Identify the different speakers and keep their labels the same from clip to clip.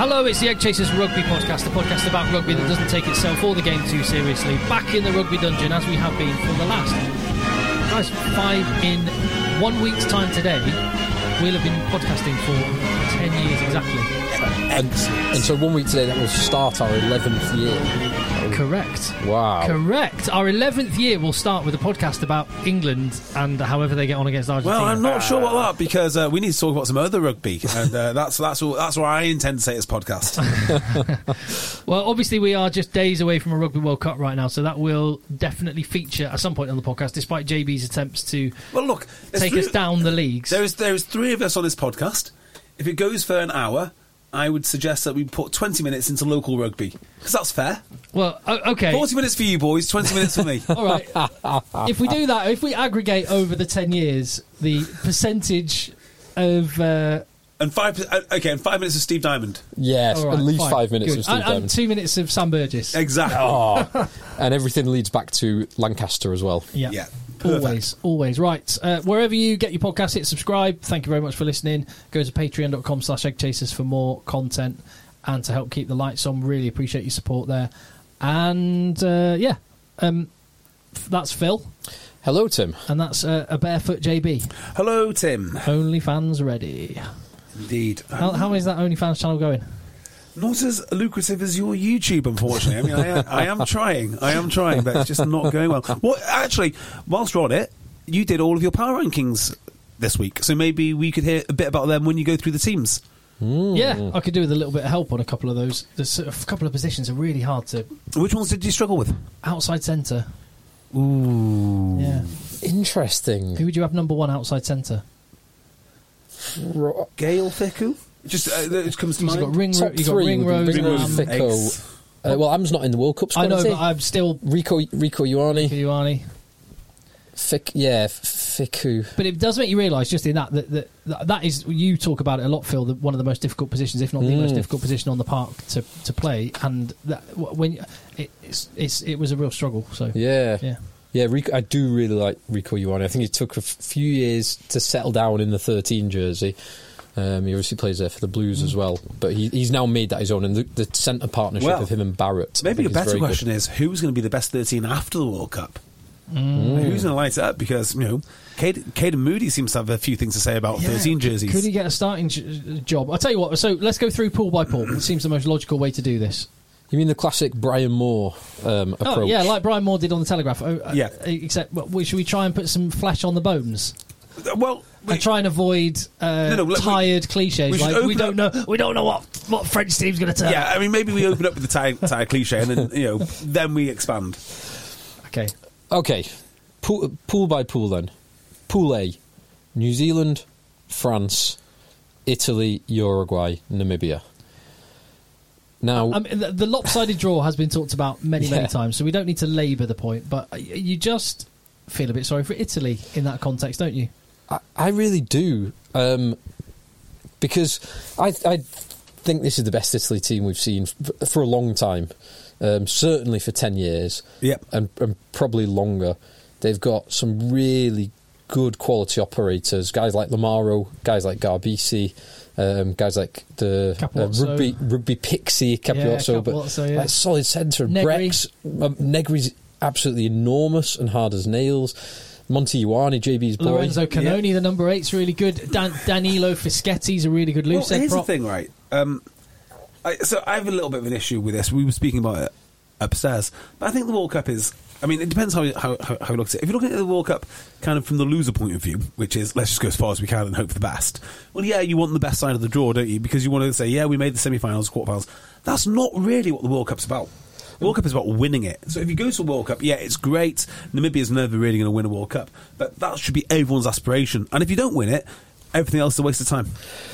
Speaker 1: Hello, it's the Egg Chasers Rugby Podcast, the podcast about rugby that doesn't take itself or the game too seriously. Back in the rugby dungeon as we have been for the last guys five in one week's time today. We'll have been podcasting for ten years exactly.
Speaker 2: And, and so one week today, that will start our 11th year.
Speaker 1: Correct.
Speaker 2: Wow.
Speaker 1: Correct. Our eleventh year will start with a podcast about England and however they get on against Argentina.
Speaker 3: Well, I'm not sure about that because uh, we need to talk about some other rugby, and uh, that's that's all, that's what I intend to say this podcast.
Speaker 1: Well, obviously, we are just days away from a Rugby World Cup right now, so that will definitely feature at some point on the podcast, despite JB's attempts to
Speaker 3: well, look, there's
Speaker 1: take
Speaker 3: three-
Speaker 1: us down the leagues.
Speaker 3: There is there is three of us on this podcast. If it goes for an hour, I would suggest that we put 20 minutes into local rugby because that's fair.
Speaker 1: Well, o- okay.
Speaker 3: 40 minutes for you boys, 20 minutes for me.
Speaker 1: All right. if we do that, if we aggregate over the 10 years, the percentage of. Uh,
Speaker 3: and five uh, okay, and five minutes of Steve Diamond.
Speaker 2: Yes,
Speaker 1: all right,
Speaker 2: at least
Speaker 1: fine,
Speaker 2: five minutes
Speaker 1: good.
Speaker 2: of Steve
Speaker 1: and, And
Speaker 2: Diamond.
Speaker 1: two minutes of Sam Burgess.
Speaker 3: Exactly.
Speaker 2: Oh, and everything leads back to Lancaster as well.
Speaker 1: Yeah.
Speaker 3: Yeah, perfect.
Speaker 1: Always, always. Right. Uh, wherever you get your podcast, hit subscribe. Thank you very much for listening. Go to patreon.com slash eggchasers for more content and to help keep the lights on. Really appreciate your support there. And uh, yeah, um, f- that's Phil
Speaker 2: Hello, Tim.
Speaker 1: and that's uh, a barefoot JB.
Speaker 3: Hello, Tim.
Speaker 1: OnlyFans ready.
Speaker 3: Indeed.
Speaker 1: How, how is that OnlyFans channel going?
Speaker 3: Not as lucrative as your YouTube, unfortunately. I mean, I, am- I am trying. I am trying, but it's just not going well. What actually, whilst we're on it, you did all of your power rankings this week, so maybe we could hear a bit about them when you go through the teams.
Speaker 1: Yeah, I could do with a little bit of help on a couple of those. There's a couple of positions are really hard to
Speaker 3: Which ones did you struggle with?
Speaker 1: outside centre.
Speaker 3: Ooh,
Speaker 1: Yeah, who
Speaker 2: Interesting.
Speaker 1: would you have number one outside centre?
Speaker 2: Ro-
Speaker 3: Gail Fickle. Just uh, that comes to
Speaker 1: He's
Speaker 3: mind.
Speaker 1: got ring.
Speaker 2: Top
Speaker 1: You got
Speaker 2: three
Speaker 1: ring
Speaker 2: would
Speaker 1: rose.
Speaker 2: be
Speaker 3: Ringrose,
Speaker 1: um,
Speaker 2: Thick. Fico.
Speaker 3: Eggs.
Speaker 2: Uh, well, Am's not in the World Cup squad.
Speaker 1: I know,
Speaker 2: is he?
Speaker 1: but I'm still
Speaker 2: Rico Rico Ioane,
Speaker 1: Giovanni.
Speaker 2: Fick, yeah, F- Fiku.
Speaker 1: But it does make you realise just in that that, that that that is you talk about it a lot, Phil. That one of the most difficult positions, if not the most difficult position on the park to, to play, and that wh- when it, it's, it's it was a real struggle. So
Speaker 2: Yeah.
Speaker 1: yeah.
Speaker 2: Yeah, Rico, I do really like Rico Ioane. I think it took a f- few years to settle down in the 13 jersey. Um, he obviously plays there for the Blues as well, but he, he's now made that his own. And the, the centre partnership
Speaker 3: Well,
Speaker 2: of him and Barrett. I
Speaker 3: Maybe
Speaker 2: think
Speaker 3: a
Speaker 2: is
Speaker 3: better
Speaker 2: very good.
Speaker 3: question is who's going to be the best 13 after the World Cup? Who's going to light it up? Because, you know, Cade, Caden Moody seems to have a few things to say about 13 jerseys.
Speaker 1: Could he get a starting j- job? I'll tell you what. So let's go through pool by pool. It seems the most logical way to do this.
Speaker 2: You mean the classic Brian Moore um, approach?
Speaker 1: Oh, yeah, like Brian Moore did on the Telegraph. Oh, uh,
Speaker 3: Yeah.
Speaker 1: Except, well, we- should we try and put some flesh on the bones
Speaker 3: well,
Speaker 1: and try and avoid uh,
Speaker 3: No, no, look, we-
Speaker 1: tired cliches
Speaker 3: we should
Speaker 1: like we
Speaker 3: open
Speaker 1: don't know, we don't know what what French team's going to turn.
Speaker 3: yeah, I mean, maybe we open up with the tire, tire cliche and then, you know, then we expand.
Speaker 1: Okay.
Speaker 2: Okay, pool, pool by pool then. Pool A: New Zealand, France, Italy, Uruguay, Namibia. Now,
Speaker 1: I mean, Um, the, the lopsided draw has been talked about many,
Speaker 2: Yeah.
Speaker 1: many times, so we don't need to labour the point. But uh, you just feel a bit sorry for Italy in that context, don't you?
Speaker 2: I, I really do um, because I, I think this is the best Italy team we've seen f- for a long time, um, certainly for ten years,
Speaker 3: Yep.
Speaker 2: and, and probably longer. They've got some really good quality operators, guys like Lamaro, guys like Garbisi, um, guys like the uh,
Speaker 1: Capuozzo.
Speaker 2: rugby rugby pixie Capuozzo, but
Speaker 1: Capuozzo, yeah.
Speaker 2: like solid centre.
Speaker 1: Negri.
Speaker 2: Brex, um, Negri's absolutely enormous and hard as nails. Monty Iwani, JB's boy.
Speaker 1: Lorenzo Canoni, the number eight's really good. Dan- Danilo Fischetti's a really good
Speaker 3: Well,
Speaker 1: loose end
Speaker 3: here's
Speaker 1: prop.
Speaker 3: the thing, right? Um, I, so I have a little bit of an issue with this. We were speaking about it upstairs, but I think the World Cup is. I mean, it depends how you- how how, how you look at it. If you're looking at the World Cup kind of from the loser point of view, which is let's just go as far as we can and hope for the best. Well, yeah, you want the best side of the draw, don't you? Because you want to say, yeah, we made the semi-finals, quarterfinals. That's not really what the World Cup's about. The World Cup is about winning it. So if you go to a World Cup, yeah, it's great. Namibia's never really going to win a World Cup, but that should be everyone's aspiration. And if you don't win it, everything else is a waste of time.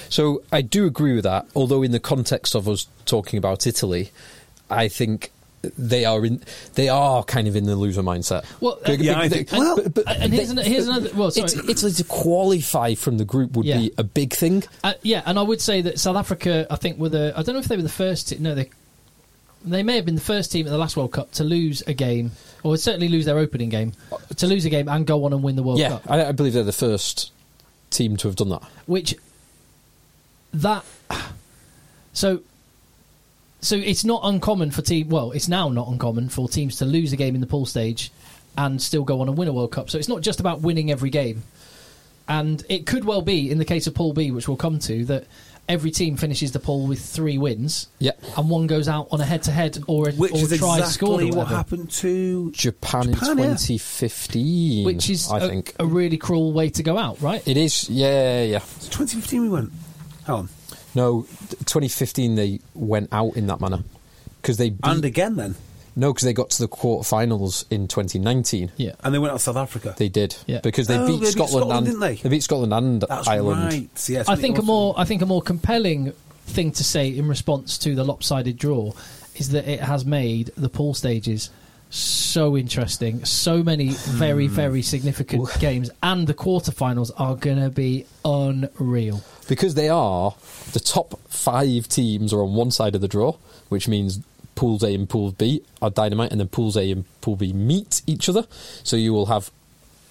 Speaker 2: So I do agree with that. Although in the context of us talking about Italy, I think they are in they are kind of in the loser mindset.
Speaker 1: Well,
Speaker 2: They-
Speaker 1: uh,
Speaker 3: Yeah,
Speaker 2: they-
Speaker 3: I think-
Speaker 2: they-
Speaker 3: well-
Speaker 1: and here's an- here's another- well, sorry.
Speaker 2: It- Italy to qualify from the group would
Speaker 1: Yeah.
Speaker 2: be a big thing.
Speaker 1: Uh, yeah, and I would say that South Africa, I think, were the. I don't know if they were the first. Te- no, they. They may have been the first team at the last World Cup to lose a game, or certainly lose their opening game, to lose a game and go on and win the World
Speaker 2: yeah,
Speaker 1: Cup.
Speaker 2: I, I believe they're the first team to have done that.
Speaker 1: Which that so so it's not uncommon for team. Well, it's now not uncommon for teams to lose a game in the pool stage and still go on and win a World Cup. So it's not just about winning every game. And it could well be in the case of Pool B, which we'll come to, that every team finishes the pool with three wins.
Speaker 2: Yeah.
Speaker 1: and one goes out on a head-to-head or a,
Speaker 3: which
Speaker 1: or
Speaker 3: is
Speaker 1: try
Speaker 3: exactly
Speaker 1: scored.
Speaker 3: what happened to
Speaker 2: Japan,
Speaker 3: Japan,
Speaker 2: in
Speaker 3: yeah.
Speaker 2: 2015,
Speaker 1: Which is
Speaker 2: I
Speaker 1: a-
Speaker 2: think
Speaker 1: a really cruel way to go out, right?
Speaker 2: it is. Yeah, yeah.
Speaker 3: 2015. We went. Hang on.
Speaker 2: No, 2015 they went out in that manner because they beat,
Speaker 3: And again, then,
Speaker 2: no because they got to the quarterfinals in 2019.
Speaker 1: yeah.
Speaker 3: and they went out to South Africa.
Speaker 2: They did
Speaker 1: Yeah.
Speaker 2: because they
Speaker 3: Oh,
Speaker 2: beat
Speaker 3: they beat
Speaker 2: Scotland,
Speaker 3: Scotland,
Speaker 2: and
Speaker 3: didn't they?
Speaker 2: beat Scotland and
Speaker 3: That's
Speaker 2: Ireland.
Speaker 3: right. Yes,
Speaker 1: I think a more I think a more compelling thing to say in response to the lopsided draw is that it has made the pool stages so interesting, so many very very significant games, and the quarterfinals are going to be unreal.
Speaker 2: because they are the top five teams are on one side of the draw, which means pools A and pool B are dynamite, and then pools A and pool B meet each other. So you will have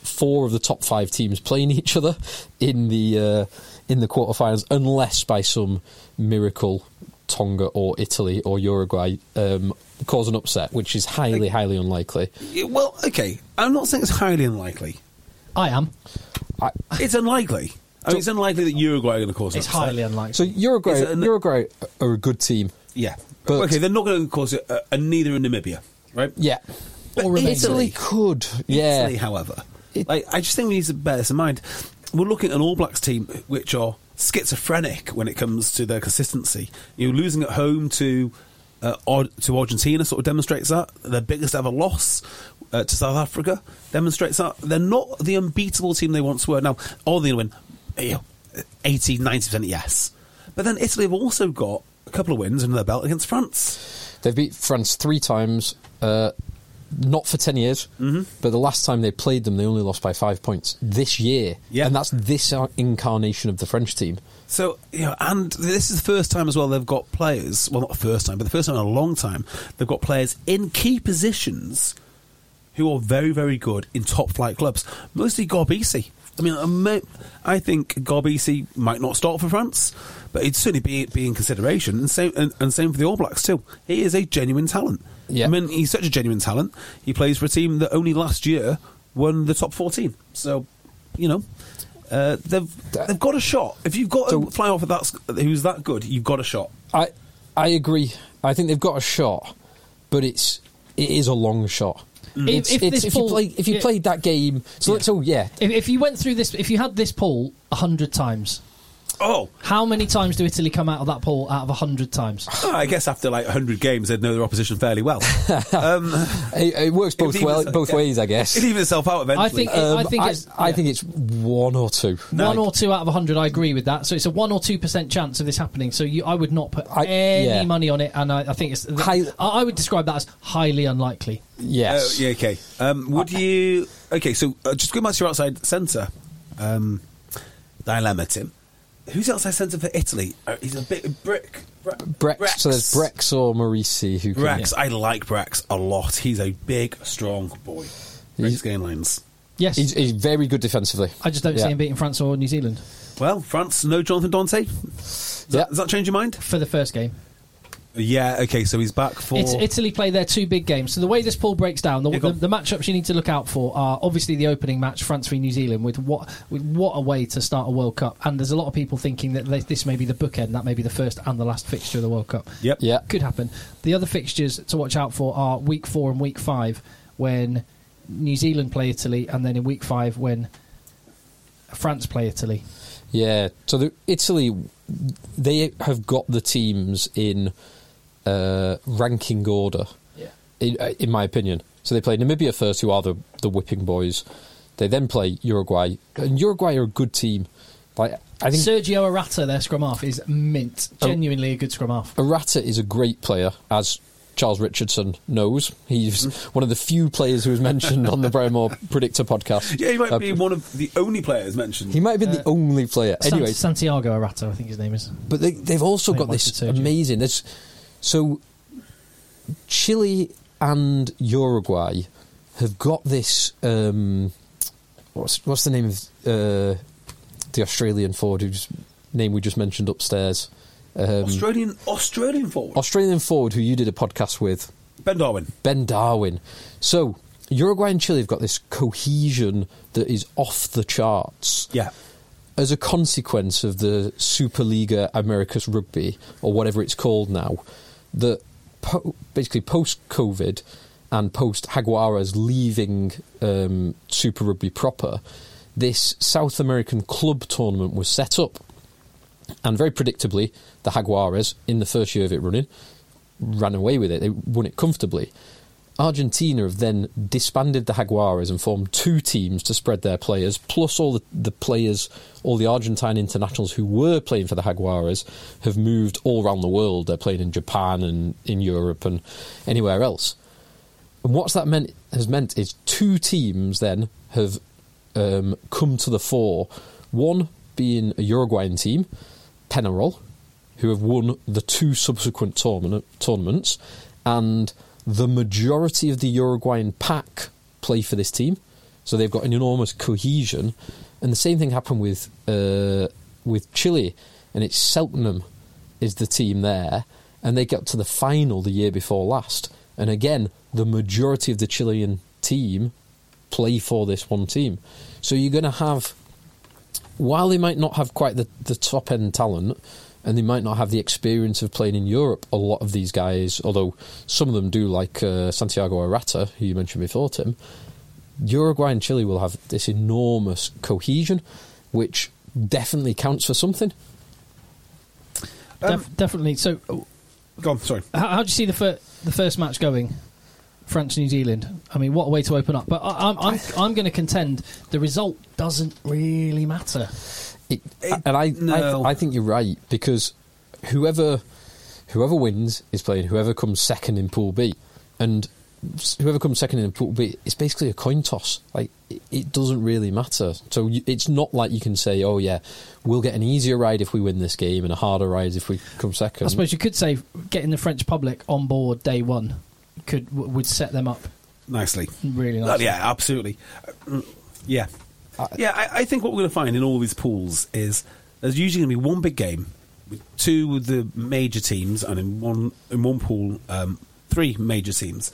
Speaker 2: four of the top five teams playing each other in the uh, in the quarterfinals, unless by some miracle Tonga or Italy or Uruguay um, cause an upset, which is highly highly unlikely.
Speaker 3: Yeah, Well, okay. I'm not saying it's highly unlikely.
Speaker 1: I am.
Speaker 3: It's unlikely. I mean, it's unlikely that Uruguay are going to cause. an
Speaker 1: It's
Speaker 3: upset.
Speaker 1: highly unlikely.
Speaker 2: So Uruguay
Speaker 3: Is it an-
Speaker 2: Uruguay are a good team.
Speaker 3: Yeah.
Speaker 2: But-
Speaker 3: okay, they're not going to cause it, uh, and neither in Namibia, right?
Speaker 2: Yeah.
Speaker 3: But
Speaker 1: Or Romania.
Speaker 3: Italy
Speaker 2: could. Yeah.
Speaker 3: Italy, however, like, I just think we need to bear this in mind. We're looking at an All Blacks team which are schizophrenic when it comes to their consistency. You know, losing at home to uh, Ar- to Argentina sort of demonstrates that. Their biggest ever loss uh, to South Africa demonstrates that. They're not the unbeatable team they once were. Now, are they going to win? You know, 80, 90% yes. But then Italy have also got a couple of wins under their belt against France.
Speaker 2: They've beat France three times, uh, not for 10 years,
Speaker 3: Mm-hmm.
Speaker 2: but the last time they played them, they only lost by five points this year.
Speaker 3: Yeah.
Speaker 2: And that's this uh, incarnation of the French team.
Speaker 3: So you know, and this is the first time as well they've got players. Well, not the first time, but the first time in a long time they've got players in key positions who are very, very good in top flight clubs. Mostly Garbisi. I mean, I may- I think Garbisi might not start for France, but he'd certainly be be in consideration. And same and, and same for the All Blacks too. He is a genuine talent.
Speaker 2: Yeah.
Speaker 3: I mean, he's such a genuine talent. He plays for a team that only last year won the top fourteen. So, you know. Uh, they've they've got a shot. If you've got
Speaker 2: So-
Speaker 3: a fly off at that who's that good, you've got a shot.
Speaker 2: I, I agree. I think they've got a shot, but it's it is a long shot.
Speaker 3: Mm-hmm.
Speaker 2: It's-
Speaker 1: if
Speaker 2: it's-
Speaker 1: this
Speaker 2: you
Speaker 1: ball-
Speaker 2: play, if you
Speaker 1: yeah.
Speaker 2: played that game, so let's all yeah,
Speaker 1: if, if you went through this, if you had this pool a hundred times,
Speaker 3: Oh,
Speaker 1: how many times do Italy come out of that pool out of a hundred times?
Speaker 3: Oh, I guess after like hundred games, they'd know their opposition fairly well. um,
Speaker 2: it, it works both
Speaker 3: It'd even-
Speaker 2: well, both
Speaker 3: yeah.
Speaker 2: ways, I guess.
Speaker 3: It'd even itself out eventually.
Speaker 1: I think it-
Speaker 2: Um,
Speaker 1: I think it's
Speaker 2: I
Speaker 1: yeah.
Speaker 2: think it's one or two.
Speaker 1: one or two out of a hundred. I agree with that. So it's a one or two percent chance of this happening. So you, I would not put
Speaker 2: I-
Speaker 1: any
Speaker 2: yeah.
Speaker 1: money on it, and I, I think it's.
Speaker 2: High-
Speaker 1: I, I would describe that as highly unlikely.
Speaker 3: Oh,
Speaker 2: Yes.
Speaker 3: yeah, okay. Um, would you? Okay, so uh, just going back to your outside centre um, dilemma, Tim. Who's outside centre for Italy? Uh, he's a bit brick. Bre-
Speaker 2: Brex, So there's Brex or Marisi who can
Speaker 3: Brex. I like Brex a lot. He's a big, strong boy. Brex
Speaker 2: He's-
Speaker 3: Gainlines.
Speaker 1: Yes.
Speaker 2: He's, he's very good defensively.
Speaker 1: I just don't
Speaker 2: Yeah.
Speaker 1: see him beating France or New Zealand
Speaker 3: Well, France, no Jonathan Dante.
Speaker 2: Yeah.
Speaker 3: Does that change your mind?
Speaker 1: for the first game.
Speaker 3: Yeah. Okay. So he's back for.
Speaker 1: It's, Italy play their two big games. So the way this pool breaks down, the,
Speaker 3: Yeah, go
Speaker 1: the,
Speaker 3: on.
Speaker 1: the matchups you need to look out for are obviously the opening match, France v New Zealand. With what with what a way to start a World Cup, and there's a lot of people thinking that they, this may be the bookend, that may be the first and the last fixture of the World Cup.
Speaker 3: Yep.
Speaker 2: Yeah.
Speaker 1: could happen. The other fixtures to watch out for are week four and week five when New Zealand play Italy, and then in week five when France play Italy.
Speaker 2: Yeah. So the, Italy, they have got the teams in uh, ranking order,
Speaker 1: Yeah.
Speaker 2: in, uh, in my opinion. So they play Namibia first, who are the, the whipping boys. They then play Uruguay, and Uruguay are a good team. Like I think
Speaker 1: Sergio Arata, their scrum half, is mint.
Speaker 2: Oh.
Speaker 1: Genuinely a good scrum half.
Speaker 2: Arata is a great player, as Charles Richardson knows. He's
Speaker 3: Mm-hmm.
Speaker 2: one of the few players who was mentioned on the Bromore Predictor podcast.
Speaker 3: Yeah, he might
Speaker 2: Uh,
Speaker 3: be one of the only players mentioned.
Speaker 2: He might have been
Speaker 1: Uh,
Speaker 2: the only player.
Speaker 1: Sant-
Speaker 2: Anyway,
Speaker 1: Santiago Arata, I think his name is.
Speaker 2: but they, they've also
Speaker 1: They
Speaker 2: got
Speaker 1: might
Speaker 2: this
Speaker 1: have Sergio.
Speaker 2: amazing. This, so Chile and Uruguay have got this. Um, what's what's the name of uh, the Australian forward whose name we just mentioned upstairs? Um,
Speaker 3: Australian Australian forward
Speaker 2: Australian forward who you did a podcast with.
Speaker 3: Ben Darwin.
Speaker 2: Ben Darwin. So Uruguay and Chile have got this cohesion that is off the charts.
Speaker 3: Yeah.
Speaker 2: As a consequence of the Superliga Americas Rugby, or whatever it's called now, that po- basically post COVID and post Haguara's leaving um, Super Rugby proper, this South American club tournament was set up. And very predictably, the Jaguares, in the first year of it running, ran away with it. They won it comfortably. Argentina have then disbanded the Jaguares and formed two teams to spread their players, plus all the, the players, all the Argentine internationals who were playing for the Jaguares have moved all around the world. They're playing in Japan and in Europe and anywhere else. And what's that meant has meant is two teams then have um, come to the fore. One being a Uruguayan team, Penarol, who have won the two subsequent tournament, tournaments, and the majority of the Uruguayan pack play for this team. So they've got an enormous cohesion, and the same thing happened with uh, with Chile, and it's Cheltenham is the team there, and they got to the final the year before last. And again, the majority of the Chilean team play for this one team. So you're going to have, while they might not have quite the, the top end talent, and they might not have the experience of playing in Europe, a lot of these guys, although some of them do, like uh, Santiago Arata, who you mentioned before, Tim, Uruguay and Chile will have this enormous cohesion, which definitely counts for something.
Speaker 1: Def- definitely. So, oh,
Speaker 3: Go on. Sorry.
Speaker 1: how, how do you see the fir- the first match going? France New Zealand. I mean, what a way to open up. But I, I'm I'm, I'm going to contend the result doesn't really matter.
Speaker 2: It,
Speaker 3: It-
Speaker 2: and I,
Speaker 3: no.
Speaker 2: I, I think you're right because whoever whoever wins is playing whoever comes second in Pool B, and s- whoever comes second in Pool B, it's basically a coin toss. Like it, it doesn't really matter. So you, it's not like you can say, oh yeah, we'll get an easier ride if we win this game and a harder ride if we come second.
Speaker 1: I suppose you could say getting the French public on board day one could w- would set them up
Speaker 3: Nicely.
Speaker 1: really
Speaker 3: Oh,
Speaker 1: nicely. Uh,
Speaker 3: yeah, absolutely. Uh, mm, Yeah. yeah, I, I think what we're going to find in all these pools is there's usually going to be one big game with two of the major teams, and in one in one pool, um, three major teams.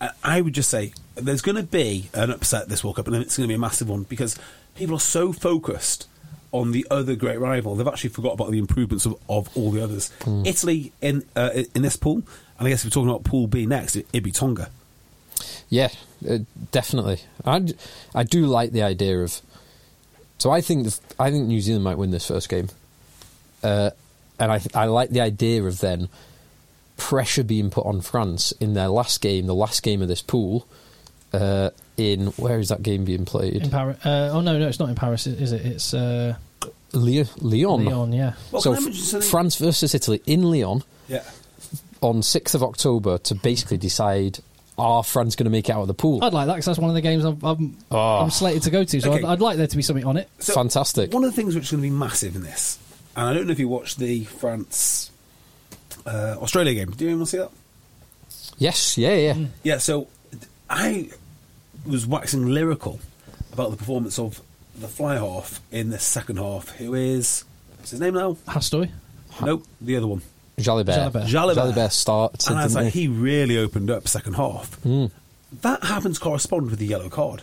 Speaker 3: And I would just say there's going to be an upset this World Cup, and it's going to be a massive one because people are so focused on the other great rival. They've actually forgot about the improvements of, of all the others.
Speaker 1: Hmm.
Speaker 3: Italy in uh, in this pool, and I guess if we're talking about Pool B next, it, it'd be Tonga.
Speaker 2: Yeah, uh, definitely. I d- I do like the idea of. So I think the, f- I think New Zealand might win this first game, uh, and I th- I like the idea of then pressure being put on France in their last game, the last game of this pool. Uh, in where is that game being played?
Speaker 1: In Paris. Uh, oh no, no, it's not in Paris, i- is it? It's uh,
Speaker 2: Leo- Lyon.
Speaker 1: Lyon. Yeah.
Speaker 3: Well,
Speaker 2: so
Speaker 3: can I mention
Speaker 2: f-
Speaker 3: something?
Speaker 2: France versus Italy in Lyon
Speaker 3: Yeah.
Speaker 2: on sixth of October to basically decide are France going to make it out of the pool?
Speaker 1: I'd like that because that's one of the games I'm I'm, I'm slated to go to. So
Speaker 3: Ah. Okay.
Speaker 1: I'd, I'd like there to be something on it.
Speaker 2: Fantastic.
Speaker 3: One of the things which is going to be massive in this, and I don't know if you watched the France uh, Australia game. Do you anyone see that?
Speaker 1: Mm.
Speaker 2: yes, yeah, yeah.
Speaker 3: Yeah. So I was waxing lyrical about the performance of the fly half in the second half, who is. What's his name now?
Speaker 1: Hastoy.
Speaker 3: Nope, the other one.
Speaker 2: Jalibert.
Speaker 1: Jalibert.
Speaker 3: Jalibert.
Speaker 2: started.
Speaker 3: and I was
Speaker 2: didn't
Speaker 3: like,
Speaker 2: he?
Speaker 3: he really opened up second half. That happens correspond with the yellow card.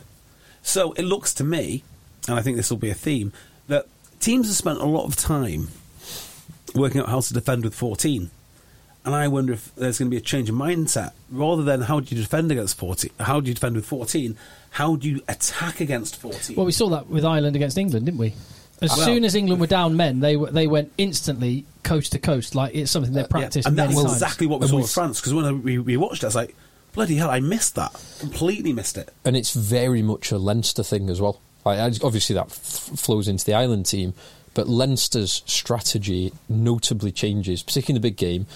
Speaker 3: So it looks to me, and I think this will be a theme, that teams have spent a lot of time working out how to defend with 14. And I wonder if there's going to be a change in mindset. Rather than how do you defend against 14, how do you defend with 14, how do you attack against 14?
Speaker 1: Well, we saw that with Ireland against England, didn't we? As
Speaker 3: Well-
Speaker 1: soon as England were down men, they were- they went instantly coast to coast, like it's something they've
Speaker 3: Uh, Yeah,
Speaker 1: practiced
Speaker 3: and
Speaker 1: many
Speaker 3: that's
Speaker 1: times.
Speaker 3: exactly what we
Speaker 2: And
Speaker 3: saw
Speaker 2: we
Speaker 3: with
Speaker 2: s-
Speaker 3: France, because when I- we, we watched it, I was like, bloody hell, I missed that. Completely missed it.
Speaker 2: and it's very much a Leinster thing as well. Like, I- obviously, that f- flows into the Island team, but Leinster's strategy notably changes, particularly in the big game.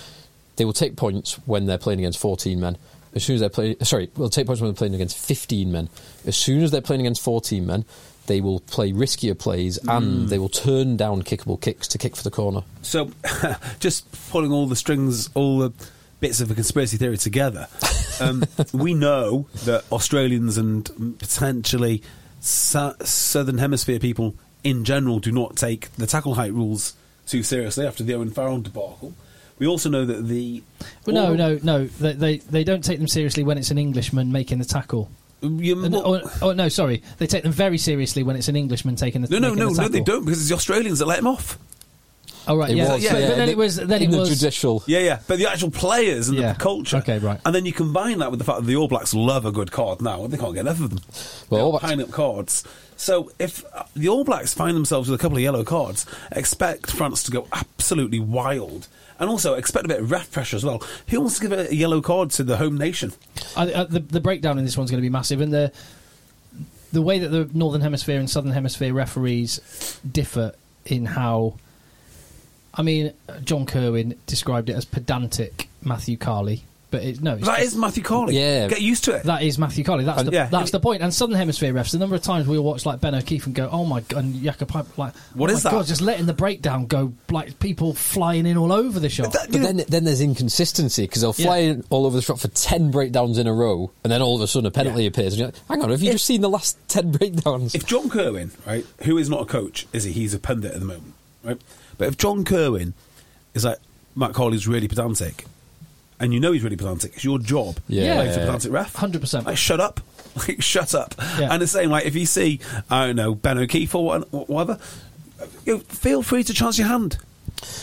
Speaker 2: They will take points when they're playing against 14 men. As soon as they're playing, sorry, will take points when they're playing against 15 men. As soon as they're playing against 14 men, they will play riskier plays
Speaker 1: Hmm.
Speaker 2: and they will turn down kickable kicks to kick for the corner.
Speaker 3: So, just pulling all the strings, all the bits of a conspiracy theory together, um, we know that Australians and potentially su- Southern Hemisphere people in general do not take the tackle height rules too seriously after the Owen Farrell debacle. We also know that the
Speaker 1: Well, no, no, no. They, they they don't take them seriously when it's an Englishman making the tackle.
Speaker 3: You-
Speaker 1: And- or, or Uh, oh, no, sorry, they take them very seriously when it's an Englishman taking the
Speaker 3: no, no,
Speaker 1: making
Speaker 3: no,
Speaker 1: the
Speaker 3: no, they
Speaker 1: tackle.
Speaker 3: don't because it's the Australians that let him off.
Speaker 1: Oh right,
Speaker 2: It
Speaker 1: yeah,
Speaker 2: was,
Speaker 1: But- but then
Speaker 2: in
Speaker 1: it was then
Speaker 2: in
Speaker 1: it
Speaker 2: the
Speaker 1: was
Speaker 2: judicial.
Speaker 3: Yeah, yeah, but the actual players and
Speaker 1: Yeah.
Speaker 3: the culture.
Speaker 1: Okay, right.
Speaker 3: And then you combine that with the fact that the All Blacks love a good card now, and they can't get enough of them.
Speaker 2: Well, All
Speaker 3: They're
Speaker 2: Blacks-
Speaker 3: piling up cards. So if uh, the All Blacks find themselves with a couple of yellow cards, expect France to go absolutely wild, and also expect a bit of ref pressure as well. Who wants to give a yellow card to the home nation?
Speaker 1: I, I, uh, the, the breakdown in this one's going to be massive, and the the way that the northern hemisphere and southern hemisphere referees differ in how. I mean, John Kerwin described it as pedantic Matthew Carley, but it, no, it's
Speaker 3: That
Speaker 1: just-
Speaker 3: is Matthew Carley.
Speaker 2: Yeah.
Speaker 3: get used to it.
Speaker 1: that is Matthew Carley. That's the
Speaker 3: yeah.
Speaker 1: that's the point. And southern hemisphere refs, the number of times we'll watch like Ben O'Keefe and go, "Oh my god," and Jakob Pipe like,
Speaker 3: What
Speaker 1: oh
Speaker 3: is
Speaker 1: my
Speaker 3: that?"
Speaker 1: God, just letting the breakdown go, like people flying in all over the shop.
Speaker 3: That-
Speaker 2: But then, then there's inconsistency because they'll fly
Speaker 1: Yeah.
Speaker 2: in all over the shop for ten breakdowns in a row, and then all of a sudden a penalty appears. And you're like, Hang on, have you just seen the last ten breakdowns?
Speaker 3: If John Kerwin, right, who is not a coach, is he? He's a pundit at the moment, right? But if John Kerwin is like Matt Carley's really pedantic, and you know he's really pedantic, it's your job.
Speaker 2: Yeah.
Speaker 3: like, he's a pedantic ref,
Speaker 1: 100%.
Speaker 3: Like, shut up, like, shut up.
Speaker 1: Yeah.
Speaker 3: And the same, like, if you see, I don't know, Ben O'Keefe or what- whatever, you know, feel free to chance your hand.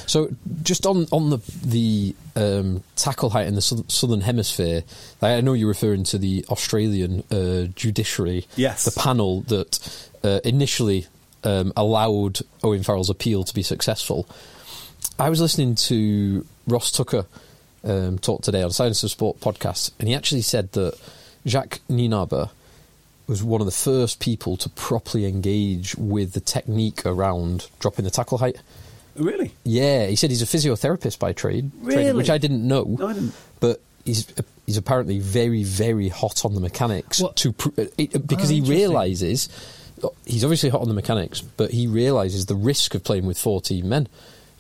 Speaker 2: So just on on the the um, tackle height in the sou- southern hemisphere, I know you're referring to the Australian uh, judiciary,
Speaker 3: Yes.
Speaker 2: the panel that uh, initially um, allowed Owen Farrell's appeal to be successful. I was listening to Ross Tucker um, talk today on Science of Sport podcast, and he actually said that Jacques Nienaber was one of the first people to properly engage with the technique around dropping the tackle height.
Speaker 3: Really?
Speaker 2: Yeah, he said he's a physiotherapist by trade, trade,
Speaker 3: Really?
Speaker 2: which I didn't know.
Speaker 3: No, I didn't.
Speaker 2: But he's he's apparently very very hot on the mechanics
Speaker 1: What?
Speaker 2: to pr- uh, it, because
Speaker 1: Oh,
Speaker 2: he
Speaker 1: interesting.
Speaker 2: realizes he's obviously hot on the mechanics, but he realizes the risk of playing with 14 men.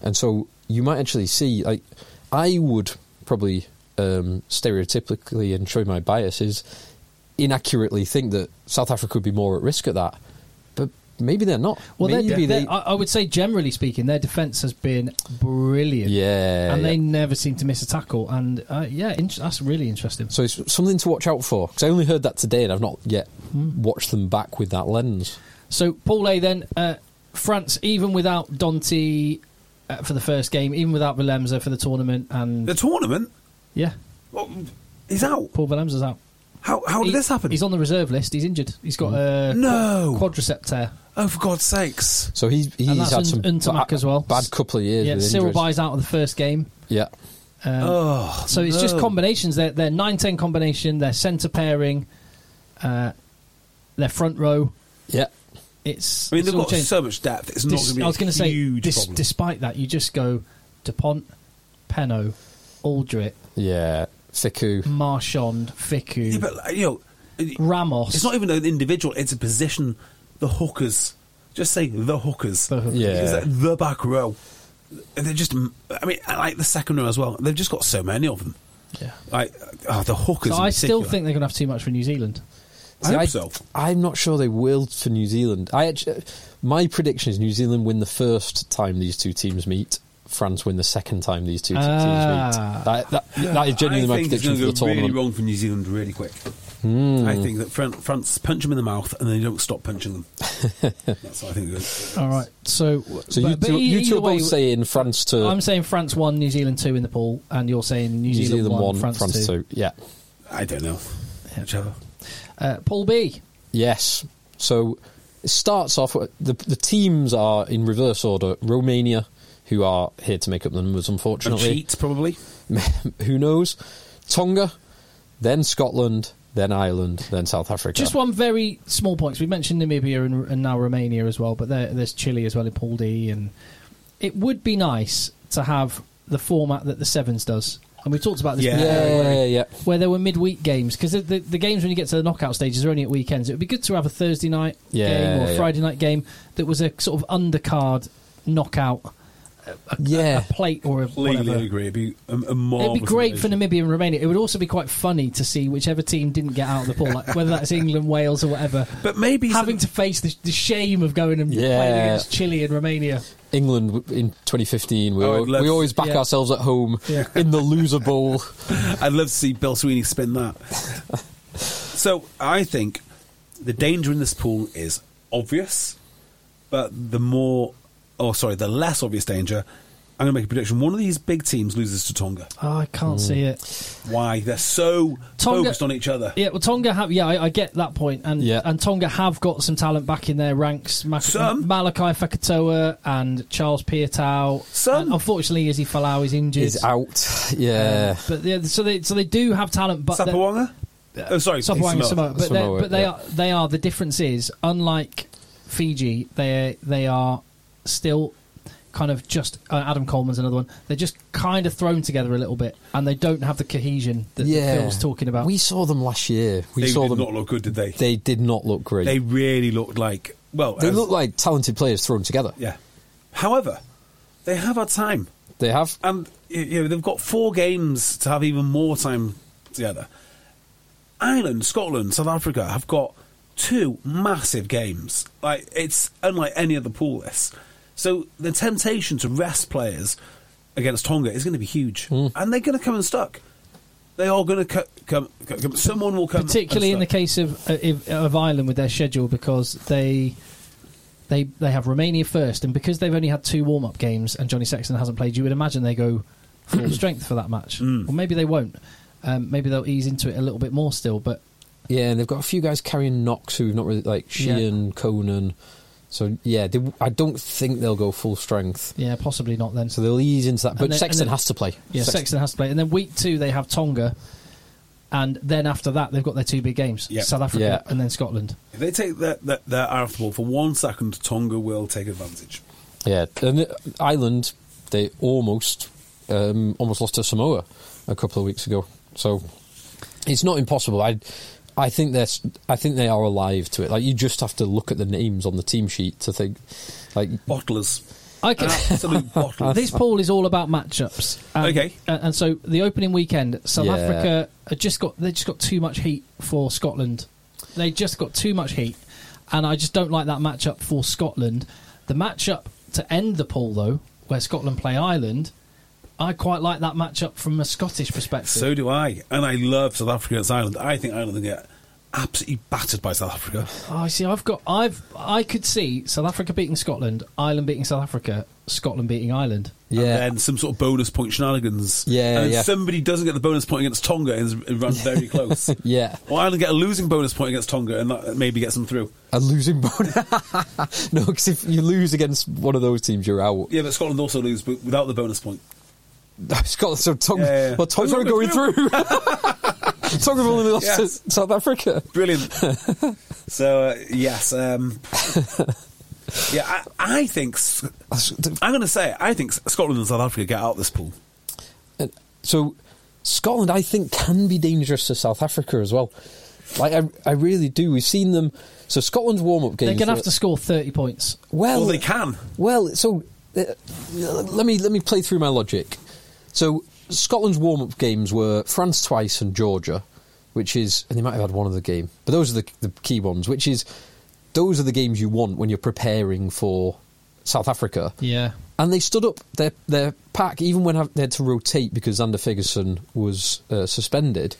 Speaker 2: And so you might actually see like I would probably um, stereotypically and showing my biases inaccurately think that South Africa would be more at risk at that. But maybe they're not.
Speaker 1: Well, they're,
Speaker 2: maybe
Speaker 1: they're- I, I would say, generally speaking, their defence has been brilliant.
Speaker 2: Yeah,
Speaker 1: and they
Speaker 2: yeah.
Speaker 1: never seem to miss a tackle. And uh, yeah, in- that's really interesting.
Speaker 2: So it's something to watch out for because I only heard that today and I've not yet watched them back with that lens.
Speaker 1: So Paul A. Then uh, France, even without Donti uh, for the first game, even without Valemza for the tournament, and
Speaker 3: The tournament?
Speaker 1: yeah,
Speaker 3: Well, he's out.
Speaker 1: Paul Valemza's out.
Speaker 3: How, how did
Speaker 1: He-
Speaker 3: this happen?
Speaker 1: He's on the reserve list. He's injured. He's got a
Speaker 3: No.
Speaker 1: quadricep tear.
Speaker 3: oh, for God's sakes.
Speaker 2: So he's
Speaker 1: And
Speaker 2: he's
Speaker 1: that's
Speaker 2: had
Speaker 1: Un-
Speaker 2: some
Speaker 1: Untermack
Speaker 2: bad,
Speaker 1: as well.
Speaker 2: bad couple of years.
Speaker 1: yeah,
Speaker 2: with
Speaker 1: Cyril
Speaker 2: injuries.
Speaker 1: Bay's out of the first game.
Speaker 2: Yeah,
Speaker 1: Um,
Speaker 3: Oh,
Speaker 1: so it's just
Speaker 3: no.
Speaker 1: combinations. They're, they're 9-10 combination. They're centre pairing. Uh, they're front row.
Speaker 2: yeah.
Speaker 1: It's
Speaker 3: I mean,
Speaker 1: it's
Speaker 3: they've
Speaker 1: all
Speaker 3: got
Speaker 1: changed.
Speaker 3: so much depth. It's not
Speaker 1: Dis-
Speaker 3: going to be
Speaker 1: I was
Speaker 3: going
Speaker 1: gonna
Speaker 3: to
Speaker 1: say,
Speaker 3: huge
Speaker 1: dis-
Speaker 3: problem.
Speaker 1: despite that, you just go Dupont, Penno, Aldrit,
Speaker 2: Yeah, Fiku.
Speaker 1: Marchand, Fiku,
Speaker 3: Yeah, but like, you know,
Speaker 1: Ramos.
Speaker 3: it's not even an individual; it's a position. The hookers, just say the hookers.
Speaker 1: The hookers.
Speaker 2: Yeah.
Speaker 3: Because they're the back row. They're just. I mean, I like the second row as well. They've just got so many of them.
Speaker 1: Yeah.
Speaker 3: Like oh, the hookers.
Speaker 1: So
Speaker 3: in
Speaker 1: I still
Speaker 3: particular.
Speaker 1: think they're going to have too much for New Zealand.
Speaker 3: I hope so.
Speaker 2: am not sure they will for New Zealand. I actually, my prediction is New Zealand win the first time these two teams meet. France win the second time these two te-
Speaker 1: Ah.
Speaker 2: teams meet. That, that, that is genuinely
Speaker 3: I
Speaker 2: my
Speaker 3: think it's
Speaker 2: prediction
Speaker 3: going
Speaker 2: for the
Speaker 3: to go really
Speaker 2: tournament. Hmm.
Speaker 3: wrong for New Zealand really quick. I think that Fran- France punch them in the mouth and they don't stop punching them. That's what I think. it is.
Speaker 1: All right. So,
Speaker 2: so you,
Speaker 1: but- but
Speaker 2: two, you
Speaker 1: either
Speaker 2: two are
Speaker 1: way,
Speaker 2: both saying France to
Speaker 1: I'm saying France one, New Zealand two in the pool, and you're saying New,
Speaker 2: Uh, New
Speaker 1: Zealand,
Speaker 2: Zealand
Speaker 1: one,
Speaker 2: one,
Speaker 1: France, two.
Speaker 2: Yeah.
Speaker 3: I don't know. Whichever.
Speaker 1: Uh, Paul B.
Speaker 2: Yes. So it starts off with- the the teams are in reverse order. Romania, who are here to make up the numbers,
Speaker 3: And
Speaker 2: unfortunately.
Speaker 3: cheat probably.
Speaker 2: who knows? Tonga, then Scotland, then Ireland, then South Africa.
Speaker 1: Just one very small point. 'cause we mentioned Namibia and, and now Romania as well, but there, there's Chile as well in Pool D, and it would be nice to have the format that the sevens does. And we talked about this
Speaker 3: Yeah.
Speaker 2: Yeah,
Speaker 1: before,
Speaker 2: yeah, yeah, yeah.
Speaker 1: where there were midweek games because the, the, the games when you get to the knockout stages are only at weekends. It would be good to have a Thursday night
Speaker 2: Yeah,
Speaker 1: game or
Speaker 2: yeah.
Speaker 1: Friday night game that was a sort of undercard knockout,
Speaker 2: Yeah.
Speaker 1: a plate or a
Speaker 3: Completely
Speaker 1: whatever.
Speaker 3: agree. It'd be a, a marvelous
Speaker 1: It'd be great for
Speaker 3: invasion.
Speaker 1: Namibia and Romania. It would also be quite funny to see whichever team didn't get out of the pool, like whether that's England, Wales, or whatever.
Speaker 3: But maybe
Speaker 1: having to face the, the shame of going and
Speaker 2: Yeah.
Speaker 1: playing against Chile and Romania.
Speaker 2: England w- in 2015. We,
Speaker 3: Oh, I'd
Speaker 2: al-
Speaker 3: love-
Speaker 2: we always back
Speaker 1: Yeah.
Speaker 2: ourselves at home
Speaker 3: Yeah.
Speaker 2: in the loser bowl.
Speaker 3: I'd love to see Bill Sweeney spin that. so I think the danger in this pool is obvious, but the more, oh sorry, the less obvious danger. I'm going to make a prediction. One of these big teams loses to Tonga.
Speaker 1: Oh, I can't see it.
Speaker 3: Why? They're so
Speaker 1: Tonga-
Speaker 3: focused on each other.
Speaker 1: Yeah, well, Tonga have. Yeah, I, I get that point, and
Speaker 2: Yeah.
Speaker 1: and Tonga have got some talent back in their ranks. Mac-
Speaker 3: Some.
Speaker 1: Malachi Fakatoa and Charles Pietau.
Speaker 3: Some.
Speaker 1: And unfortunately, Izzy Falau is injured.
Speaker 2: Is out. Yeah.
Speaker 1: But yeah, so they so they do have talent, but they're-
Speaker 3: Sapawanga? Oh, sorry.
Speaker 1: Samoa, Samoa, but, they're-
Speaker 2: Samoa,
Speaker 1: but they
Speaker 2: yeah.
Speaker 1: are they are the difference is unlike Fiji, they they are still kind of just uh, Adam Coleman's another one. They're just kind of thrown together a little bit, and they don't have the cohesion that
Speaker 2: yeah.
Speaker 1: Phil's talking about.
Speaker 2: We saw them last year. We
Speaker 3: They
Speaker 2: saw
Speaker 3: did
Speaker 2: them.
Speaker 3: not look good, did they?
Speaker 2: they
Speaker 3: They,
Speaker 2: did not look great. They,
Speaker 3: really looked like, well, as-
Speaker 2: look like talented players thrown together.
Speaker 3: Yeah. However, they have our time.
Speaker 2: They have.
Speaker 3: and y- you know they've got four games to have even more time together. Ireland, Scotland, South Africa have got two massive games. Like it's unlike any other pool list. So the temptation to rest players against Tonga is going to be huge,
Speaker 1: Hmm.
Speaker 3: and they're going to come unstuck. They are going to co- come, co- come. Someone will come.
Speaker 1: particularly in the
Speaker 3: unstuck.
Speaker 1: case of uh, if- of Ireland with their schedule because they they they have Romania first, and because they've only had two warm up games and Johnny Sexton hasn't played, you would imagine they go full strength for that match,
Speaker 2: Mm.
Speaker 1: or maybe they won't. Um, maybe they'll ease into it a little bit more still, but
Speaker 2: Yeah, and they've got a few guys carrying Knox who've not really like Sheehan, Conan. So yeah, they, I don't think they'll go full strength.
Speaker 1: yeah, possibly not then.
Speaker 2: So they'll ease into that. But
Speaker 1: And then-
Speaker 2: Sexton
Speaker 1: and then-
Speaker 2: has to play.
Speaker 1: Yeah, Sexton. has to play, and then week two they have Tonga, and then after that they've got their two big games:
Speaker 3: Yeah.
Speaker 1: South Africa
Speaker 2: Yeah.
Speaker 1: and then Scotland.
Speaker 3: If they take their their, their eye off the ball for one second, Tonga will take advantage.
Speaker 2: Yeah, and uh, Ireland they almost um, almost lost to Samoa a couple of weeks ago. So it's not impossible. I I think they're s- I think they are alive to it. Like you just have to look at the names on the team sheet to think like
Speaker 3: Bottlers,
Speaker 1: I can,
Speaker 3: absolute bottlers.
Speaker 1: this pool is all about matchups. And,
Speaker 3: Ah.
Speaker 1: uh,
Speaker 3: Okay.
Speaker 1: and, and so the opening weekend, South
Speaker 2: Yeah.
Speaker 1: Africa had just got they just got too much heat for Scotland. They just got too much heat, and I just don't like that matchup for Scotland. The matchup to end the pool though, where Scotland play Ireland, I quite like that matchup from a Scottish perspective.
Speaker 3: So do I. And I love South Africa against Ireland. I think Ireland get absolutely battered by South Africa.
Speaker 1: Oh, I see. I've got. I've. I could see South Africa beating Scotland, Ireland beating South Africa, Scotland beating Ireland.
Speaker 3: And
Speaker 2: yeah
Speaker 3: then some sort of bonus point shenanigans.
Speaker 2: Yeah,
Speaker 3: And if
Speaker 2: yeah.
Speaker 3: somebody doesn't get the bonus point against Tonga and it runs very close.
Speaker 2: yeah
Speaker 3: Or Ireland get a losing bonus point against Tonga and that maybe gets them through.
Speaker 2: a losing bonus. no, because if you lose against one of those teams, you're out.
Speaker 3: Yeah, but Scotland also lose but without the bonus point.
Speaker 2: Scotland, so Tonga,
Speaker 3: Yeah, yeah.
Speaker 2: well, Tonga are going through. Tonga have only lost
Speaker 3: Yes.
Speaker 2: to South Africa.
Speaker 3: Brilliant. so, uh, yes. Um, yeah, I, I think. s- I'm going to say, it. I think Scotland and South Africa get out of this pool.
Speaker 2: So Scotland, I think, can be dangerous to South Africa as well. Like I, I really do. We've seen them. So Scotland's warm-up games.
Speaker 1: They're going to
Speaker 2: were-
Speaker 1: have to score thirty points.
Speaker 2: Well,
Speaker 3: Well, they can.
Speaker 2: Well, so uh, let me let me play through my logic. So Scotland's warm-up games were France twice and Georgia. which is, and they might have had one other game, but those are the, the key ones, which is, those are the games you want when you're preparing for South Africa.
Speaker 4: Yeah.
Speaker 2: And they stood up their their pack even when hav- they had to rotate because Xander Ferguson was uh, suspended.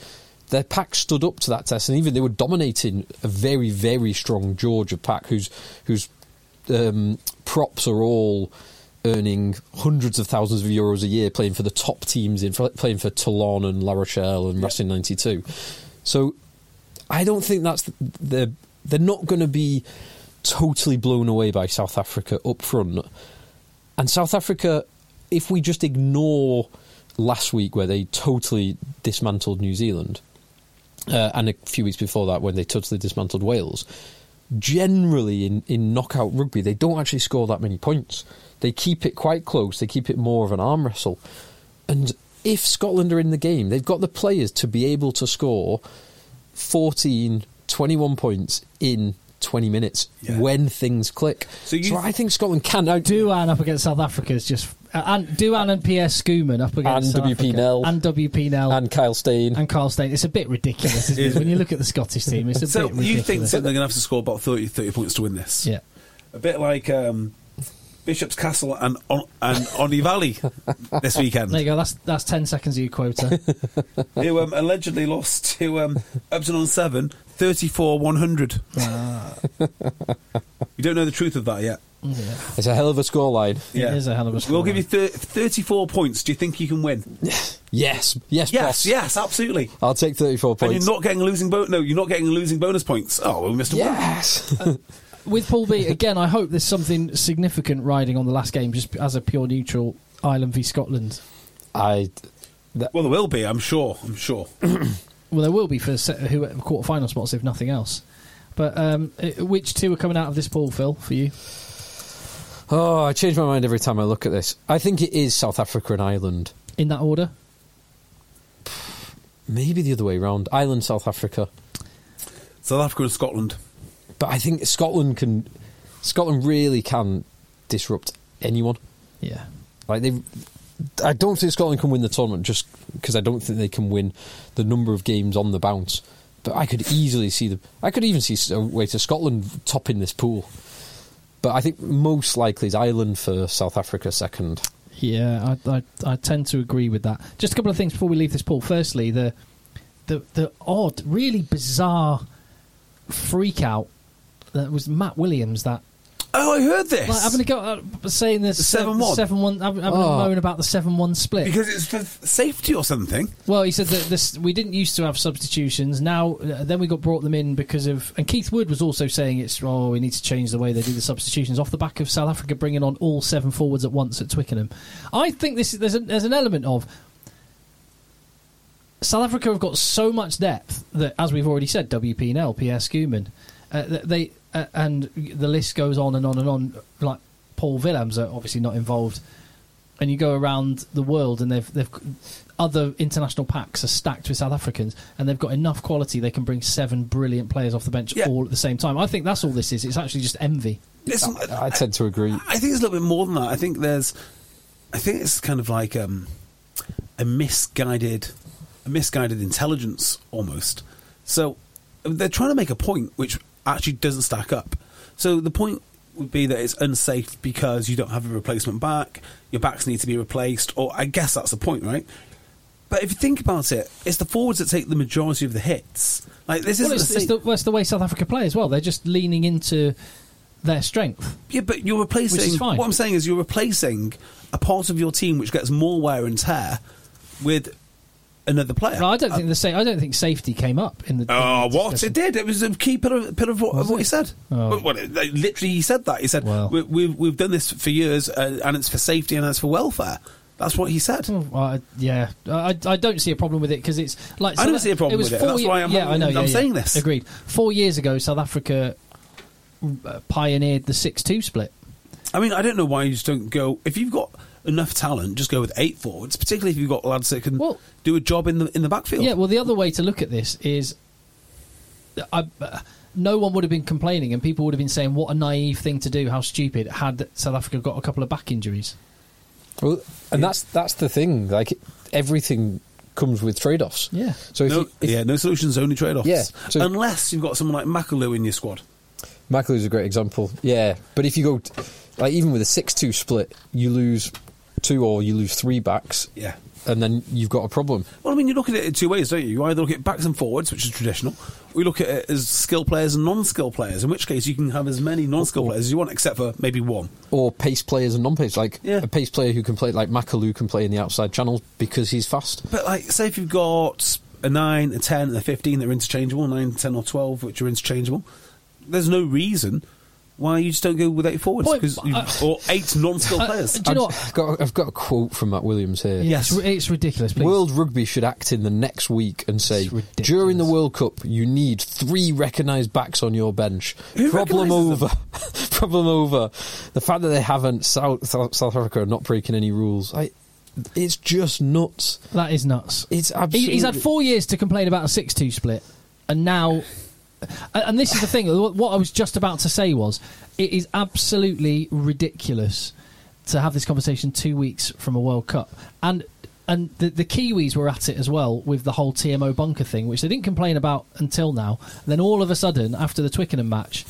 Speaker 2: Their pack stood up to that test, and even they were dominating a very very strong Georgia pack, whose whose um, props are all earning hundreds of thousands of euros a year playing for the top teams in playing for Toulon and La Rochelle and Racing ninety two. So I don't think that's the, the they're not going to be totally blown away by South Africa up front. And South Africa, if we just ignore last week where they totally dismantled New Zealand, uh, and a few weeks before that when they totally dismantled Wales, generally in, in knockout rugby, they don't actually score that many points. They keep it quite close, they keep it more of an arm wrestle. And if Scotland are in the game, they've got the players to be able to score 14, 21 points in 20 minutes
Speaker 3: Yeah.
Speaker 2: when things click.
Speaker 3: So
Speaker 2: So,
Speaker 3: you-
Speaker 2: I think Scotland can. out
Speaker 1: Doohan up against South Africa is just. Uh, and Doohan and PS Schooman up against
Speaker 2: And
Speaker 1: South
Speaker 2: WP
Speaker 1: Africa.
Speaker 2: Nel.
Speaker 1: and WP Nell and,
Speaker 2: and Kyle Stain.
Speaker 1: Carl Stain. It's a bit ridiculous, isn't
Speaker 3: It is.
Speaker 1: it? When you look at the Scottish team, it's a bit
Speaker 3: So you
Speaker 1: ridiculous.
Speaker 3: think that they're going to have to score about 30, 30 points to win this?
Speaker 1: yeah.
Speaker 3: A bit like um, Bishop's Castle and on, and Oni Valley this weekend,
Speaker 1: There you go. That's that's ten seconds of your quota.
Speaker 3: who um, allegedly lost to um, Upton on 7, 34 100. we don't know the truth of that yet.
Speaker 1: yeah.
Speaker 2: It's a hell of a scoreline.
Speaker 3: Yeah.
Speaker 1: It is a hell of a
Speaker 3: We'll
Speaker 1: scoreline.
Speaker 3: give you thir- 34 points. Do you think you can win?
Speaker 2: Yes, yes,
Speaker 3: Yes,
Speaker 2: boss.
Speaker 3: yes, absolutely.
Speaker 2: I'll take 34
Speaker 3: And
Speaker 2: points.
Speaker 3: you're not getting a losing bonus. No, you're not getting a losing bonus points. Oh, well, we missed a one.
Speaker 2: yes.
Speaker 1: with Paul B again. I hope there's something significant riding on the last game, just as a pure neutral Ireland v Scotland.
Speaker 2: I.
Speaker 3: Well, there will be, I'm sure. I'm sure.
Speaker 1: Well, there will be for se- who quarter final spots if nothing else. But um, uh, which two are coming out of this pool, Phil? For you,
Speaker 2: Oh, I change my mind every time I look at this. I think it is South Africa and Ireland.
Speaker 1: in that order?
Speaker 2: Maybe the other way round. Ireland, South Africa.
Speaker 3: South Africa and Scotland.
Speaker 2: But I think Scotland can. Scotland really can disrupt anyone.
Speaker 1: Yeah,
Speaker 2: Like they, I don't think Scotland can win the tournament just because I don't think they can win the number of games on the bounce. But I could easily see them. I could even see a way to Scotland topping this pool. But I think most likely is Ireland first, South Africa second.
Speaker 1: yeah. I, I I tend to agree with that. Just a couple of things before we leave this pool. Firstly, the the the odd, really bizarre freak out that was Matt Williams that
Speaker 3: Oh, I heard this.
Speaker 1: Like, having a go at saying this
Speaker 3: The 7-1?
Speaker 1: seven one, having, having
Speaker 2: Oh.
Speaker 1: a moan about the seven one split.
Speaker 3: because it's for safety or something.
Speaker 1: well, he said that this we didn't used to have substitutions. Now, uh, then we got brought them in because of. And Keith Wood was also saying it's oh we need to change the way they do the substitutions off the back of South Africa bringing on all seven forwards at once at Twickenham. I think this is, there's a, there's an element of. South Africa have got so much depth that, as we've already said, WP and Pierre Schumann, uh, th- they uh, and the list goes on and on and on. Like Paul Willems are obviously not involved, and you go around the world and they've they've other international packs are stacked with South Africans, and they've got enough quality they can bring seven brilliant players off the bench
Speaker 3: Yeah.
Speaker 1: all at the same time. I think that's all this is. It's actually just envy.
Speaker 3: Listen,
Speaker 1: Oh,
Speaker 2: I tend to agree.
Speaker 3: I think it's a little bit more than that. I think there's, I think it's kind of like um, a misguided, a misguided intelligence almost. So they're trying to make a point which actually doesn't stack up. So the point would be that it's unsafe because you don't have a replacement back. Your backs need to be replaced, or I guess that's the point, right? But if you think about it, it's the forwards that take the majority of the hits. Like this
Speaker 1: Well,
Speaker 3: isn't
Speaker 1: it's,
Speaker 3: a
Speaker 1: it's
Speaker 3: safe-
Speaker 1: the, well, it's the way South Africa play as well. They're just leaning into their strength.
Speaker 3: Yeah, but you're replacing.
Speaker 1: Which is fine.
Speaker 3: What I'm saying is you're replacing a part of your team which gets more wear and tear with another player.
Speaker 1: No, I don't think the sa- I don't think safety came up in the.
Speaker 3: Oh,
Speaker 1: in the
Speaker 3: Uh, what?
Speaker 1: discussion.
Speaker 3: It did. It was a key pillar, pillar of, what, of what he said.
Speaker 1: Oh.
Speaker 3: Well, well, it- like, literally, he said that. He said,
Speaker 1: Well.
Speaker 3: we, we've, we've done this for years, uh, and it's for safety and it's for welfare. That's what he said.
Speaker 1: Oh, I- yeah, I, I don't see a problem with it because it's like
Speaker 3: I don't
Speaker 1: South-
Speaker 3: see a problem
Speaker 1: was
Speaker 3: with it,
Speaker 1: four
Speaker 3: that's
Speaker 1: ye-
Speaker 3: why I'm-
Speaker 1: yeah, I know,
Speaker 3: I'm
Speaker 1: yeah, yeah.
Speaker 3: saying this.
Speaker 1: Agreed. Four years ago, South Africa uh, pioneered the six-two split.
Speaker 3: I mean, I don't know why you just don't go. If you've got enough talent, just go with eight forwards, particularly if you've got lads that can
Speaker 1: Well-
Speaker 3: do a job in the in the backfield.
Speaker 1: Yeah, well, the other way to look at this is, I, uh, no one would have been complaining, and people would have been saying, "What a naive thing to do! How stupid!" Had South Africa got a couple of back injuries.
Speaker 2: Well, and that's that's the thing. Like everything comes with trade offs.
Speaker 1: Yeah.
Speaker 2: So if,
Speaker 3: no,
Speaker 2: you, if
Speaker 3: yeah, no solutions, only trade offs.
Speaker 2: Yeah, so-
Speaker 3: Unless you've got someone like McAloo in your squad.
Speaker 2: Makaloo's a great example. Yeah, but if you go, t- like, even with a six-two split, you lose two or you lose three backs,
Speaker 3: Yeah.
Speaker 2: and then you've got a problem.
Speaker 3: Well, I mean, you look at it in two ways, don't you? You either look at backs and forwards, which is traditional, or you look at it as skill players and non skill players, in which case you can have as many non skill players as you want, except for maybe one.
Speaker 2: Or pace players and non-pace, like
Speaker 3: Yeah.
Speaker 2: a pace player who can play, like Makaloo can play in the outside channel because he's fast.
Speaker 3: But, like, say if you've got a 9, a 10, and a 15 that are interchangeable, 9, 10, or 12, which are interchangeable, there's no reason why you just don't go with eight forwards
Speaker 1: Point-
Speaker 3: 'cause you-
Speaker 1: uh,
Speaker 3: or eight non skill
Speaker 1: uh,
Speaker 3: players.
Speaker 1: Do you know
Speaker 2: I've got, I've got a quote from Matt Williams here.
Speaker 1: Yeah,
Speaker 3: Yes.
Speaker 1: It's, ri- it's ridiculous. Please.
Speaker 2: World Rugby should act in the next week and say
Speaker 1: It's ridiculous.
Speaker 2: during the World Cup you need three recognised backs on your bench.
Speaker 3: Who
Speaker 2: Problem
Speaker 3: recognises
Speaker 2: over. Problem over. The fact that they haven't South South, South Africa are not breaking any rules. I, it's just nuts.
Speaker 1: That is nuts.
Speaker 2: It's
Speaker 1: He,
Speaker 2: absolutely.
Speaker 1: he's had four years to complain about a six-two split, and now, and and this is the thing. wh- What I was just about to say was, it is absolutely ridiculous to have this conversation two weeks from a World Cup, and and the, the Kiwis were at it as well with the whole TMO bunker thing, which they didn't complain about until now. then all of a sudden, after the Twickenham match.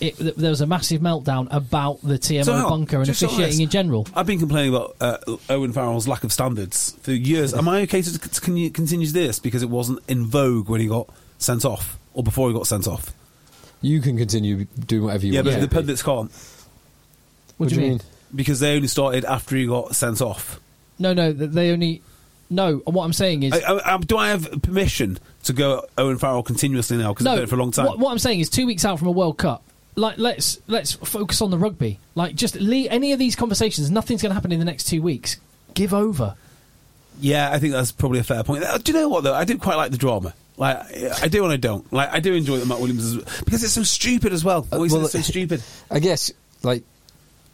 Speaker 1: It, th- there was a massive meltdown about the TMO
Speaker 3: So hang on,
Speaker 1: bunker and
Speaker 3: just on
Speaker 1: officiating
Speaker 3: this.
Speaker 1: in general.
Speaker 3: I've been complaining about uh, Owen Farrell's lack of standards for years. Am I okay to, to con- continue this because it wasn't in vogue when he got sent off or before he got sent off?
Speaker 2: you can continue doing whatever you
Speaker 3: Yeah,
Speaker 2: want.
Speaker 3: but
Speaker 1: Yeah.
Speaker 3: the pundits can't
Speaker 1: What do you mean?
Speaker 3: because they only started after he got sent off.
Speaker 1: No, no, th- they only. No, what I'm saying is
Speaker 3: I, I, I- do I have permission to go Owen Farrell continuously now because I've done it for a long time?
Speaker 1: What, what I'm saying is, two weeks out from a World Cup, like let's let's focus on the rugby. Like just leave any of these conversations. Nothing's going to happen in the next two weeks. Give over.
Speaker 3: Yeah, I think that's probably a fair point. Uh, Do you know what though? I do quite like the drama. Like I do and I don't. Like I do enjoy the Matt Williams as- because it's so stupid as well.
Speaker 1: Uh,
Speaker 3: Always
Speaker 2: well,
Speaker 3: it's so stupid.
Speaker 2: I guess like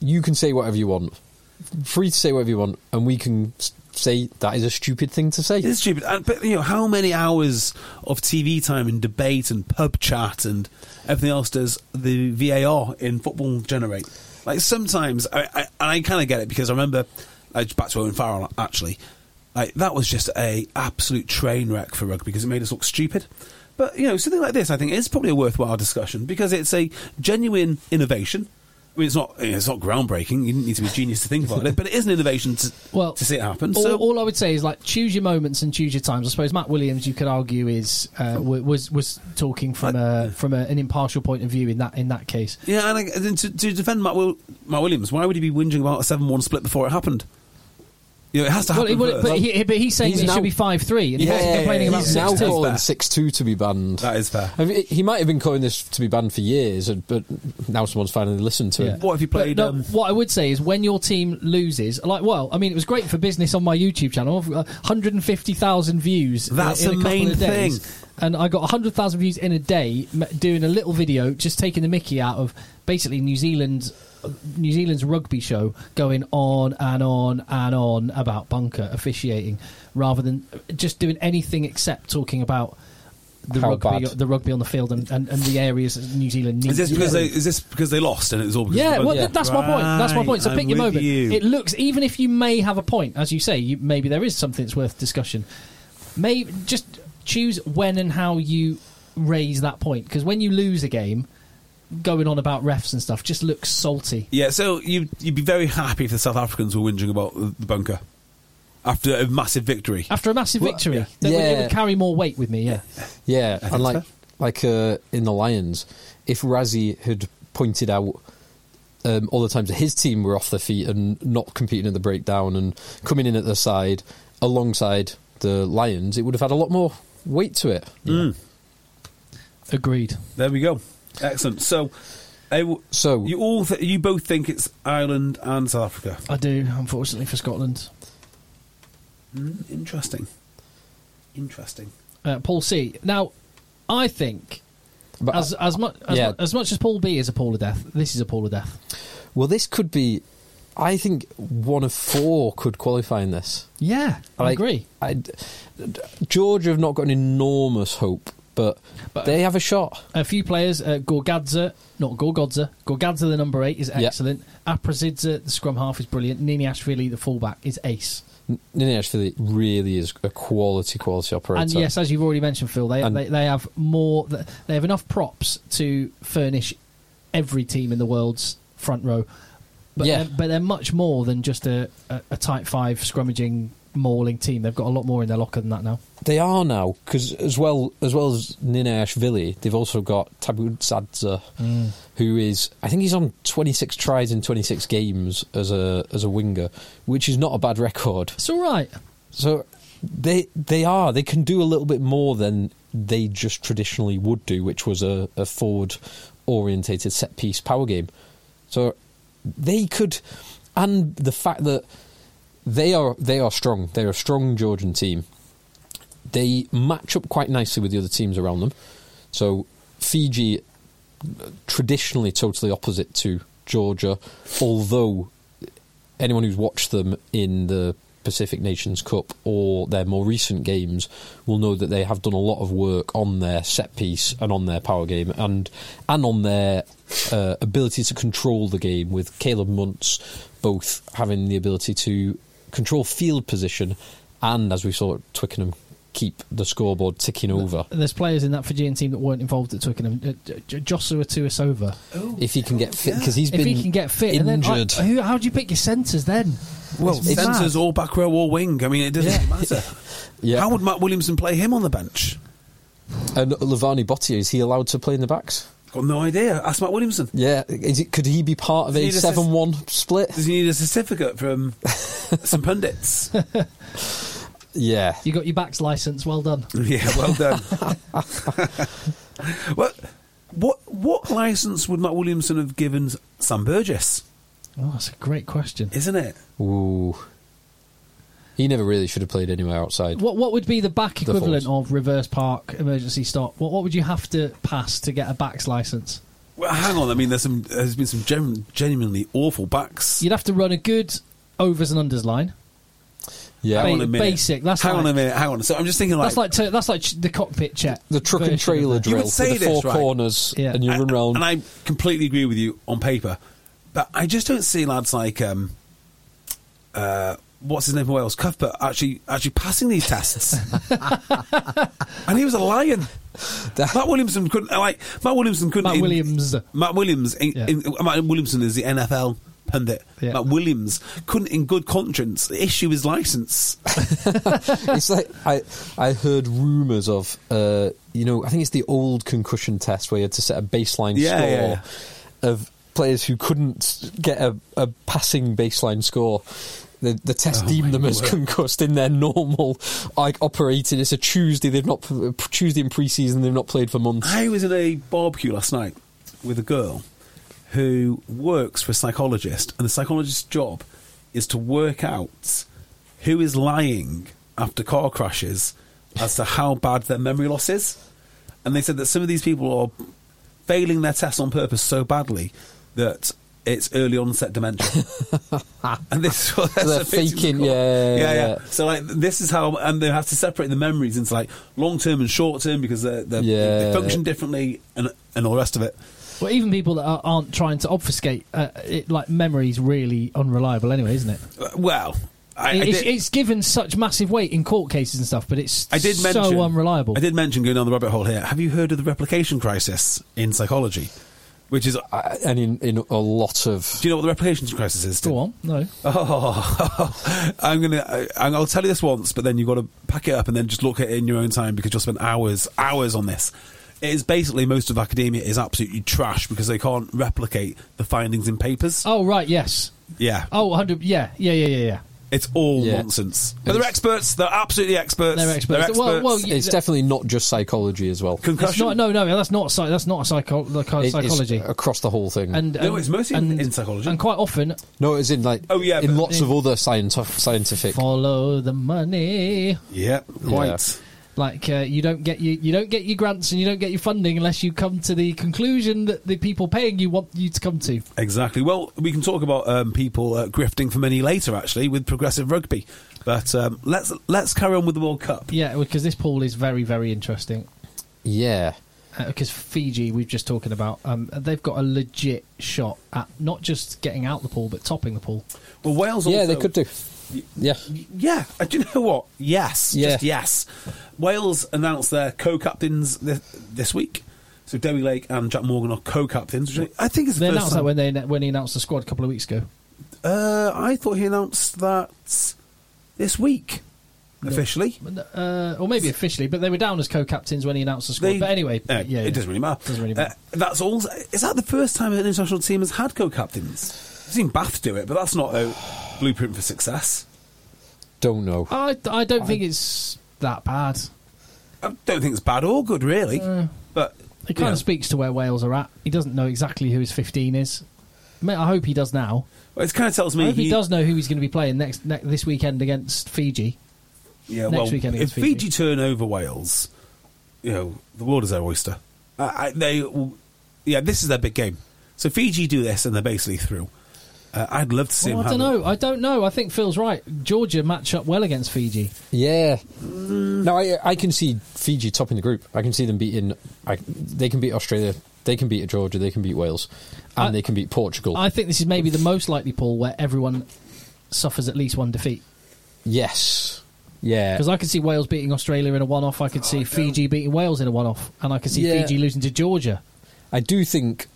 Speaker 2: you can say whatever you want, free to say whatever you want, and we can s- say that is a stupid thing to say.
Speaker 3: It is stupid. And, but, you know, how many hours of TV time and debate and pub chat and everything else does the VAR in football generate? Like, sometimes, I, I, and I kind of get it because I remember, like, back to Owen Farrell, actually, like, that was just a absolute train wreck for rugby because it made us look stupid. But, you know, something like this, I think, is probably a worthwhile discussion because it's a genuine innovation. I mean, it's not you know, it's not groundbreaking. You didn't need to be a genius to think about it, but it is an innovation to,
Speaker 1: Well,
Speaker 3: to see it happen.
Speaker 1: All,
Speaker 3: so,
Speaker 1: all I would say is like choose your moments and choose your times. I suppose Matt Williams, you could argue, is uh, w- was was talking from a from a, an impartial point of view in that in that case.
Speaker 3: Yeah, and, I, and then to, to defend Matt, Will, Matt Williams, why would he be whinging about a seven-one split before it happened? You know, it has to
Speaker 1: Well,
Speaker 3: happen.
Speaker 1: it, well,
Speaker 3: first.
Speaker 1: but, he, but he's saying
Speaker 2: He's
Speaker 1: that it
Speaker 2: now-
Speaker 1: should be five three, and he
Speaker 3: Yeah,
Speaker 1: wasn't complaining about
Speaker 2: he's
Speaker 1: six
Speaker 2: now
Speaker 3: That's
Speaker 1: two.
Speaker 2: calling
Speaker 3: fair.
Speaker 2: six two to be banned.
Speaker 3: that is fair.
Speaker 2: I mean, he might have been calling this to be banned for years, and- but now someone's finally listened to him.
Speaker 3: What if you
Speaker 1: But
Speaker 3: played,
Speaker 1: no,
Speaker 3: um,
Speaker 1: what I would say is when your team loses, like, well, I mean, it was great for business on my YouTube channel. I've got 150,000 views. in-
Speaker 3: That's
Speaker 1: in,
Speaker 3: the
Speaker 1: a couple
Speaker 3: main
Speaker 1: of days,
Speaker 3: thing.
Speaker 1: And I got 100,000 views in a day m- doing a little video, just taking the mickey out of basically New Zealand. New Zealand's rugby show going on and on and on about bunker officiating rather than just doing anything except talking about the
Speaker 2: How
Speaker 1: rugby
Speaker 2: bad.
Speaker 1: the rugby on the field and, and, and the areas that New Zealand needs
Speaker 3: Is this because
Speaker 1: to
Speaker 3: they is this because they lost and it was all because
Speaker 1: yeah,
Speaker 3: of the
Speaker 1: well,
Speaker 3: vote?
Speaker 1: th- that's my point. That's my
Speaker 3: Right,
Speaker 1: point. So
Speaker 3: I'm
Speaker 1: pick your
Speaker 3: with
Speaker 1: moment.
Speaker 3: you.
Speaker 1: It looks, even if you may have a point, as you say, you, maybe there is something that's worth discussion. May just choose when and how you raise that point because when you lose a game, going on about refs and stuff just looks salty.
Speaker 3: yeah, so you you'd be very happy if the South Africans were whinging about the the bunker after a massive victory.
Speaker 1: After a massive
Speaker 2: Well,
Speaker 1: victory,
Speaker 2: yeah.
Speaker 1: then it
Speaker 2: Yeah.
Speaker 1: would carry more weight with me. Yeah,
Speaker 2: Yeah, and like
Speaker 3: so.
Speaker 2: like uh, in the Lions, if Razzie had pointed out um, all the times that his team were off their feet and not competing at the breakdown and coming in at the side alongside the Lions, it would have had a lot more weight to it.
Speaker 3: Mm.
Speaker 1: agreed.
Speaker 3: There we go. Excellent. So. I w-
Speaker 2: So-
Speaker 3: you all th- you both think it's Ireland and South Africa.
Speaker 1: I do, unfortunately, for Scotland.
Speaker 3: Mm, Interesting. Interesting.
Speaker 1: Uh, Paul C. Now, I think
Speaker 2: But uh,
Speaker 1: as as, mu- as,
Speaker 2: yeah.
Speaker 1: mu- as much as Paul B is a Paul of death, this is a Paul of death.
Speaker 2: well, this could be. I think one of four could qualify in this.
Speaker 1: Yeah, I
Speaker 2: Like,
Speaker 1: agree.
Speaker 2: I- Georgia have not got an enormous hope, but,
Speaker 1: But- uh,
Speaker 2: they have a shot.
Speaker 1: A few players, uh, Gorgadza, not Gorgodza, Gorgadza, the number eight, is excellent. Aprazidza, the scrum half, is brilliant. Nini Ashvili, the fullback, is ace.
Speaker 2: Nunez Philly really is a quality, quality operator.
Speaker 1: And yes, as you've already mentioned, Phil, they,
Speaker 2: And-
Speaker 1: they they have more. They have enough props to furnish every team in the world's front row. But
Speaker 2: Yeah.
Speaker 1: they're, but they're much more than just a, a, a tight five scrummaging mauling team. They've got a lot more in their locker than that now.
Speaker 2: They are now because as well as well as Ninashvili, they've also got Tabu Sadza,
Speaker 1: Mm.
Speaker 2: who is I think he's on 26 tries in 26 games as a as a winger, which is not a bad record.
Speaker 1: It's all right.
Speaker 2: So they they are they can do a little bit more than they just traditionally would do, which was a, a forward orientated set piece power game. So they could, and the fact that they are they are strong, they're a strong Georgian team. They match up quite nicely with the other teams around them. So Fiji traditionally totally opposite to Georgia, although anyone who's watched them in the Pacific Nations Cup or their more recent games will know that they have done a lot of work on their set piece and on their power game and and on their uh, ability to control the game with Caleb Muntz both having the ability to control field position and as we saw at Twickenham keep the scoreboard ticking over
Speaker 1: There's players in that Fijian team that weren't involved at Twickenham. Uh, J- J- Joshua Tuasova.
Speaker 2: if he can get fit because he's
Speaker 1: oh, If
Speaker 2: been
Speaker 1: he can get fit,
Speaker 2: injured
Speaker 1: and then like, who, how do you pick your centres then?
Speaker 3: Well,
Speaker 1: It's mad.
Speaker 3: centres or back row or wing. I mean, it doesn't matter.
Speaker 2: Yeah.
Speaker 3: How would Matt Williamson play him on the bench?
Speaker 2: and Lavani Bottier is he allowed to play in the backs
Speaker 3: Got no idea. Ask Matt Williamson.
Speaker 2: Yeah, is it, could he be part of
Speaker 3: He
Speaker 2: a
Speaker 3: just-
Speaker 2: seven-one split?
Speaker 3: Does he need a certificate from some pundits?
Speaker 2: Yeah,
Speaker 1: You got your backs licence. Well done.
Speaker 3: Yeah, well done. well, what what license would Matt Williamson have given Sam Burgess?
Speaker 1: Oh, that's a great question.
Speaker 3: Isn't it?
Speaker 2: ooh, he never really should have played anywhere outside.
Speaker 1: What what would be the back
Speaker 2: forwards.
Speaker 1: equivalent of reverse park emergency stop? What what would you have to pass to get a backs license?
Speaker 3: Well, hang on. I mean, there's some. There's been some gen- genuinely awful backs.
Speaker 1: You'd have to run a good overs and unders line.
Speaker 2: Yeah,
Speaker 1: Ba-
Speaker 3: hang on a minute.
Speaker 1: basic, that's
Speaker 3: hang on
Speaker 1: like-
Speaker 3: a minute. Hang on. So I'm just thinking like,
Speaker 1: That's like to, that's like ch- the cockpit check.
Speaker 2: the truck and
Speaker 1: version of
Speaker 2: trailer
Speaker 1: that.
Speaker 3: You would
Speaker 2: drill with
Speaker 3: say
Speaker 2: the four
Speaker 3: this, right?
Speaker 2: corners,
Speaker 1: Yeah.
Speaker 2: and you run round.
Speaker 3: and I completely agree with you on paper, but I just don't see lads like um, uh, what's his name from Wales, Cuthbert, actually actually passing these tests. and he was a lion. Matt Williamson couldn't like Matt Williamson couldn't.
Speaker 1: Matt
Speaker 3: in-
Speaker 1: Williams.
Speaker 3: Matt Williams. In,
Speaker 1: Yeah.
Speaker 3: in, Matt Williamson is the NFL pundit.
Speaker 1: Yeah.
Speaker 3: Matt Williams couldn't, in good conscience, issue his license.
Speaker 2: it's like I I heard rumours of uh, you know I think it's the old concussion test where you had to set a baseline
Speaker 3: Yeah,
Speaker 2: score
Speaker 3: yeah,
Speaker 2: of players who couldn't get a, a passing baseline score. The, the test
Speaker 3: Oh my
Speaker 2: deemed them as
Speaker 3: word.
Speaker 2: concussed in their normal like operating. It's a Tuesday. They've not Tuesday in preseason. They've not played for months.
Speaker 3: I was in a barbecue last night with a girl who works for a psychologist, and the psychologist's job is to work out who is lying after car crashes as to how bad their memory loss is. And they said that some of these people are failing their tests on purpose so badly that it's early onset dementia. and this is what
Speaker 2: They're
Speaker 3: that's a victim's
Speaker 2: faking,
Speaker 3: call.
Speaker 2: yeah,
Speaker 3: yeah,
Speaker 2: yeah.
Speaker 3: yeah. So like this is how, and they have to separate the memories into like long term and short term because they're, they're,
Speaker 2: Yeah.
Speaker 3: they function differently and and all the rest of it.
Speaker 1: Well, even people that are, aren't trying to obfuscate, uh, it, like memory's really unreliable anyway, isn't it?
Speaker 3: Uh, Well, I, I
Speaker 1: it's,
Speaker 3: did,
Speaker 1: it's given such massive weight in court cases and stuff, but it's
Speaker 3: I did mention
Speaker 1: so unreliable.
Speaker 3: I did mention going down the rabbit hole here. Have you heard of the replication crisis in psychology? Which is, do
Speaker 2: I- and in, in a lot of
Speaker 3: you know what the replication crisis is? Tim?
Speaker 1: Go on, no.
Speaker 3: Uh, Oh, I'm gonna. I, I'll tell you this once, but then you've got to pack it up and then just look at it in your own time because you'll spend hours, hours on this. It is basically most of academia is absolutely trash because they can't replicate the findings in papers.
Speaker 1: Oh right, yes.
Speaker 3: Yeah,
Speaker 1: Oh, 100 Yeah, yeah, yeah, yeah, yeah.
Speaker 3: it's all
Speaker 2: Yeah.
Speaker 3: nonsense. But they're experts. They're absolutely experts.
Speaker 1: They're experts. Well, well, you-
Speaker 2: it's definitely not just psychology as well.
Speaker 1: That's
Speaker 3: concussion.
Speaker 1: not, no, no, that's not psy- that's not a psycho- like, uh,
Speaker 2: It- it's
Speaker 1: psychology.
Speaker 2: across the whole thing.
Speaker 1: and,
Speaker 3: No, it's mostly in- in psychology.
Speaker 1: And quite often,
Speaker 2: no, it's in like
Speaker 3: Oh, yeah,
Speaker 2: in
Speaker 3: but-
Speaker 2: lots of other scientific scientific.
Speaker 1: follow the money.
Speaker 3: yeah, quite.
Speaker 1: Like uh, you don't get your, you don't get your grants and you don't get your funding unless you come to the conclusion that the people paying you want you to come to.
Speaker 3: Exactly. Well, we can talk about um, people uh, grifting for money later, actually, with progressive rugby. But um, let's let's carry on with the World Cup.
Speaker 1: Yeah, because this pool is very very interesting.
Speaker 2: Yeah,
Speaker 1: Because Uh, Fiji, we've just talking about, um, they've got a legit shot at not just getting out the pool but topping the pool.
Speaker 3: Well, Wales.
Speaker 2: yeah,
Speaker 3: also-
Speaker 2: they could do. Yeah.
Speaker 3: Yeah. Uh, Do you know what? Yes.
Speaker 2: Yeah.
Speaker 3: Just yes. Wales announced their co-captains this, this week. So Demi Lake and Jack Morgan are co-captains. Which I I think is
Speaker 1: They
Speaker 3: the first
Speaker 1: announced
Speaker 3: time.
Speaker 1: that when they when he announced the squad a couple of weeks ago.
Speaker 3: Uh, I thought he announced that this week officially.
Speaker 1: Uh, or maybe officially, but they were down as co-captains when he announced the squad.
Speaker 3: They-
Speaker 1: but anyway,
Speaker 3: uh,
Speaker 1: yeah, yeah,
Speaker 3: it doesn't really matter.
Speaker 1: Doesn't really matter.
Speaker 3: Uh, that's all. Is that the first time an international team has had co-captains? I've seen Bath do it, but that's not a blueprint for success.
Speaker 2: Don't know.
Speaker 1: I, I don't think it's that bad.
Speaker 3: I don't think it's bad or good, really. but
Speaker 1: Uh, It
Speaker 3: you
Speaker 1: kind
Speaker 3: know,
Speaker 1: of speaks to where Wales are at. He doesn't know exactly who his 15 is. I, mean, I hope he does now.
Speaker 3: it kind of tells
Speaker 1: I
Speaker 3: me
Speaker 1: hope he, does know who he's going to be playing next, ne- this weekend against Fiji.
Speaker 3: Yeah,
Speaker 1: next
Speaker 3: well,
Speaker 1: weekend
Speaker 3: if
Speaker 1: against
Speaker 3: Fiji.
Speaker 1: Fiji.
Speaker 3: turn over Wales, you know the world is their oyster. I, I, they, will- yeah, this is their big game. So Fiji do this, and they're basically through. Uh, I'd love to see
Speaker 1: Well,
Speaker 3: them.
Speaker 1: I don't
Speaker 3: have it.
Speaker 1: know. I don't know. I think Phil's right. Georgia match up well against Fiji.
Speaker 2: Yeah.
Speaker 1: mm.
Speaker 2: No, I I can see Fiji topping the group. I can see them beating. I, they can beat Australia. They can beat Georgia. They can beat Wales, and
Speaker 1: I-
Speaker 2: they can beat Portugal.
Speaker 1: I think this is maybe the most likely pool where everyone suffers at least one defeat.
Speaker 2: yes. Yeah.
Speaker 1: Because I could see Wales beating Australia in a one-off. I could see Fiji beating Wales in a one-off, and I could see
Speaker 2: Yeah.
Speaker 1: Fiji losing to Georgia.
Speaker 2: I do think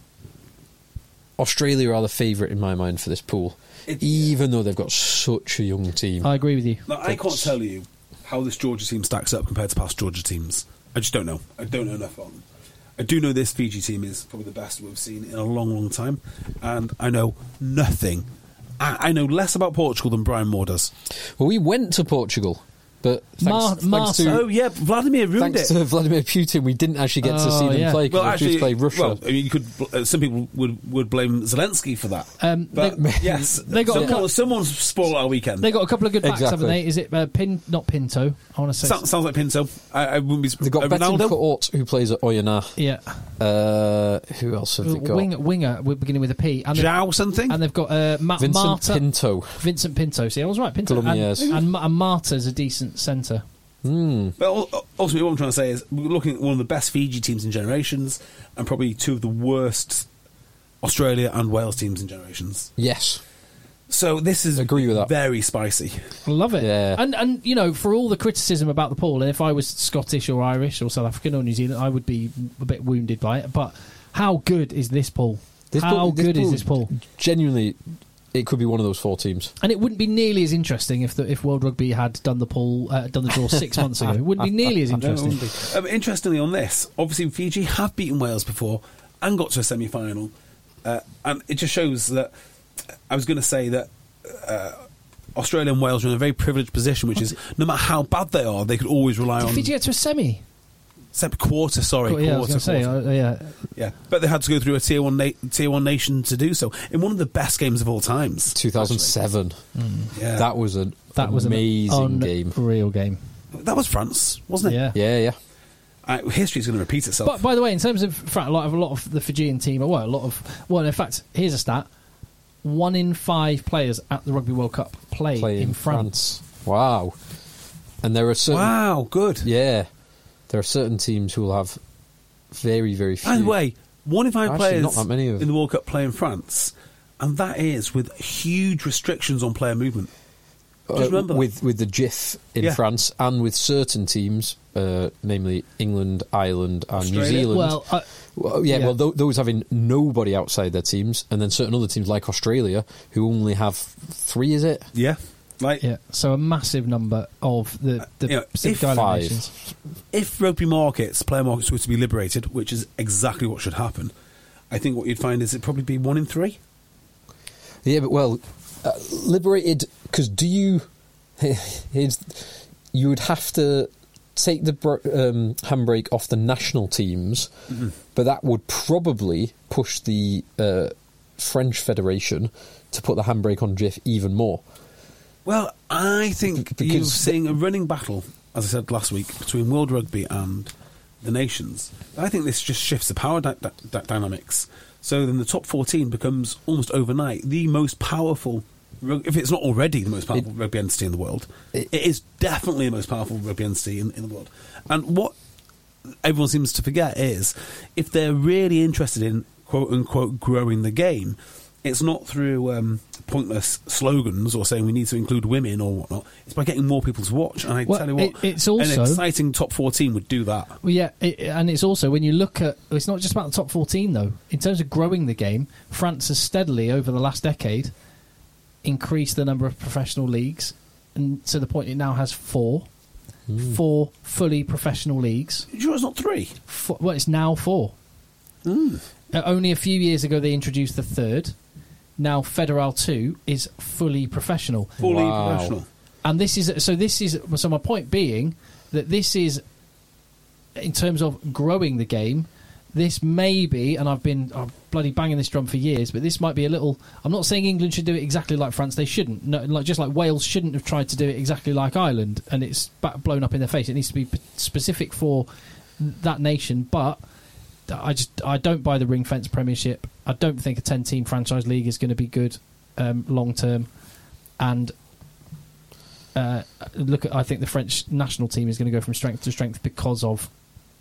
Speaker 2: Australia are the favourite in my mind for this pool, even though they've got such a young team.
Speaker 1: I agree with you.
Speaker 3: No, I can't tell you how this Georgia team stacks up compared to past Georgia teams. I just don't know. I don't know enough on. them. I do know this Fiji team is probably the best we've seen in a long, long time, and I know nothing. I, I know less about Portugal than Brian Moore does.
Speaker 2: well, we went to Portugal, but thanks,
Speaker 1: Mar-
Speaker 2: thanks
Speaker 1: Mar-
Speaker 2: to
Speaker 3: Oh yeah, Vladimir ruined
Speaker 2: thanks
Speaker 3: it.
Speaker 2: to Vladimir Putin, we didn't actually get to
Speaker 1: Oh,
Speaker 2: see them
Speaker 1: yeah.
Speaker 2: play because they choose to play Russia.
Speaker 3: Well, I mean, you could. Uh, some people would would blame Zelensky for that.
Speaker 1: Um,
Speaker 3: but
Speaker 1: they-
Speaker 3: yes,
Speaker 1: they got a
Speaker 3: someone,
Speaker 1: cou-
Speaker 3: someone's spoiled our weekend.
Speaker 1: They got a couple of good backs,
Speaker 2: Exactly.
Speaker 1: haven't they? Is it uh, Pin? Not Pinto. I want to say.
Speaker 3: Sa- sounds like Pinto. I, I wouldn't be. surprised.
Speaker 2: they've got
Speaker 3: uh, Ronaldo.
Speaker 2: Betancourt, who plays at Oyonnax.
Speaker 1: yeah,
Speaker 2: Uh, who else have they got?
Speaker 1: wing, winger. We're beginning with a P, and they've,
Speaker 3: Zhao something.
Speaker 1: and they've got uh, Ma-
Speaker 2: Vincent
Speaker 1: Marta,
Speaker 2: Pinto.
Speaker 1: Vincent Pinto. See, I was right. Pinto and,
Speaker 2: Colombiers.
Speaker 1: and, Ma- and Marta's a decent centre.
Speaker 3: But ul- ultimately, what I'm trying to say is we're looking at one of the best Fiji teams in generations and probably two of the worst Australia and Wales teams in generations.
Speaker 2: Yes.
Speaker 3: So this is
Speaker 2: Agree with that.
Speaker 3: very spicy.
Speaker 1: Love it.
Speaker 2: Yeah.
Speaker 1: And and you know, for all the criticism about the pool, and if I was Scottish or Irish or South African or New Zealand, I would be a bit wounded by it. But how good is this pool?
Speaker 2: This
Speaker 1: how
Speaker 2: pool-
Speaker 1: good is
Speaker 2: pool-
Speaker 1: this pool?
Speaker 2: Genuinely, it could be one of those four teams.
Speaker 1: And it wouldn't be nearly as interesting if the, if World Rugby had done the pool, uh, done the draw six months ago. It wouldn't be nearly as interesting.
Speaker 3: Um, interestingly, on this, obviously Fiji have beaten Wales before and got to a semi-final, uh, and it just shows that. uh, I was going to say that uh, Australia and Wales are in a very privileged position, which is no matter how bad they are, they could always rely
Speaker 2: Um,
Speaker 1: Did
Speaker 3: on
Speaker 1: Fiji get to a semi?
Speaker 3: Sem- quarter. Sorry,
Speaker 1: yeah, I was
Speaker 3: quarter.
Speaker 1: going to say,
Speaker 3: quarter.
Speaker 1: uh, yeah.
Speaker 3: Yeah, but they had to go through a tier one na- tier one nation to do so in one of the best games of all times.
Speaker 2: 2007.
Speaker 3: actually. Yeah,
Speaker 2: That was an
Speaker 1: Mm. That was
Speaker 2: amazing
Speaker 1: an
Speaker 2: game.
Speaker 1: real game.
Speaker 3: that was France, wasn't it?
Speaker 1: Yeah.
Speaker 2: Yeah, yeah.
Speaker 3: I, history's going to repeat itself.
Speaker 1: But by the way, in terms of fact, a lot of a lot of the Fijian team, well, a lot of well, in fact, here's a stat: one in five players at the Rugby World Cup play
Speaker 2: Playing
Speaker 1: in France.
Speaker 2: Wow. And there are certain
Speaker 3: wow, good.
Speaker 2: Yeah, there are certain teams who will have very, very few.
Speaker 3: By the way, one in five
Speaker 2: Actually,
Speaker 3: players
Speaker 2: not that many of-
Speaker 3: in the World Cup play in France, and that is with huge restrictions on player movement.
Speaker 2: Uh,
Speaker 3: Just remember that.
Speaker 2: with with the GIF in
Speaker 3: Yeah.
Speaker 2: France and with certain teams, uh, namely England, Ireland, and New
Speaker 3: Australia.
Speaker 2: Zealand.
Speaker 1: Well, uh,
Speaker 2: Well, yeah,
Speaker 1: yeah.
Speaker 2: Well, th- those having nobody outside their teams, and then certain other teams like Australia who only have three. Is it?
Speaker 3: Yeah, like
Speaker 1: yeah, so a massive number of the the
Speaker 3: You know,
Speaker 1: Pacific
Speaker 3: if
Speaker 1: Island
Speaker 2: five-
Speaker 1: nations.
Speaker 3: if rugby markets, player markets were to be liberated, which is exactly what should happen, I think what you'd find is it'd probably be one in three.
Speaker 2: Yeah, but well, uh, liberated because do you? Here's, you would have to take the br- um, handbrake off the national teams, but that would probably push the uh, French Federation to put the handbrake on GIF even more.
Speaker 3: Well, I think
Speaker 2: Because-
Speaker 3: you're seeing a running battle, as I said last week, between world rugby and the nations. I think this just shifts the power dy- dy- dy- dynamics. So then the top 14 becomes almost overnight the most powerful, rug- if it's not already the most powerful rugby entity in the world, it is definitely the most powerful rugby entity in, in the world. And what everyone seems to forget is if they're really interested in quote unquote growing the game, It's not through um, pointless slogans or saying we need to include women or whatnot. It's by getting more people to watch. And I
Speaker 1: Well,
Speaker 3: tell you what,
Speaker 1: it- it's also-
Speaker 3: an exciting top fourteen would do that.
Speaker 1: Well, yeah, it, and it's also when you look at it's not just about the top 14 though. In terms of growing the game, France has steadily over the last decade increased the number of professional leagues, and to the point it now has four, four fully professional leagues.
Speaker 3: You sure it's not three?
Speaker 1: Four, well, it's now four.
Speaker 3: Hmm.
Speaker 1: Uh, only a few years ago they introduced the third. Now Federal Two is fully professional.
Speaker 3: Fully
Speaker 2: Wow.
Speaker 3: professional.
Speaker 1: And this is so. This is so. My point being that this is, in terms of growing the game, this may be, and I've been I'm bloody banging this drum for years, but this might be a little. I'm not saying England should do it exactly like France. They shouldn't. No, like just like Wales shouldn't have tried to do it exactly like Ireland, and it's ba- blown up in their face. It needs to be p- specific for that nation, but. I just I don't buy the ring fence Premiership. I don't think a ten team franchise league is going to be good um, long term, and uh, look at I think the French national team is going to go from strength to strength because of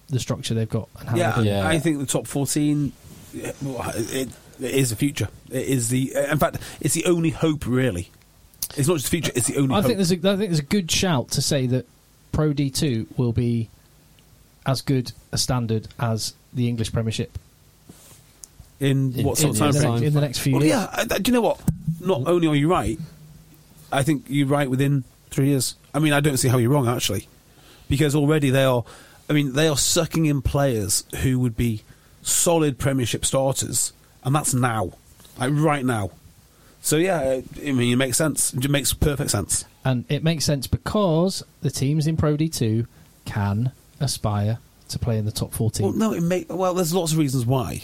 Speaker 1: the structure they've got and how
Speaker 3: Yeah,
Speaker 1: they've-
Speaker 2: Yeah.
Speaker 3: I think the top fourteen. yeah, well, It, it is the future. It is the. In fact, it's the only hope. Really, it's not just the future. It's the only.
Speaker 1: I
Speaker 3: hope.
Speaker 1: think there's a, I think there's a good shout to say that Pro D two will be as good a standard as the English Premiership
Speaker 3: in, what
Speaker 1: in,
Speaker 3: sort
Speaker 1: in
Speaker 3: of
Speaker 1: the,
Speaker 3: time
Speaker 2: timeframe?
Speaker 1: next, in the next few
Speaker 3: Well,
Speaker 1: years.
Speaker 3: yeah. I, I- do you know what? Not only are you right, I think you're right within three years. I mean, I don't see how you're wrong actually, because already they are. I mean, they are sucking in players who would be solid Premiership starters, and that's now, like right now. So yeah, I mean, it makes sense. It makes perfect sense.
Speaker 1: And it makes sense because the teams in Pro D two can aspire to play in the top fourteen.
Speaker 3: Well, no, it make well. There's lots of reasons why.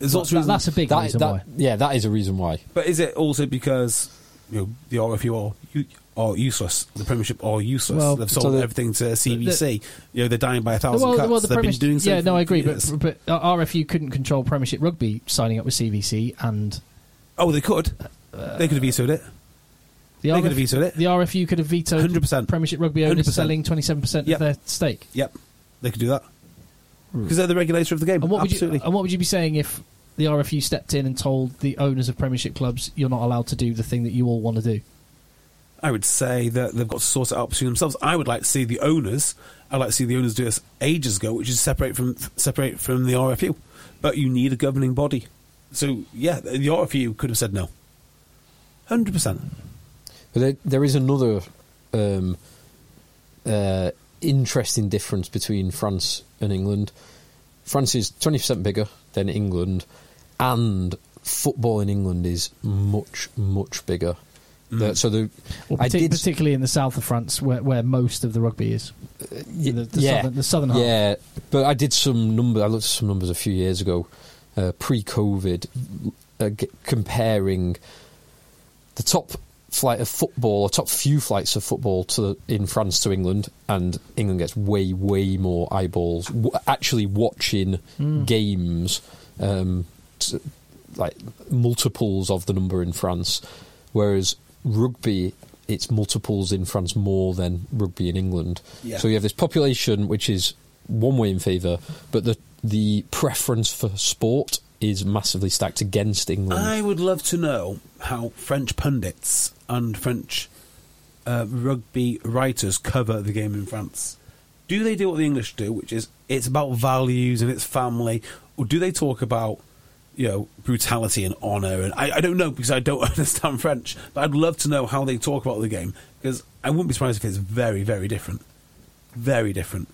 Speaker 3: There's lots of
Speaker 1: That-
Speaker 3: reasons.
Speaker 1: that's a big
Speaker 2: That-
Speaker 1: reason
Speaker 2: that-
Speaker 1: why.
Speaker 2: Yeah, that is a reason why.
Speaker 3: But is it also because you know the RFU are u- are useless? The Premiership are useless.
Speaker 1: Well,
Speaker 3: They've
Speaker 2: so
Speaker 3: sold
Speaker 2: the-
Speaker 3: everything to CBC. you know they're dying by a thousand cuts. They've been
Speaker 1: Premiership-
Speaker 3: doing so.
Speaker 1: yeah, no,
Speaker 3: for
Speaker 1: I agree.
Speaker 3: years.
Speaker 1: But but uh, RFU couldn't control Premiership rugby signing up with CVC and
Speaker 3: oh, they could. they could have vetoed it.
Speaker 1: the
Speaker 3: They
Speaker 1: RFU,
Speaker 3: could have vetoed it.
Speaker 1: The RFU could have vetoed
Speaker 3: 100%.
Speaker 1: Premiership rugby owners
Speaker 3: 100%.
Speaker 1: selling twenty seven percent of
Speaker 3: Yep.
Speaker 1: their stake.
Speaker 3: Yep, they could do that because they're the regulator of the game.
Speaker 1: Hmm. And what
Speaker 3: Absolutely.
Speaker 1: would you and what would you be saying if the RFU stepped in and told the owners of Premiership clubs you're not allowed to do the thing that you all want to do?
Speaker 3: I would say that they've got to sort it out between themselves. I would like to see the owners. I'd like to see the owners do this ages ago, which is separate from separate from the RFU. But you need a governing body. So yeah, the RFU could have said no. Hundred percent.
Speaker 2: But there, there is another um, uh, interesting difference between France and England. France is 20% bigger than England, and football in England is much, much bigger. The- so the,
Speaker 1: Well,
Speaker 2: I
Speaker 1: partic-
Speaker 2: did
Speaker 1: particularly in the south of France, where, where most of the rugby is. the- the southern- the southern half.
Speaker 2: Yeah, but I did some number. I looked at some numbers a few years ago, uh, pre-COVID, uh, g- comparing the top flight of football, or top few flights of football to in France to England, and England gets way, way more eyeballs w- actually watching
Speaker 1: Hmm.
Speaker 2: games, um, t- like multiples of the number in France, whereas rugby. It's multiples in France more than rugby in England.
Speaker 3: Yeah.
Speaker 2: So you have this population which is one way in favour, but the the preference for sport is massively stacked against England.
Speaker 3: I would love to know how French pundits and French uh, rugby writers cover the game in France. Do they do what the English do, which is it's about values and it's family, or do they talk about you know brutality and honour? And I, I don't know because I don't understand French, but I'd love to know how they talk about the game because I wouldn't be surprised if it's very, very different, very different.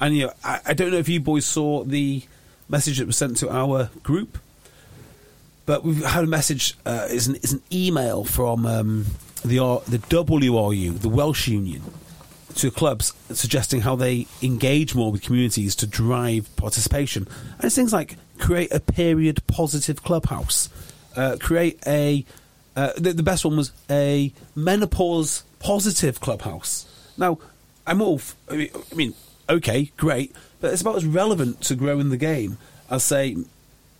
Speaker 3: And you know, I, I don't know if you boys saw the message that was sent to our group but we've had a message. Uh, it's, an, it's an email from um, the R, the WRU, the Welsh Union, to clubs suggesting how they engage more with communities to drive participation. And it's things like create a period positive clubhouse, uh, create a. Uh, the, the best one was a menopause positive clubhouse. Now, I'm all. F- I mean, I mean, okay, great, but it's about as relevant to growing the game as say.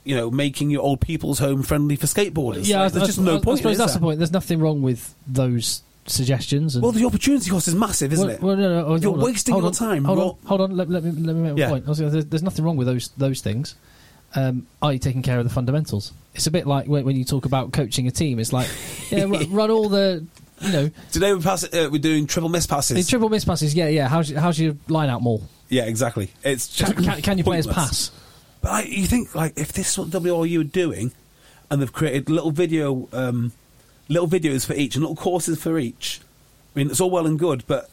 Speaker 3: You know, making your old people's home friendly for skateboarders.
Speaker 1: Yeah,
Speaker 3: Like,
Speaker 1: I,
Speaker 3: there's
Speaker 1: I-
Speaker 3: just no
Speaker 1: I- I
Speaker 3: point.
Speaker 1: suppose
Speaker 3: is
Speaker 1: that's
Speaker 3: there?
Speaker 1: the point. There's nothing wrong with those suggestions. And
Speaker 3: Well, the opportunity cost is massive, isn't
Speaker 1: well,
Speaker 3: it?
Speaker 1: well, no, no, hold
Speaker 3: You're
Speaker 1: on,
Speaker 3: wasting
Speaker 1: hold
Speaker 3: your
Speaker 1: on,
Speaker 3: time.
Speaker 1: Hold
Speaker 3: You're-
Speaker 1: on, hold on. Let, let me let me make my
Speaker 3: Yeah.
Speaker 1: point. I was gonna say, there's nothing wrong with those those things. Um, are you taking care of the fundamentals? It's a bit like when, when you talk about coaching a team. It's like, yeah, run, run all the, you know,
Speaker 3: Today we're, pass- uh, we're doing triple miss
Speaker 1: the
Speaker 3: passes.
Speaker 1: triple miss passes. Yeah, yeah. How's your- how's your line out more?
Speaker 3: yeah, exactly. It's just
Speaker 1: Can, can, can your players pass?
Speaker 3: pointless. But I, you think like if this is what WRU are doing, and they've created little video, um, little videos for each and little courses for each. I mean, it's all well and good, but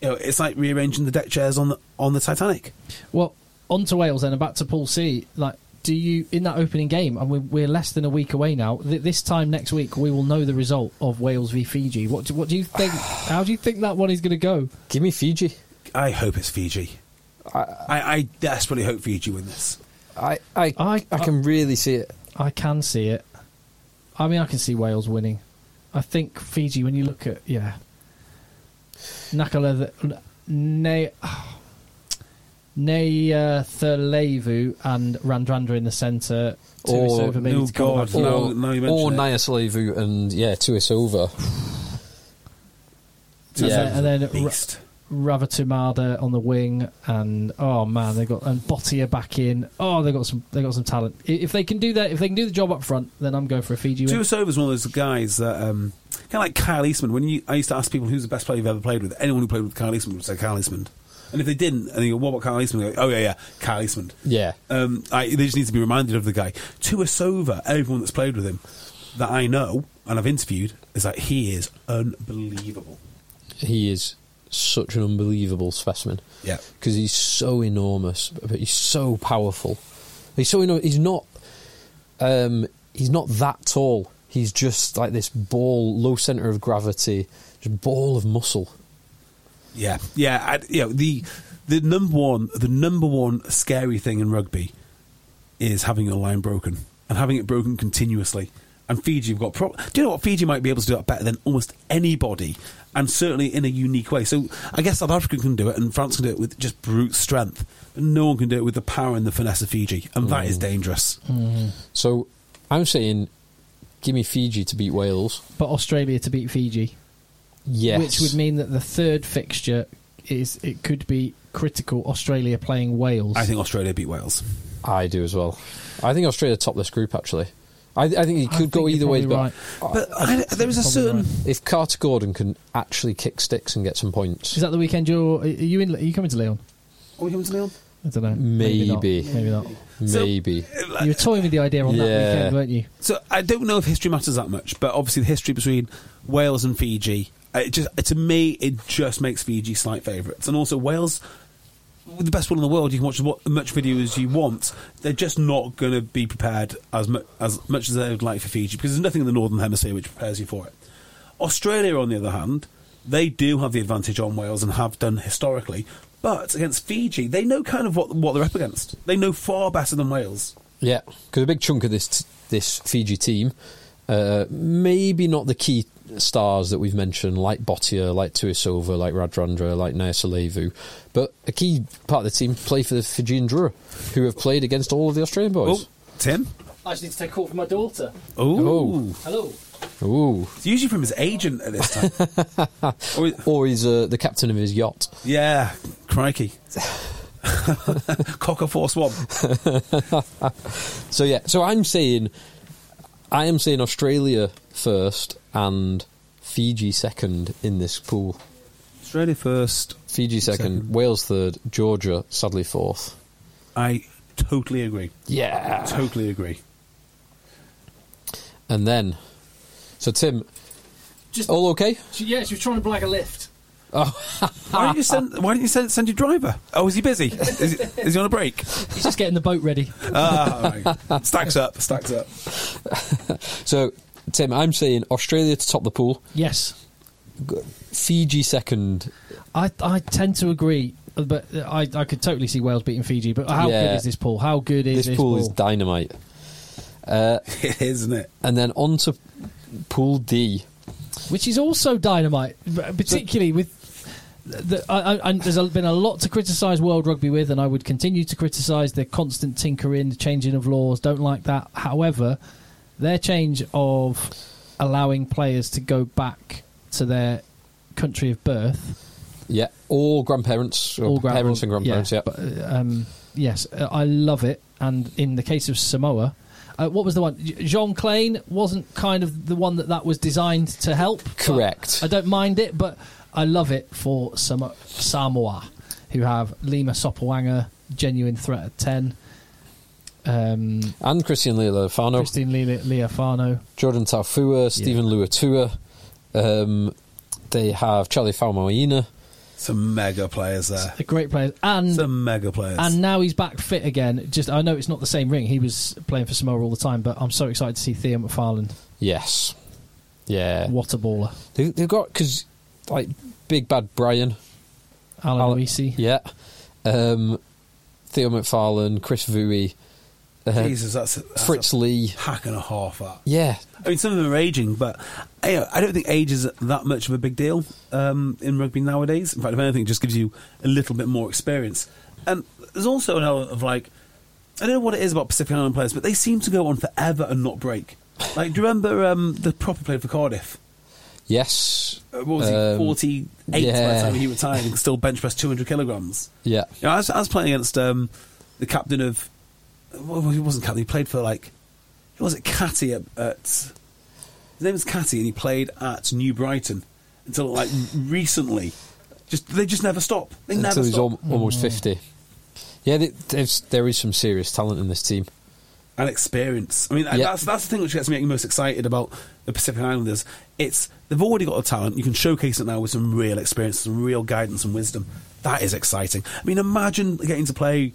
Speaker 3: you know, it's like rearranging the deck chairs on the on the Titanic.
Speaker 1: Well, on to Wales then, and back to Paul C. Like, do you in that opening game? And we're, we're less than a week away now. Th- this time next week, we will know the result of Wales v Fiji. What do, what do you think? how do you think that one is going to go?
Speaker 2: Give me Fiji.
Speaker 3: I hope it's Fiji. I, I desperately hope Fiji win this.
Speaker 2: I I,
Speaker 1: I-
Speaker 2: I, can really see it.
Speaker 1: I can see it. I mean, I can see Wales winning. I think Fiji. When you look at yeah, Nakala, Ne, Ne uh, Thalevu and Randrandra in the centre.
Speaker 2: Or-
Speaker 1: Tuisova maybe
Speaker 3: no
Speaker 1: to come
Speaker 3: God,
Speaker 1: back in.
Speaker 3: no.
Speaker 2: Or,
Speaker 3: you mentioned
Speaker 2: or
Speaker 3: it.
Speaker 2: Nyaslevu and yeah, Tuisova. Yeah,
Speaker 1: and then-
Speaker 3: beast.
Speaker 1: Ravatumada on the wing, and oh man, they got and Bottia back in. Oh, they got some, they got some talent. I- If they can do that, if they can do the job up front, then I'm going for a Fiji win.
Speaker 3: Tuasova's one of those guys that, um, kind of like Kyle Eastman. When you, I used to ask people who's the best player you've ever played with, anyone who played with Kyle Eastman would say Kyle Eastman. And if they didn't, and you go, what about Kyle Eastman? They go, oh, yeah, yeah, Kyle Eastman.
Speaker 2: Yeah.
Speaker 3: Um, I, they just need to be reminded of the guy. Tuasova, everyone that's played with him that I know and I've interviewed, is like, he is unbelievable.
Speaker 2: He is such an unbelievable specimen.
Speaker 3: Yeah.
Speaker 2: because he's so enormous, but he's so powerful. He's so enormous. He's not. Um, he's not that tall. He's just like this ball, low center of gravity, just ball of muscle.
Speaker 3: Yeah, yeah, I, you know, the the number one the number one scary thing in rugby is having your line broken and having it broken continuously. And Fiji have got pro- do you know what Fiji might be able to do that better than almost anybody, and certainly in a unique way. So I guess South Africa can do it, and France can do it with just brute strength. But no one can do it with the power and the finesse of Fiji, and that is dangerous.
Speaker 2: So I'm saying, give me Fiji to beat Wales.
Speaker 1: But Australia to beat Fiji,
Speaker 2: Yes,
Speaker 1: which would mean that the third fixture is it could be critical. Australia playing Wales.
Speaker 3: I think Australia beat Wales.
Speaker 2: I do as well. I think Australia top this group actually. I, I think it
Speaker 1: I
Speaker 2: could go
Speaker 1: think you're
Speaker 2: either way,
Speaker 1: probably
Speaker 2: but
Speaker 1: right.
Speaker 3: But Oh, I, there is a certain
Speaker 1: probably
Speaker 2: if Carter Gordon can actually kick sticks and get some points,
Speaker 1: Is that the weekend? You're are you in? Are you coming to Leon?
Speaker 3: are we coming to Leon?
Speaker 1: I don't know.
Speaker 2: Maybe.
Speaker 1: Maybe not. Maybe
Speaker 3: So-
Speaker 2: maybe
Speaker 1: not. You were toying with the idea on
Speaker 2: Yeah.
Speaker 1: that weekend, weren't you?
Speaker 3: So I don't know if history matters that much, but obviously the history between Wales and Fiji, uh, it just to me it just makes Fiji slight favourites, and also Wales, the best one in the world. You can watch what much video as you want. They're just not going to be prepared as mu- as much as they would like for Fiji because there's nothing in the northern hemisphere which prepares you for it. Australia, on the other hand, they do have the advantage on Wales and have done historically. But against Fiji, they know kind of what what they're up against. They know far better than Wales.
Speaker 2: Yeah, because a big chunk of this this Fiji team, uh, maybe not the key stars that we've mentioned, like Bottia, like Tuisova, like Radrandra, like Nyasalevu, but a key part of the team play for the Fijian Drua, who have played against all of the Australian
Speaker 3: Oh,
Speaker 2: boys.
Speaker 3: Tim.
Speaker 1: I just need to take a call from my daughter.
Speaker 3: Oh.
Speaker 1: Hello.
Speaker 2: Ooh,
Speaker 3: It's usually from his agent at this time. Or-
Speaker 2: or he's uh, the captain of his yacht.
Speaker 3: yeah, crikey. Cocker Force One.
Speaker 2: So yeah, so I'm saying, I am saying Australia first and Fiji second in this pool.
Speaker 3: Australia first.
Speaker 2: Fiji second. Wales third, Georgia sadly fourth.
Speaker 3: I totally agree.
Speaker 2: Yeah.
Speaker 3: Totally agree.
Speaker 2: And then, so Tim,
Speaker 1: Just-
Speaker 2: all okay?
Speaker 1: She, yeah, she was trying to blag a lift.
Speaker 3: Why don't you send? Why don't you send, send your driver? Oh, is he busy? Is he, is he on a break?
Speaker 1: She's just getting the boat ready.
Speaker 3: Ah, all right. stacks up, stacks up.
Speaker 2: So, Tim, I'm saying Australia to top the pool,
Speaker 1: Yes.
Speaker 2: Fiji second.
Speaker 1: I, I tend to agree, but I, I could totally see Wales beating Fiji. But how
Speaker 2: Yeah.
Speaker 1: good is this pool? How good is
Speaker 2: This,
Speaker 1: this,
Speaker 2: pool is dynamite.
Speaker 3: It is, isn't it?
Speaker 2: And then on to Pool D.
Speaker 1: Which is also dynamite, particularly with. The, I, I, and there's a- been a lot to criticise world rugby with, and I would continue to criticise the constant tinkering, the changing of laws. Don't like that. However, their change of allowing players to go back to their country of birth
Speaker 2: Yeah, all grandparents, or
Speaker 1: all grand-
Speaker 2: parents and grandparents. Yeah,
Speaker 1: but, uh, um, yes, uh, I love it. And in the case of Samoa, Uh, what was the one? J- Jean Klein wasn't kind of the one that that was designed to help. but
Speaker 2: Correct.
Speaker 1: I don't mind it, but I love it for some Samoa, who have Lima Sopawanga, genuine threat at ten. Um,
Speaker 2: And Christian Leilofano,
Speaker 1: Christine Le- Leofano.
Speaker 2: Jordan Taufua, Stephen Luatua. Um, they have Charlie Falmoina.
Speaker 3: Some mega players there.
Speaker 1: The great players. And
Speaker 3: Some mega players.
Speaker 1: and now he's back fit again. Just I know it's not the same ring. He was playing for Samoa all the time, but I'm so excited to see Theo McFarland.
Speaker 2: Yes. Yeah.
Speaker 1: What a baller.
Speaker 2: They, they've got, because, like, Big Bad Brian.
Speaker 1: Alan
Speaker 2: Alan-
Speaker 1: Luisi.
Speaker 2: Yeah. Um, Theo McFarlane, Chris Vui, uh,
Speaker 3: Jesus, that's, that's
Speaker 2: Fritz
Speaker 3: a
Speaker 2: Lee.
Speaker 3: hack and a half up.
Speaker 2: Yeah.
Speaker 3: I mean, some of them are aging, but you know, I don't think age is that much of a big deal um, in rugby nowadays. In fact, if anything, it just gives you a little bit more experience. And there's also an element of like, I don't know what it is about Pacific Island players, but they seem to go on forever and not break. Like, do you remember um, the proper player for Cardiff?
Speaker 2: Yes.
Speaker 3: Uh, What was
Speaker 2: Um,
Speaker 3: he? Forty-eight by
Speaker 2: yeah.
Speaker 3: the time he retired, and could still bench press two hundred kilograms.
Speaker 2: Yeah.
Speaker 3: You know, I was, I was playing against um, the captain of. Well, he wasn't captain. He played for like. Who was it? Catty at. at his name was Catty, and he played at New Brighton until like recently. Just they just never stop. They never
Speaker 2: Until he's
Speaker 3: stop.
Speaker 2: al- almost 50. Yeah, they, there's, there is some serious talent in this team.
Speaker 3: and experience. I mean,
Speaker 2: Yeah.
Speaker 3: that's that's the thing which gets me most excited about the Pacific Islanders. It's they've already got a talent. You can showcase it now with some real experience, some real guidance and wisdom. That is exciting. I mean, imagine getting to play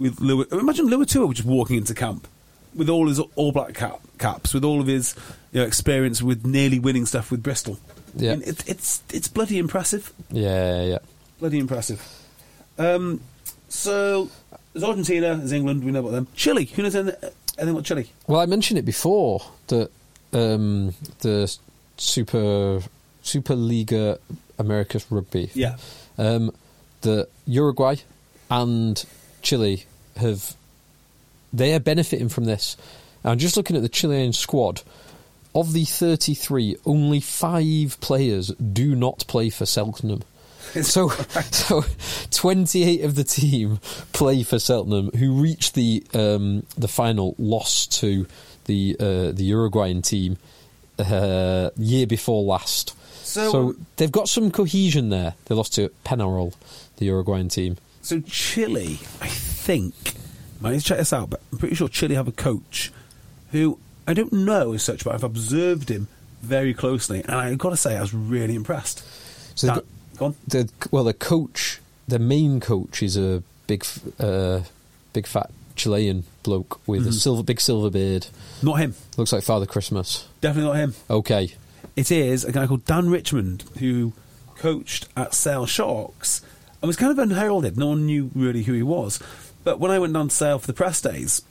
Speaker 3: with Lua. Imagine Lua Tua just walking into camp with all his all black cap, caps, with all of his you know, experience, with nearly winning stuff with Bristol.
Speaker 2: Yeah.
Speaker 3: I mean, it, it's it's bloody impressive.
Speaker 2: Yeah, yeah.
Speaker 3: Bloody impressive. Um, so there's Argentina, there's England. We know about them. Chile. Who knows anything anything about Chile?
Speaker 2: Well, I mentioned it before that um, the Super Superliga Americas Rugby.
Speaker 3: Yeah.
Speaker 2: Um, the Uruguay and Chile have they are benefiting from this. And just looking at the Chilean squad, of the 33, only five players do not play for Selknam. So, so 28 of the team play for Cheltenham, who reached the um, the final, lost to the uh, the Uruguayan team uh, year before last.
Speaker 3: So-
Speaker 2: they've got some cohesion there. They lost to Penarol, the Uruguayan team.
Speaker 3: So Chile, I think, might need to check this out, but I'm pretty sure Chile have a coach who I don't know as such, but I've observed him very closely, and I've got to say I was really impressed.
Speaker 2: So they've
Speaker 3: That- go on.
Speaker 2: The well, the coach, the main coach, is a big, f- uh, big fat Chilean bloke with
Speaker 3: Mm-hmm.
Speaker 2: a silver, big silver beard.
Speaker 3: Not him.
Speaker 2: Looks like Father Christmas.
Speaker 3: Definitely not him.
Speaker 2: Okay.
Speaker 3: It is a guy called Dan Richmond who coached at Sale Sharks and was kind of unheralded. No one knew really who he was. But when I went down to Sale for the press days,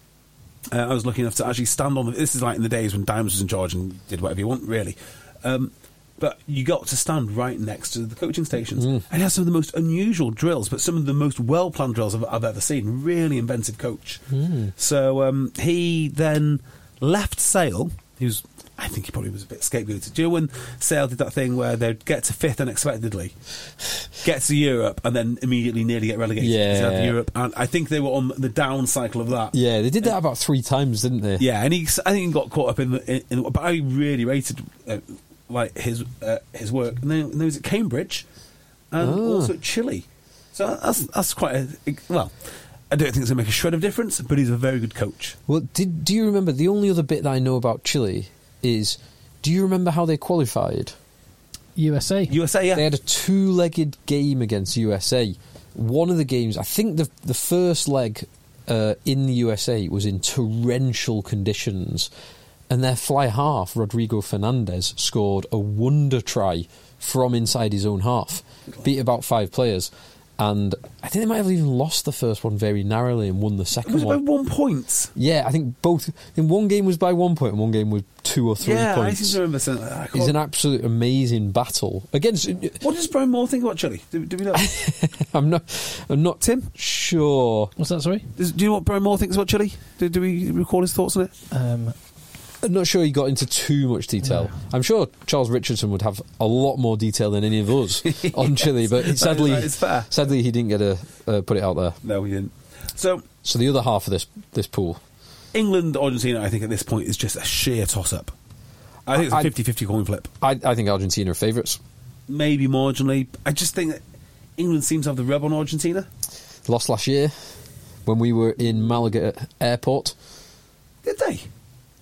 Speaker 3: uh, I was lucky enough to actually stand on. The, this is like in the days when Dimes was in charge and did whatever you want, really. Um, but you got to stand right next to the coaching stations. And he has some of the most unusual drills, but some of the most well planned drills I've, I've ever seen. Really inventive coach. So um, he then left Sale. He was, I think he probably was a bit scapegoated. Do you know when Sale did that thing where they'd get to fifth unexpectedly, get to Europe, and then immediately nearly get relegated?
Speaker 2: Yeah.
Speaker 3: He's out of Europe. And I think they were on the down cycle of that.
Speaker 2: Yeah, they did that about three times, didn't they?
Speaker 3: Uh, Yeah, and he, I think he got caught up in, the, in, in but I really rated uh, like his uh, his work. And then, and then he was at Cambridge, and
Speaker 2: Ah.
Speaker 3: also at Chile. So that's that's quite a well. I don't think it's gonna make a shred of difference, but he's a very good coach.
Speaker 2: Well, did, do you remember the only other bit that I know about Chile is do you remember how they qualified?
Speaker 1: USA.
Speaker 3: USA, yeah,
Speaker 2: They had a two-legged game against USA. One of the games, I think the the first leg uh, in the USA was in torrential conditions, and their fly half Rodrigo Fernandez scored a wonder try from inside his own half, beat about five players, and I think they might have even lost the first one very narrowly and won the
Speaker 3: it
Speaker 2: second
Speaker 3: was
Speaker 2: one.
Speaker 3: by one point.
Speaker 2: Yeah, I think both. I think one game was by one point, and one game was two or three
Speaker 3: yeah, I seem
Speaker 2: points.
Speaker 3: to remember something. Like that. I
Speaker 2: It's an
Speaker 3: can't-
Speaker 2: absolute amazing battle against.
Speaker 3: what does Brian Moore think about Chile? Do, do we know?
Speaker 2: I'm not. I'm not
Speaker 3: Tim?
Speaker 2: sure.
Speaker 1: What's that, sorry?
Speaker 3: Does- do you know what Brian Moore thinks about Chile? Do, do we record his thoughts on it?
Speaker 1: Um,
Speaker 2: I'm not sure he got into too much detail. I'm sure Charles Richardson would have a lot more detail than any of us on Chile, but
Speaker 3: that is-
Speaker 2: sadly,
Speaker 3: that is fair.
Speaker 2: sadly, he didn't get to uh, put it out there.
Speaker 3: No, he didn't. So
Speaker 2: So the other half of this this pool,
Speaker 3: England, Argentina, I think at this point is just a sheer toss up. I think it's
Speaker 2: I-
Speaker 3: a 50 50 coin flip.
Speaker 2: I, I think Argentina are favourites.
Speaker 3: Maybe marginally. I just think that England seems to have the rub on Argentina.
Speaker 2: Lost last year when we were in Malaga Airport.
Speaker 3: Did they?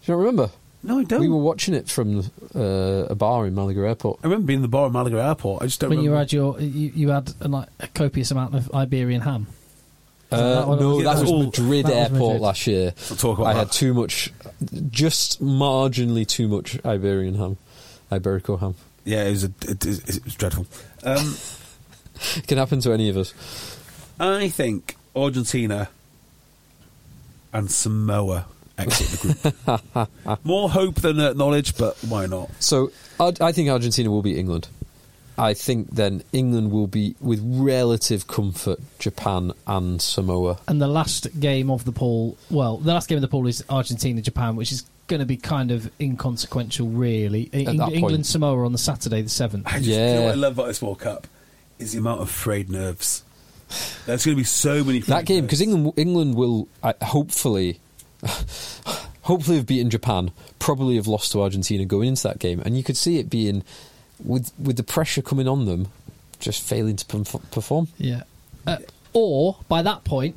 Speaker 2: Do you not remember?
Speaker 3: No, I don't.
Speaker 2: We were watching it from uh, a bar in Malaga Airport.
Speaker 3: I
Speaker 1: Oh,
Speaker 3: remember being in the bar at Malaga Airport. I just don't
Speaker 1: when you
Speaker 3: remember.
Speaker 1: had your you, you had a, like a copious amount of Iberian ham.
Speaker 2: Uh,
Speaker 1: that what it was?
Speaker 2: no,
Speaker 1: oh,
Speaker 2: that
Speaker 3: Yeah,
Speaker 2: was
Speaker 3: all-
Speaker 2: Madrid
Speaker 1: that was
Speaker 2: Airport
Speaker 1: Madrid.
Speaker 2: last year.
Speaker 3: Let's talk about
Speaker 2: I
Speaker 3: that.
Speaker 2: had too much, just marginally too much Iberian ham, Iberico ham.
Speaker 3: yeah, it was, a, it, it, it was dreadful. Um,
Speaker 2: It can happen to any of us.
Speaker 3: I think Argentina and Samoa exit the group. More hope than uh, knowledge, but why not?
Speaker 2: So I, I think Argentina will beat England. I think then England will be with relative comfort Japan and Samoa.
Speaker 1: And the last game of the pool, well, the last game of the pool is Argentina Japan, which is going to be kind of inconsequential, really. Eng-
Speaker 2: that point.
Speaker 1: England Samoa on the Saturday the seventh.
Speaker 3: I just, you know
Speaker 2: Yeah.
Speaker 3: what I love about this World Cup is the amount of frayed nerves. There's going to be so many frayed
Speaker 2: That game because
Speaker 3: nerves.
Speaker 2: England England will uh, hopefully hopefully have beaten Japan. Probably have lost to Argentina going into that game, and you could see it being with with the pressure coming on them, just failing to perf- perform.
Speaker 1: Yeah. Uh, or by that point,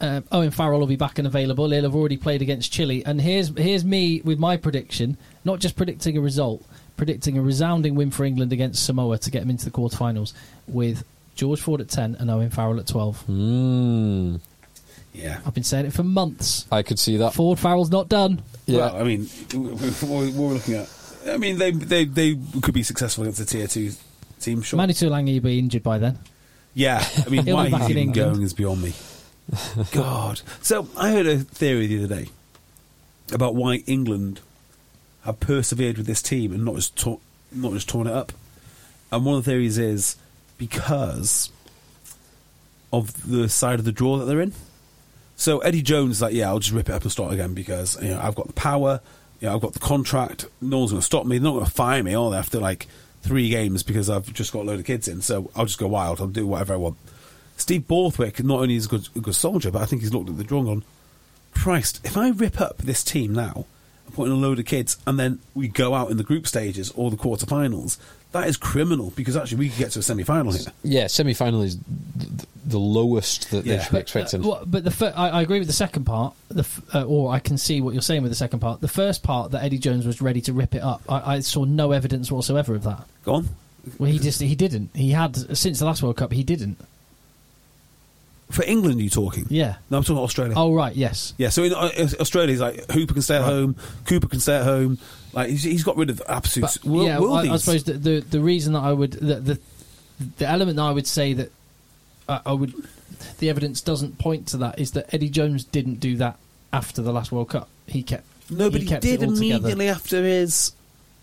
Speaker 1: um, Owen Farrell will be back and available. He'll have already played against Chile. And here's here's me with my prediction. Not just predicting a result, predicting a resounding win for England against Samoa to get them into the quarterfinals with George Ford at ten and Owen Farrell at twelve.
Speaker 2: Mm,
Speaker 3: yeah.
Speaker 1: I've been saying it for months.
Speaker 2: I could see that.
Speaker 1: Ford Farrell's not done.
Speaker 2: Yeah.
Speaker 3: Well, I mean, w- w- w- what we're looking at. I mean, they they they could be successful against a tier two team. Sure.
Speaker 1: Manu Tulangi will be injured by then.
Speaker 3: Yeah, I mean,
Speaker 1: He'll
Speaker 3: why
Speaker 1: be back
Speaker 3: he's
Speaker 1: in
Speaker 3: even
Speaker 1: England.
Speaker 3: going is beyond me. God. So I heard a theory the other day about why England have persevered with this team and not just tor- not just torn it up. And one of the theories is because of the side of the draw that they're in. So Eddie Jones is like, yeah, I'll just rip it up and start again because you know I've got the power, you know, I've got the contract. No one's going to stop me. They're not going to fire me all after like three games because I've just got a load of kids in. So I'll just go wild. I'll do whatever I want. Steve Borthwick not only is a good, a good soldier, but I think he's looked at the drawing on. Christ, if I rip up this team now, and put in a load of kids, and then we go out in the group stages or the quarterfinals, that is criminal because actually we could get to a semi-final here.
Speaker 2: Yeah, semi final is th- th- the lowest that they
Speaker 3: Yeah.
Speaker 2: should be expecting.
Speaker 1: Uh, well, but the fir- I, I agree with the second part, the f- uh, or I can see what you're saying with the second part. The first part that Eddie Jones was ready to rip it up, I, I saw no evidence whatsoever of that.
Speaker 3: Go on.
Speaker 1: Well, he just he didn't. He had since the last World Cup, he didn't.
Speaker 3: For England, you talking?
Speaker 1: Yeah.
Speaker 3: No, I'm talking about Australia.
Speaker 1: Oh right, yes.
Speaker 3: Yeah, so in uh, Australia, he's like Hooper can stay at home, Cooper can stay at home. Like he's, he's got rid of absolute
Speaker 1: But,
Speaker 3: world,
Speaker 1: yeah, I, I
Speaker 3: worldies.
Speaker 1: suppose the, the the reason that I would the the, the element that I would say that I, I would the evidence doesn't point to that is that Eddie Jones didn't do that after the last World Cup. He kept
Speaker 3: no, but he,
Speaker 1: kept
Speaker 3: did
Speaker 1: it all together.
Speaker 3: immediately after his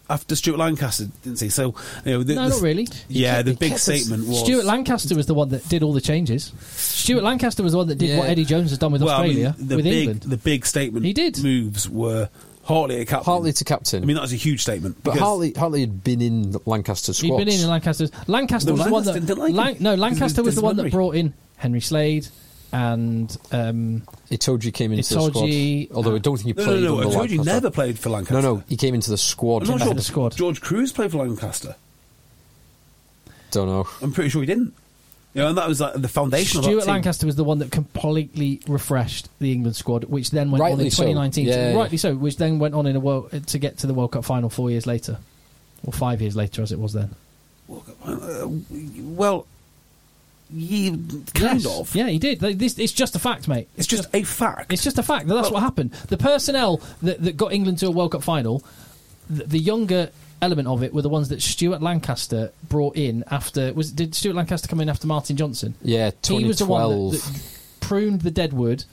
Speaker 3: after Stuart Lancaster, didn't he? So you know, the,
Speaker 1: No,
Speaker 3: the-
Speaker 1: not really.
Speaker 3: Yeah,
Speaker 2: kept-
Speaker 3: the
Speaker 2: he
Speaker 3: big
Speaker 2: kept us-
Speaker 3: statement was
Speaker 1: Stuart Lancaster was the one that did all the changes. Stuart Lancaster was the one that did what
Speaker 2: Yeah.
Speaker 1: Eddie Jones has done with
Speaker 3: well, I mean,
Speaker 1: Australia
Speaker 3: the
Speaker 1: with
Speaker 3: big
Speaker 1: England.
Speaker 3: the big statement
Speaker 1: He did.
Speaker 3: moves were Hartley a captain.
Speaker 2: Hartley to captain.
Speaker 3: I mean, that was a huge statement.
Speaker 2: but
Speaker 3: because-
Speaker 2: Hartley, Hartley had been in Lancaster's
Speaker 1: He'd
Speaker 2: squad.
Speaker 1: been in Lancaster's. Lancaster
Speaker 3: No,
Speaker 1: was the one
Speaker 3: Lancaster
Speaker 1: that
Speaker 3: didn't like him.
Speaker 1: Lan- no
Speaker 3: Because
Speaker 1: Lancaster
Speaker 3: of
Speaker 1: was the one that
Speaker 3: disciplinary.
Speaker 1: brought in Henry Slade and um,
Speaker 2: Itoji came into the
Speaker 1: Itoje- uh,
Speaker 2: squad. Although I don't think he
Speaker 3: no, no,
Speaker 2: played
Speaker 3: no,
Speaker 2: under
Speaker 3: I told you
Speaker 2: Lancaster.
Speaker 3: never played for Lancaster.
Speaker 2: No, no, he came into the squad.
Speaker 3: I'm
Speaker 2: I
Speaker 3: not sure
Speaker 1: the squad.
Speaker 3: George Cruz played for Lancaster.
Speaker 2: don't know.
Speaker 3: I'm pretty sure he didn't. You know, and that was like the foundation of that
Speaker 1: Stuart
Speaker 3: team.
Speaker 1: Lancaster was the one that completely refreshed the England squad, which then went on
Speaker 2: Rightly
Speaker 1: in
Speaker 2: so.
Speaker 1: 2019.
Speaker 2: Yeah.
Speaker 1: Rightly so, which then went on in a world to get to the World Cup final four years later, or five years later, as it was then.
Speaker 3: Uh, well, you kind
Speaker 1: Yes.
Speaker 3: of.
Speaker 1: Yeah, he did. They- This, it's just a fact, mate.
Speaker 3: It's just a fact.
Speaker 1: It's just a fact that that's what happened. The personnel that, that got England to a World Cup final, the, the younger element of it were the ones that Stuart Lancaster brought in after. Was did Stuart Lancaster come in after Martin Johnson?
Speaker 2: Yeah,
Speaker 1: He was the one
Speaker 2: 2012.
Speaker 1: that, that pruned the deadwood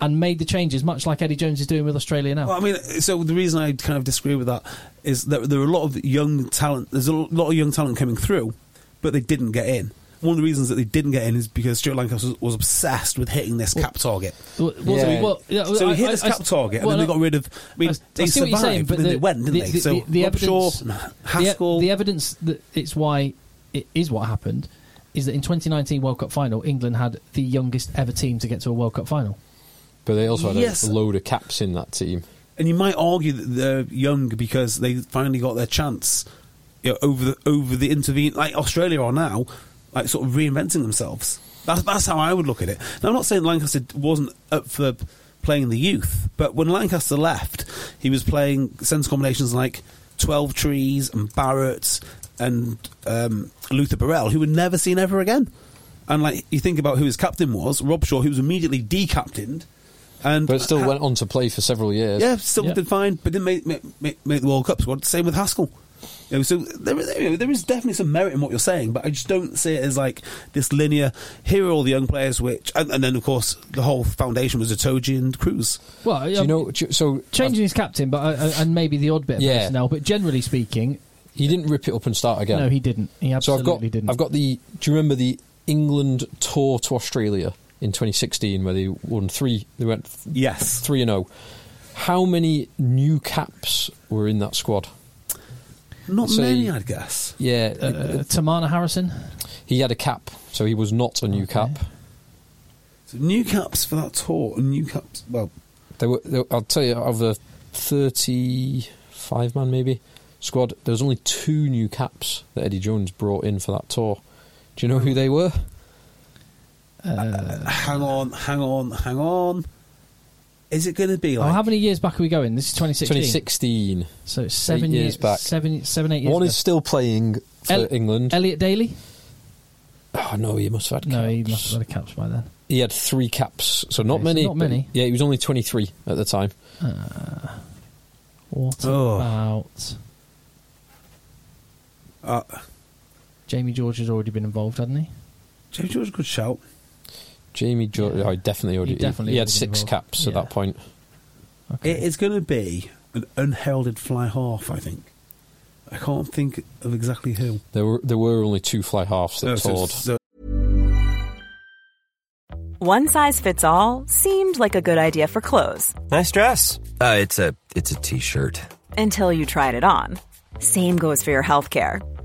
Speaker 1: and made the changes, much like Eddie Jones is doing with Australia now.
Speaker 3: Well, I mean, so the reason I kind of disagree with that is that there are a lot of young talent. There's a lot of young talent coming through, but they didn't get in. One of the reasons that they didn't get in is because Stuart Lancaster was, was obsessed with hitting this cap target.
Speaker 1: Well, was
Speaker 2: Yeah.
Speaker 1: it- well, yeah,
Speaker 3: So
Speaker 1: I-
Speaker 3: he hit
Speaker 1: I-
Speaker 3: this
Speaker 1: I-
Speaker 3: cap target, and
Speaker 1: well,
Speaker 3: then they
Speaker 1: no,
Speaker 3: got rid of. I mean,
Speaker 1: I- I
Speaker 3: they
Speaker 1: see what
Speaker 3: survived,
Speaker 1: you're saying, but
Speaker 3: and then
Speaker 1: the-
Speaker 3: they went, didn't
Speaker 1: the-
Speaker 3: they?
Speaker 1: the-
Speaker 3: so
Speaker 1: the- the
Speaker 3: Robshaw,
Speaker 1: evidence-
Speaker 3: Haskell,
Speaker 1: The, the evidence that it's why it is what happened is that in 2019 World Cup final, England had the youngest ever team to get to a World Cup final.
Speaker 2: But they also had
Speaker 3: Yes.
Speaker 2: a load of caps in that team.
Speaker 3: And you might argue that they're young because they finally got their chance you know, over the over the intervene like Australia are now, like sort of reinventing themselves. That's that's how I would look at it. Now I'm not saying Lancaster wasn't up for playing the youth, but when Lancaster left, he was playing sense combinations like Twelve Trees and Barrett and um, Luther Burrell, who were never seen ever again. And like you think about who his captain was, Robshaw, who was immediately decaptained, and
Speaker 2: But still
Speaker 3: ha-
Speaker 2: went on to play for several years.
Speaker 3: Uh, yeah, still
Speaker 1: Yeah.
Speaker 3: did fine, but didn't make, make, make, make the World Cup squad. Same with Haskell. You know, so there, there- you know, there is definitely some merit in what you're saying, but I just don't see it as like this linear. Here are all the young players, which, and, and then of course the whole foundation was Atoji and Cruz.
Speaker 1: Well,
Speaker 2: Do you know? do you- so
Speaker 1: changing his captain, but uh, uh, and maybe the odd bit of
Speaker 2: Yeah.
Speaker 1: personnel. But generally speaking,
Speaker 2: he didn't rip it up and start again.
Speaker 1: no, he didn't. He
Speaker 2: so
Speaker 1: absolutely
Speaker 2: I've got
Speaker 1: didn't.
Speaker 2: I've got the. Do you remember the England tour to Australia in 2016 where they won three? They went th-
Speaker 3: Yes,
Speaker 2: three and zero. How many new caps were in that squad?
Speaker 3: not
Speaker 2: So
Speaker 3: many,
Speaker 2: you-
Speaker 3: I'd guess.
Speaker 2: Yeah,
Speaker 1: uh, Tamana Harrison.
Speaker 2: he had a cap, so he was not a new cap.
Speaker 3: So new caps for that tour, and new caps. Well,
Speaker 2: They were. They, were- I'll tell you, out of the 35 man maybe squad, there was only two new caps that Eddie Jones brought in for that tour. Do you know who they were?
Speaker 1: Uh,
Speaker 3: hang on, hang on, hang on. Is it going to be
Speaker 1: oh, how
Speaker 3: like?
Speaker 1: many years back are we going? This is 2016.
Speaker 2: 2016.
Speaker 1: So it's seven
Speaker 2: Eight years
Speaker 1: years
Speaker 2: back.
Speaker 1: Seven, seven, eight years.
Speaker 2: One
Speaker 1: ago.
Speaker 2: is still playing for
Speaker 1: El-
Speaker 2: England.
Speaker 1: Elliot Daly.
Speaker 2: oh no, he must have had.
Speaker 1: No, he
Speaker 2: caps.
Speaker 1: must have had a caps by then.
Speaker 2: He had three caps, so
Speaker 1: Okay,
Speaker 2: not
Speaker 1: so
Speaker 2: many.
Speaker 1: not many.
Speaker 2: but- Yeah, he was only 23 at the time.
Speaker 1: What
Speaker 3: Oh.
Speaker 1: about
Speaker 3: Uh,
Speaker 1: Jamie George has already been involved, hadn't he?
Speaker 3: James George, good shout.
Speaker 2: Jamie George,
Speaker 1: Yeah.
Speaker 2: oh, he definitely already.
Speaker 1: He definitely
Speaker 2: he had
Speaker 1: was
Speaker 2: six
Speaker 1: involved.
Speaker 2: caps at
Speaker 1: Yeah.
Speaker 2: that point.
Speaker 3: It is going to be an unheralded fly half, I think. I can't think of exactly who.
Speaker 2: There were there were only two fly halves that
Speaker 3: No, so-
Speaker 2: toured.
Speaker 3: so-
Speaker 5: One size fits all seemed like a good idea for clothes
Speaker 6: Nice dress. Uh, it's a it's a t-shirt.
Speaker 5: until you tried it on. Same goes for your healthcare.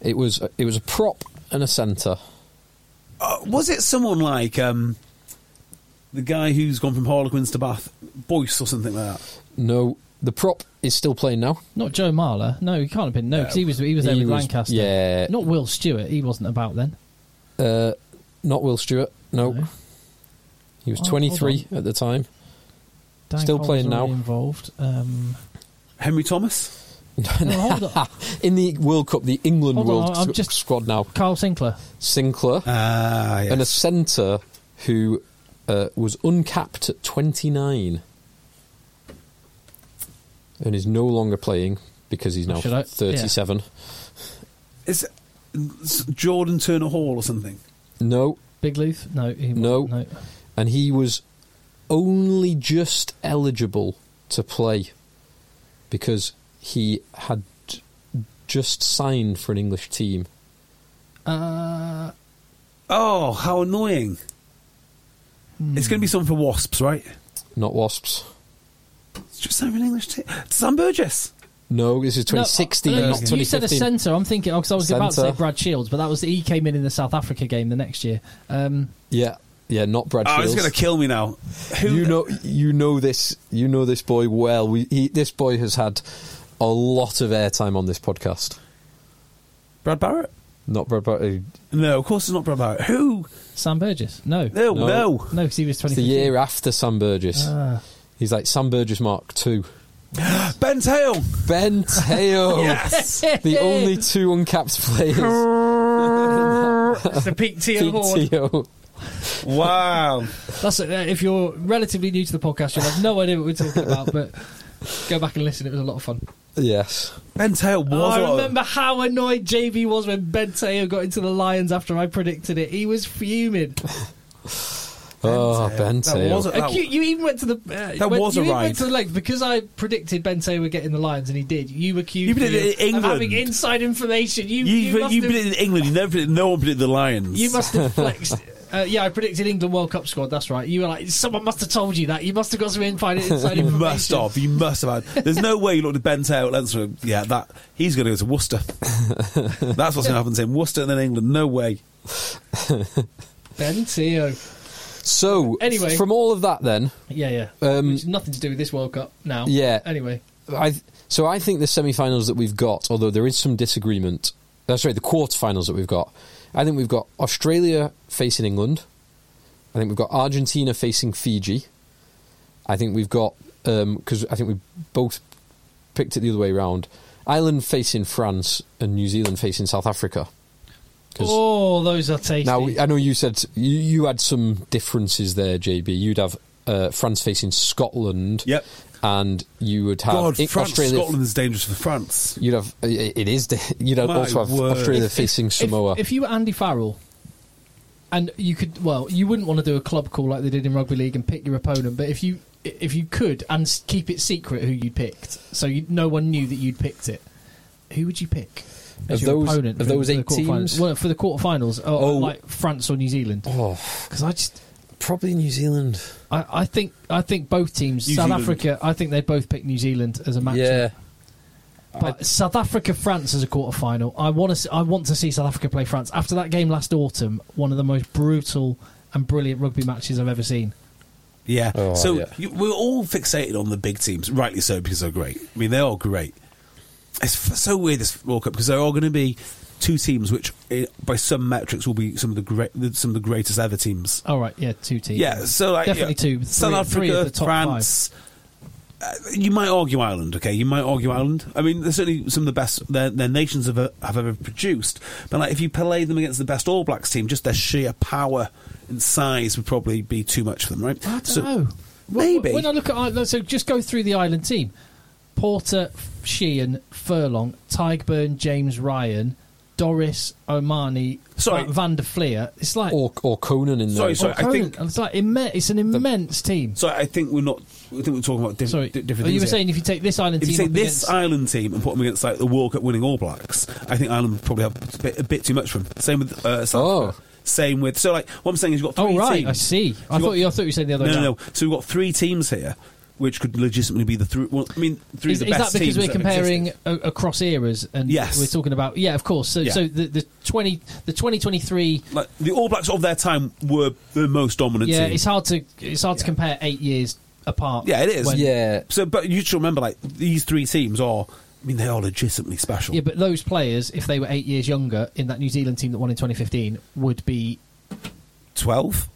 Speaker 2: It was it was a prop and a centre.
Speaker 3: uh, was it someone like um, the guy who's gone from Harlequins to Bath, Boyce or something like that?
Speaker 2: No, the prop is still playing now.
Speaker 1: Not Joe Marler. No, he can't have been. No, because he was he was there
Speaker 2: He
Speaker 1: with
Speaker 2: was-
Speaker 1: Lancaster.
Speaker 2: yeah.
Speaker 1: Not Will Stewart. He wasn't about then.
Speaker 2: Uh, not Will Stewart. No,
Speaker 1: No.
Speaker 2: he was
Speaker 1: Oh, hold
Speaker 2: 23 at the time.
Speaker 1: Dan
Speaker 2: Still
Speaker 1: Cole
Speaker 2: playing
Speaker 1: was already
Speaker 2: now.
Speaker 1: Involved. Um,
Speaker 3: Henry Thomas?
Speaker 1: no, hold on.
Speaker 2: In the World Cup, the England
Speaker 1: Hold on,
Speaker 2: World
Speaker 1: I'm
Speaker 2: Cup
Speaker 1: just-
Speaker 2: squad now.
Speaker 1: Carl Sinclair.
Speaker 2: Sinclair
Speaker 3: Ah, yes.
Speaker 2: and a centre who uh, was uncapped at 29 and is no longer playing because he's now
Speaker 1: Should I-
Speaker 2: 37.
Speaker 3: Is it- it's Jordan Turner Hall or something?
Speaker 2: No,
Speaker 1: Big Leaf. No, he
Speaker 2: No.
Speaker 1: wasn't, no.
Speaker 2: and he was only just eligible to play because he had just signed for an English team.
Speaker 1: Uh,
Speaker 3: Oh, how annoying. It's going to be something for Wasps, right?
Speaker 2: Not Wasps.
Speaker 3: It's just over an English team. Sam Burgess.
Speaker 2: No, this is
Speaker 1: no,
Speaker 2: 2016,
Speaker 1: no, uh,
Speaker 2: not
Speaker 1: You said a
Speaker 2: 2015.
Speaker 1: centre. I'm thinking because I was about to say
Speaker 2: Centre.
Speaker 1: Brad Shields, but that was he came in in the South Africa game the next year. Um,
Speaker 2: Yeah, yeah, not Brad
Speaker 3: Oh, he's
Speaker 2: Shields.
Speaker 3: going to kill me now. Who
Speaker 2: you know, you know this, you know this boy well. We, he, this boy has had a lot of airtime on this podcast.
Speaker 3: Brad Barrett?
Speaker 2: Not Brad, Brad uh,
Speaker 3: No, of course it's not Brad Barrett. Who?
Speaker 1: Sam Burgess. No, no,
Speaker 3: No,
Speaker 2: No.
Speaker 3: no.
Speaker 1: because he was Ah.
Speaker 2: it's the
Speaker 1: 20. Uh.
Speaker 2: year after Sam Burgess. He's like Sam Burgess Mark Two.
Speaker 3: Ben Tail.
Speaker 2: Ben Teo.
Speaker 3: Yes.
Speaker 2: The only two uncapped players.
Speaker 4: It's the peak tier horde.
Speaker 2: PTO.
Speaker 3: wow.
Speaker 1: That's it. Uh, if you're relatively new to the podcast, you'll have no idea what we're talking about, but go back and listen. It was a lot of fun.
Speaker 2: Yes.
Speaker 3: Ben Tail was.
Speaker 1: Oh, I
Speaker 3: what a-
Speaker 1: remember how annoyed JB was when Ben Teo got into the Lions after I predicted it. He was fuming.
Speaker 2: Oh, Ben
Speaker 3: That was
Speaker 2: Teo.
Speaker 3: a-
Speaker 1: Acute- you even went to the. Uh,
Speaker 3: That
Speaker 1: went-
Speaker 3: was
Speaker 1: you
Speaker 3: a
Speaker 1: even
Speaker 3: ride.
Speaker 1: went to the length because I predicted Ben Teo would get in the Lions, and he did. You accused
Speaker 3: You predicted
Speaker 1: me
Speaker 3: it in
Speaker 1: of having
Speaker 3: England.
Speaker 1: inside information. You,
Speaker 3: You,
Speaker 1: you,
Speaker 3: you,
Speaker 1: must
Speaker 3: you
Speaker 1: have,
Speaker 3: put it in England. You never put it, no one put it in the Lions.
Speaker 1: you must have flexed. Uh, yeah, I predicted England World Cup squad. That's right. You were like, someone must have told you that. You must have got some inside, inside
Speaker 3: You
Speaker 1: information.
Speaker 3: must have. You must have had. There's no way you looked at Ben Tail and said, yeah, that he's going to go to Worcester. That's what's going to happen to him. Worcester and then England. No way.
Speaker 1: Ben Teo.
Speaker 2: So,
Speaker 1: Anyway.
Speaker 2: from all of that, then,
Speaker 1: Yeah, yeah.
Speaker 2: Um,
Speaker 1: Which nothing to do with this World Cup now.
Speaker 2: Yeah.
Speaker 1: Anyway,
Speaker 2: I so I think the semi-finals that we've got, although there is some disagreement. Uh, sorry, the quarter-finals that we've got. I think we've got Australia facing England. I think we've got Argentina facing Fiji. I think we've got because I think we both picked it the other way round. Ireland facing France and New Zealand facing South Africa. 'Cause-
Speaker 1: oh, those are tasty.
Speaker 2: now I know you said you, you had some differences there, JB. You'd have uh, France facing Scotland.
Speaker 3: Yep.
Speaker 2: And you would have
Speaker 3: God,
Speaker 2: I-
Speaker 3: France,
Speaker 2: Australia.
Speaker 3: Scotland is dangerous for France.
Speaker 2: You'd have i- i- it is. di- You'd have
Speaker 3: My
Speaker 2: also have
Speaker 3: word.
Speaker 2: Australia
Speaker 3: If-
Speaker 2: facing
Speaker 1: If-
Speaker 2: Samoa.
Speaker 1: If, you were Andy Farrell, and you could, well, you wouldn't want to do a club call like they did in rugby league and pick your opponent. But if you if you could and s- keep it secret who you picked, so you, no one knew that you'd picked it, who would you pick? As
Speaker 2: Of
Speaker 1: your
Speaker 2: those-
Speaker 1: opponent
Speaker 2: of
Speaker 1: for-
Speaker 2: those
Speaker 1: for the
Speaker 2: eight
Speaker 1: quarterfinals?
Speaker 2: teams?
Speaker 1: well, for the quarterfinals, or,
Speaker 2: Oh.
Speaker 1: like France or New Zealand,
Speaker 2: oh,
Speaker 1: because I just.
Speaker 2: probably New Zealand.
Speaker 1: I, I think I think both teams,
Speaker 3: New
Speaker 1: South
Speaker 3: Zealand.
Speaker 1: Africa. I think they both picked New Zealand as a matchup.
Speaker 2: Yeah.
Speaker 1: But South Africa France as a quarter final. I want to. I want to see South Africa play France after that game last autumn. One of the most brutal and brilliant rugby matches I've ever seen.
Speaker 3: Yeah.
Speaker 2: Oh,
Speaker 3: so
Speaker 2: yeah.
Speaker 3: You, we're all fixated on the big teams, rightly so, because they're great. I mean, they are great. It's f- so weird this World Cup because there are going to be two teams which, eh, by some metrics, will be some of the great, some of the greatest ever teams.
Speaker 1: All right, yeah, two teams.
Speaker 3: Yeah, so like
Speaker 1: Definitely two,
Speaker 3: yeah,
Speaker 1: three-
Speaker 3: South Africa,
Speaker 1: three of the top
Speaker 3: France. Uh, you might argue Ireland, okay? You might argue Ireland. I mean, they're certainly some of the best their, their nations have, ever- have ever produced. But like, if you play them against the best All Blacks team, just their sheer power and size would probably be too much for them, right?
Speaker 1: I don't
Speaker 3: So-
Speaker 1: know.
Speaker 3: Maybe.
Speaker 1: when I look at Ireland, so just go through the island team: Porter, Sheehan, Furlong, Tygburn, James Ryan, Doris, Omani,
Speaker 3: Sorry.
Speaker 1: Van der Fleer. It's like
Speaker 2: Or or Conan in
Speaker 3: Sorry,
Speaker 2: there.
Speaker 3: sorry. I think-
Speaker 1: it's like imme- it's an immense team.
Speaker 3: So I think we're not. I think we're talking about diff-
Speaker 1: Sorry,
Speaker 3: di- different.
Speaker 1: Oh, you
Speaker 3: things
Speaker 1: were
Speaker 3: here.
Speaker 1: saying if you take this island
Speaker 3: If you
Speaker 1: team,
Speaker 3: say
Speaker 1: up
Speaker 3: this
Speaker 1: against-
Speaker 3: Ireland team and put them against like the World Cup winning All Blacks, I think Ireland would probably have a bit, a bit too much for them. Same with uh, South
Speaker 2: Oh.
Speaker 3: Africa. Same with so like what I'm saying is you've got three
Speaker 1: oh right,
Speaker 3: teams.
Speaker 1: I see. I
Speaker 3: You
Speaker 1: thought
Speaker 3: got-
Speaker 1: you, I thought you said the other
Speaker 3: No,
Speaker 1: way.
Speaker 3: no,
Speaker 1: around.
Speaker 3: no. So we've got three teams here, which could legitimately be the three. Well, I mean, three
Speaker 1: Is,
Speaker 3: of
Speaker 1: is
Speaker 3: the
Speaker 1: that
Speaker 3: best
Speaker 1: because
Speaker 3: teams
Speaker 1: we're
Speaker 3: that have
Speaker 1: comparing
Speaker 3: existed.
Speaker 1: a, across eras and
Speaker 3: Yes.
Speaker 1: we're talking about yeah, of course. So,
Speaker 3: Yeah.
Speaker 1: so the, the twenty the twenty twenty three.
Speaker 3: Like the All Blacks of their time were the most dominant.
Speaker 1: Yeah,
Speaker 3: team.
Speaker 1: it's hard to it's hard to
Speaker 3: Yeah.
Speaker 1: compare eight years apart.
Speaker 3: Yeah, it is.
Speaker 1: when-
Speaker 2: yeah.
Speaker 3: So, but you should remember, like these three teams are. I mean, they are legitimately special.
Speaker 1: Yeah, but those players, if they were eight years younger in that New Zealand team that won in 2015, would be
Speaker 3: Twelve.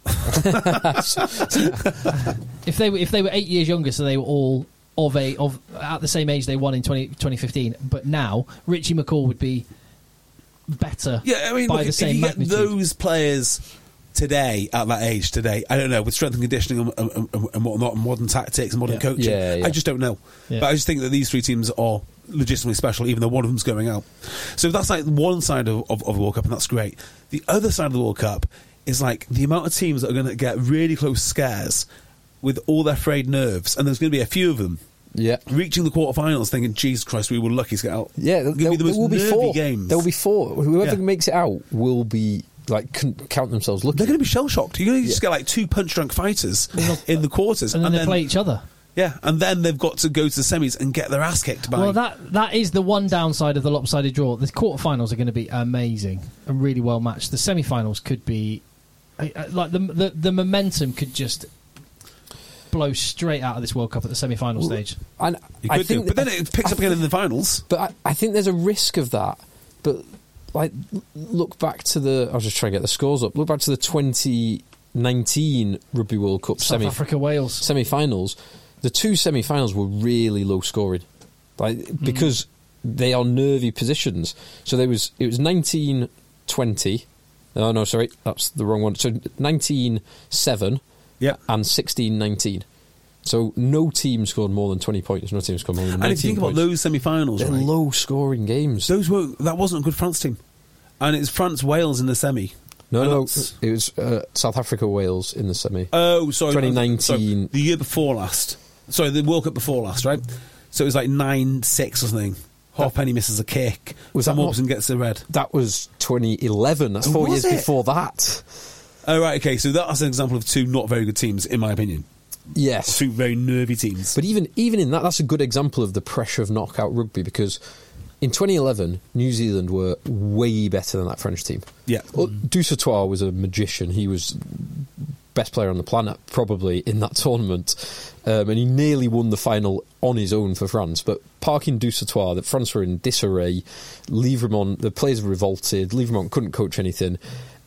Speaker 1: if they were if they were eight years younger, so they were all of a of at the same age they won in 20, 2015. But now Richie McCaw would be better.
Speaker 3: Yeah, I mean,
Speaker 1: by
Speaker 3: look,
Speaker 1: the
Speaker 3: if
Speaker 1: same
Speaker 3: you
Speaker 1: magnitude.
Speaker 3: get those players today at that age today, I don't know with strength and conditioning and, and, and, and whatnot, and modern tactics and modern
Speaker 1: Yeah.
Speaker 3: coaching.
Speaker 2: Yeah, yeah.
Speaker 3: I just don't know,
Speaker 1: Yeah.
Speaker 3: but I just think that these three teams are legitimately special, even though one of them's going out. So that's like one side of, of, of the World Cup, and that's great. The other side of the World Cup is like the amount of teams that are going to get really close scares with all their frayed nerves, and there's going to be a few of them.
Speaker 2: Yeah.
Speaker 3: Reaching the quarterfinals, thinking, "Jesus Christ, we were lucky to get out."
Speaker 2: Yeah,
Speaker 3: It's
Speaker 2: there,
Speaker 3: gonna be the
Speaker 2: there
Speaker 3: most
Speaker 2: will be
Speaker 3: nervy
Speaker 2: four.
Speaker 3: games.
Speaker 2: There will be four. Whoever
Speaker 3: Yeah.
Speaker 2: makes it out will be like can, count themselves lucky.
Speaker 3: They're going to be shell shocked. You're going to just get like two punch drunk fighters in the quarters,
Speaker 1: and then they play each other.
Speaker 3: Yeah, and then they've got to go to the semis and get their ass kicked by.
Speaker 1: Well, that that is the one downside of the lopsided draw. The quarterfinals are going to be amazing and really well matched. The semi-finals could be I- I- like the the, the momentum could just blow straight out of this World Cup at the semi-final stage.
Speaker 2: and
Speaker 3: you
Speaker 2: I
Speaker 3: could do,
Speaker 2: think
Speaker 3: but then
Speaker 2: that-
Speaker 3: it picks up again in the finals.
Speaker 2: But I, I think there's a risk of that. But like, l- look back to the. I was just trying to get the scores up. Look back to the 2019 Rugby World Cup
Speaker 1: South
Speaker 2: semi
Speaker 1: Africa, Wales.
Speaker 2: semi-finals. the two semi-finals were really low scoring, like
Speaker 3: Mm.
Speaker 2: because they are nervy positions. So there was it was 19-20. Oh no, sorry, that's the wrong one. So 19-7
Speaker 3: Yeah.
Speaker 2: and 16-19. So no team scored more than 20 points. No team scored more than 19
Speaker 3: And if you think about
Speaker 2: points.
Speaker 3: those semi-finals,
Speaker 2: They're
Speaker 3: right?
Speaker 2: low scoring games.
Speaker 3: those were that wasn't a good France team, and it's France Wales in the semi.
Speaker 2: No,
Speaker 3: And
Speaker 2: no,
Speaker 3: that's-
Speaker 2: it was uh, South Africa Wales in the semi.
Speaker 3: Oh, sorry,
Speaker 2: 2019.
Speaker 3: sorry, the year before last. Sorry, the World Cup before last, right? So it was like nine six or something. Halfpenny misses a kick.
Speaker 2: Was
Speaker 3: Sam
Speaker 2: that not-
Speaker 3: Orbison gets the red.
Speaker 2: that was 2011. That's
Speaker 3: Oh,
Speaker 2: four
Speaker 3: was
Speaker 2: years
Speaker 3: it?
Speaker 2: before that.
Speaker 3: Oh, right, okay. So that's an example of two not very good teams, in my opinion.
Speaker 2: Yes,
Speaker 3: Two very nervy teams.
Speaker 2: but even even in that, that's a good example of the pressure of knockout rugby because in 2011, New Zealand were way better than that French team.
Speaker 3: Yeah.
Speaker 2: well, Dusatoir was a magician. He was best player on the planet probably in that tournament, um, and he nearly won the final on his own for France. But parking Dusatoir, that France were in disarray. Livremont, the players revolted. Livremont couldn't coach anything,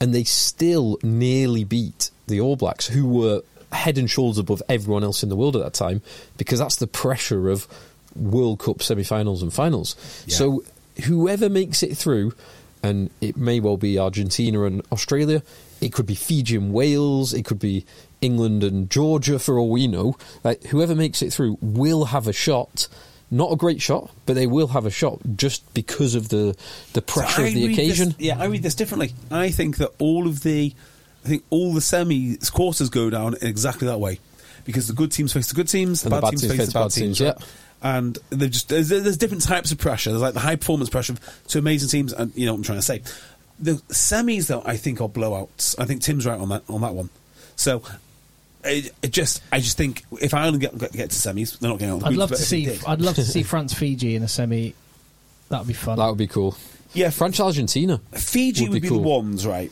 Speaker 2: and they still nearly beat the All Blacks, who were head and shoulders above everyone else in the world at that time, because that's the pressure of World Cup semi-finals and finals.
Speaker 3: Yeah.
Speaker 2: So whoever makes it through, and it may well be Argentina and Australia, it could be Fiji and Wales, it could be England and Georgia for all we know. Like, whoever makes it through will have a shot. Not a great shot, but they will have a shot just because of the the pressure
Speaker 3: I
Speaker 2: of the
Speaker 3: read
Speaker 2: occasion.
Speaker 3: This, yeah, I read this differently. I think that all of the, I think all the semi quarters go down in exactly that way, because the good teams face the good teams, the,
Speaker 2: And
Speaker 3: bad, teams, face the bad teams.
Speaker 2: yeah.
Speaker 3: right? And they're just there's, there's different types of pressure. There's like the high performance pressure to amazing teams, and you know what I'm trying to say. The semis though, I think are blowouts. I think Tim's right on that on that one. So. It, it just, I just think if Ireland get, get, get to semis, they're not getting out. Of the
Speaker 1: I'd
Speaker 3: groups,
Speaker 1: love
Speaker 3: but
Speaker 1: to
Speaker 3: if they
Speaker 1: see.
Speaker 3: did-
Speaker 1: I'd love to see France Fiji in a semi. That'd be fun.
Speaker 2: That would be cool.
Speaker 3: Yeah,
Speaker 2: French Argentina.
Speaker 3: Fiji would be,
Speaker 2: cool.
Speaker 3: the ones, right,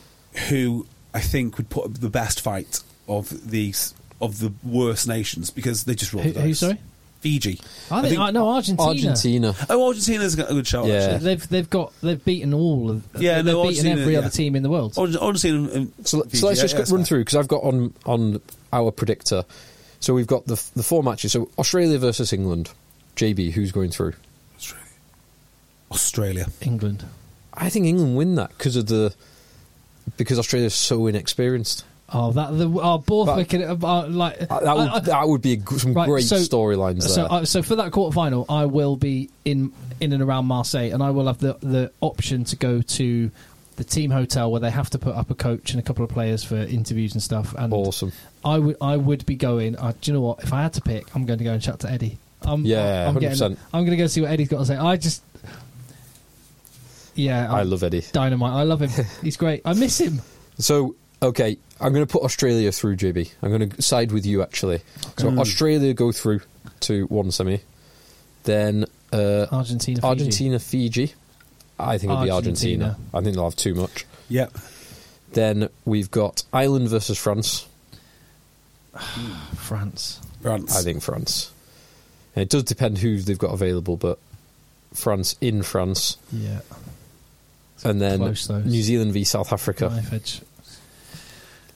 Speaker 3: who I think would put up the best fight of these of the worst nations because they just roll
Speaker 1: Who-
Speaker 3: the
Speaker 1: who,
Speaker 3: dice.
Speaker 1: sorry?
Speaker 3: Fiji.
Speaker 1: I think, I no Argentina.
Speaker 2: Argentina.
Speaker 3: Oh, Argentina's got a good shot.
Speaker 2: Yeah.
Speaker 3: Actually.
Speaker 1: They've they've got they've beaten all. Of,
Speaker 3: Yeah,
Speaker 1: they've
Speaker 3: no,
Speaker 1: beaten
Speaker 3: Argentina,
Speaker 1: every
Speaker 3: yeah.
Speaker 1: other team in the world.
Speaker 3: Ar- Argentina. And
Speaker 2: So, let-
Speaker 3: Fiji,
Speaker 2: so let's just
Speaker 3: yeah, yeah,
Speaker 2: go-
Speaker 3: that's
Speaker 2: run
Speaker 3: fine.
Speaker 2: through because I've got on on our predictor. So we've got the f- the four matches. So Australia versus England. JB, who's going through?
Speaker 3: Australia. Australia.
Speaker 1: England.
Speaker 2: I think England win that because of the because Australia's so inexperienced.
Speaker 1: Oh, that the oh Borthwick and uh, like
Speaker 2: Uh, That would
Speaker 1: I- I-
Speaker 2: that would be a g some
Speaker 1: Right,
Speaker 2: great
Speaker 1: so-
Speaker 2: storylines there.
Speaker 1: So, uh, so for that quarterfinal, I will be in in and around Marseille, and I will have the the option to go to the team hotel where they have to put up a coach and a couple of players for interviews and stuff. And
Speaker 2: awesome.
Speaker 1: I would I would be going. Uh, do you know what? If I had to pick, I'm going to go and chat to Eddie. I'm,
Speaker 2: Yeah,
Speaker 1: I'm
Speaker 2: 100%.
Speaker 1: Getting, I'm going to go see what Eddie's got to say. I just, yeah,
Speaker 2: I
Speaker 1: I'm
Speaker 2: love Eddie.
Speaker 1: dynamite. I love him. He's great. I miss him.
Speaker 2: So okay, I'm going to put Australia through. JB, I'm going to side with you actually. So Australia go through to one semi, then uh,
Speaker 1: Argentina, Fiji.
Speaker 2: Argentina, Fiji. I think it'll be Argentina.
Speaker 1: Argentina.
Speaker 2: I think they'll have too much.
Speaker 3: Yeah.
Speaker 2: Then we've got Ireland versus France.
Speaker 1: France.
Speaker 3: France.
Speaker 2: I think France. And it does depend who they've got available, but France in France,
Speaker 1: Yeah.
Speaker 2: and then
Speaker 1: close, those.
Speaker 2: New Zealand v South Africa.
Speaker 1: Knife edge.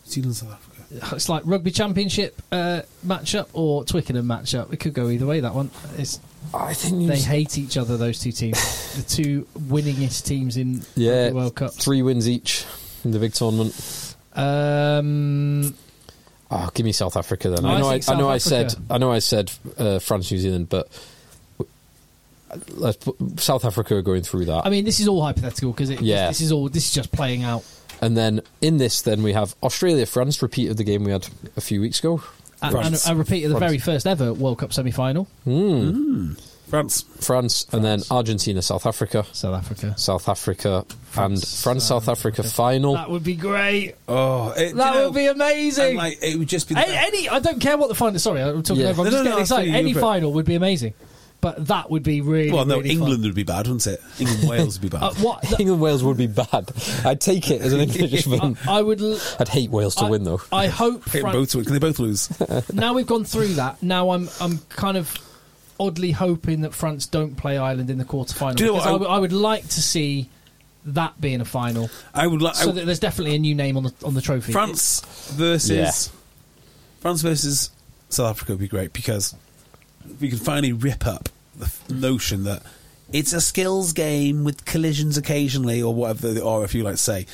Speaker 3: New Zealand, South Africa.
Speaker 1: it's like rugby championship uh, matchup or Twickenham matchup. It could go either way. That one. It's,
Speaker 2: I think New
Speaker 1: they
Speaker 2: Ze-
Speaker 1: hate each other. Those two teams, the two winningest teams in
Speaker 2: yeah,
Speaker 1: the World Cup.
Speaker 2: three wins each in the big tournament.
Speaker 1: Um,
Speaker 2: Oh, give me South Africa then.
Speaker 1: I
Speaker 2: I know. I,
Speaker 1: think
Speaker 2: I know. I
Speaker 1: South
Speaker 2: said.
Speaker 1: Africa.
Speaker 2: I know. I said uh, France, New Zealand, but let's put South Africa are going through that.
Speaker 1: I mean, this is all hypothetical because
Speaker 2: Yeah.
Speaker 1: this is all this is just playing out
Speaker 2: And then in this, then we have Australia France repeat of the game we had a few weeks ago.
Speaker 1: and, and
Speaker 3: France.
Speaker 1: I repeat, the
Speaker 2: France.
Speaker 1: very first ever World Cup semi-final,
Speaker 3: France.
Speaker 2: France, and then Argentina South Africa,
Speaker 1: South Africa.
Speaker 2: South Africa, and France South
Speaker 3: um,
Speaker 2: Africa
Speaker 1: Africa.
Speaker 2: final.
Speaker 1: That would be great.
Speaker 3: Oh, it, you
Speaker 1: That
Speaker 3: know,
Speaker 1: would be
Speaker 3: and,
Speaker 1: amazing.
Speaker 3: like, it would just be.
Speaker 1: A-
Speaker 3: the
Speaker 1: Any,
Speaker 3: best.
Speaker 1: I don't care what the final. Sorry, I'm talking
Speaker 2: Yeah.
Speaker 1: over. I'm
Speaker 3: No,
Speaker 1: just
Speaker 3: no,
Speaker 1: getting
Speaker 3: no,
Speaker 1: excited.
Speaker 3: absolutely,
Speaker 1: Any
Speaker 3: but-
Speaker 1: final would be amazing, but that would be really.
Speaker 3: well, no,
Speaker 1: really fun.
Speaker 3: England would be bad, wouldn't it? England, Wales would be bad.
Speaker 1: Uh, what? the-
Speaker 2: England Wales would be bad. I'd take it as an Englishman.
Speaker 1: I would. L-
Speaker 2: I'd hate Wales to
Speaker 1: I-
Speaker 2: win though.
Speaker 1: I hope
Speaker 3: Can they
Speaker 1: Fran-
Speaker 3: both win? Can they both lose?
Speaker 1: now we've gone through that. Now I'm I'm kind of oddly hoping that France don't play Ireland in the quarterfinal.
Speaker 3: Do you know
Speaker 1: because
Speaker 3: what?
Speaker 1: I, w- I would like to see that being a final,
Speaker 3: I would like. I
Speaker 1: so that there's definitely a new name on the on the trophy.
Speaker 3: France versus
Speaker 2: Yeah.
Speaker 3: France versus South Africa would be great because we can finally rip up the f- notion that it's a skills game with collisions occasionally, or whatever the RFU like to say.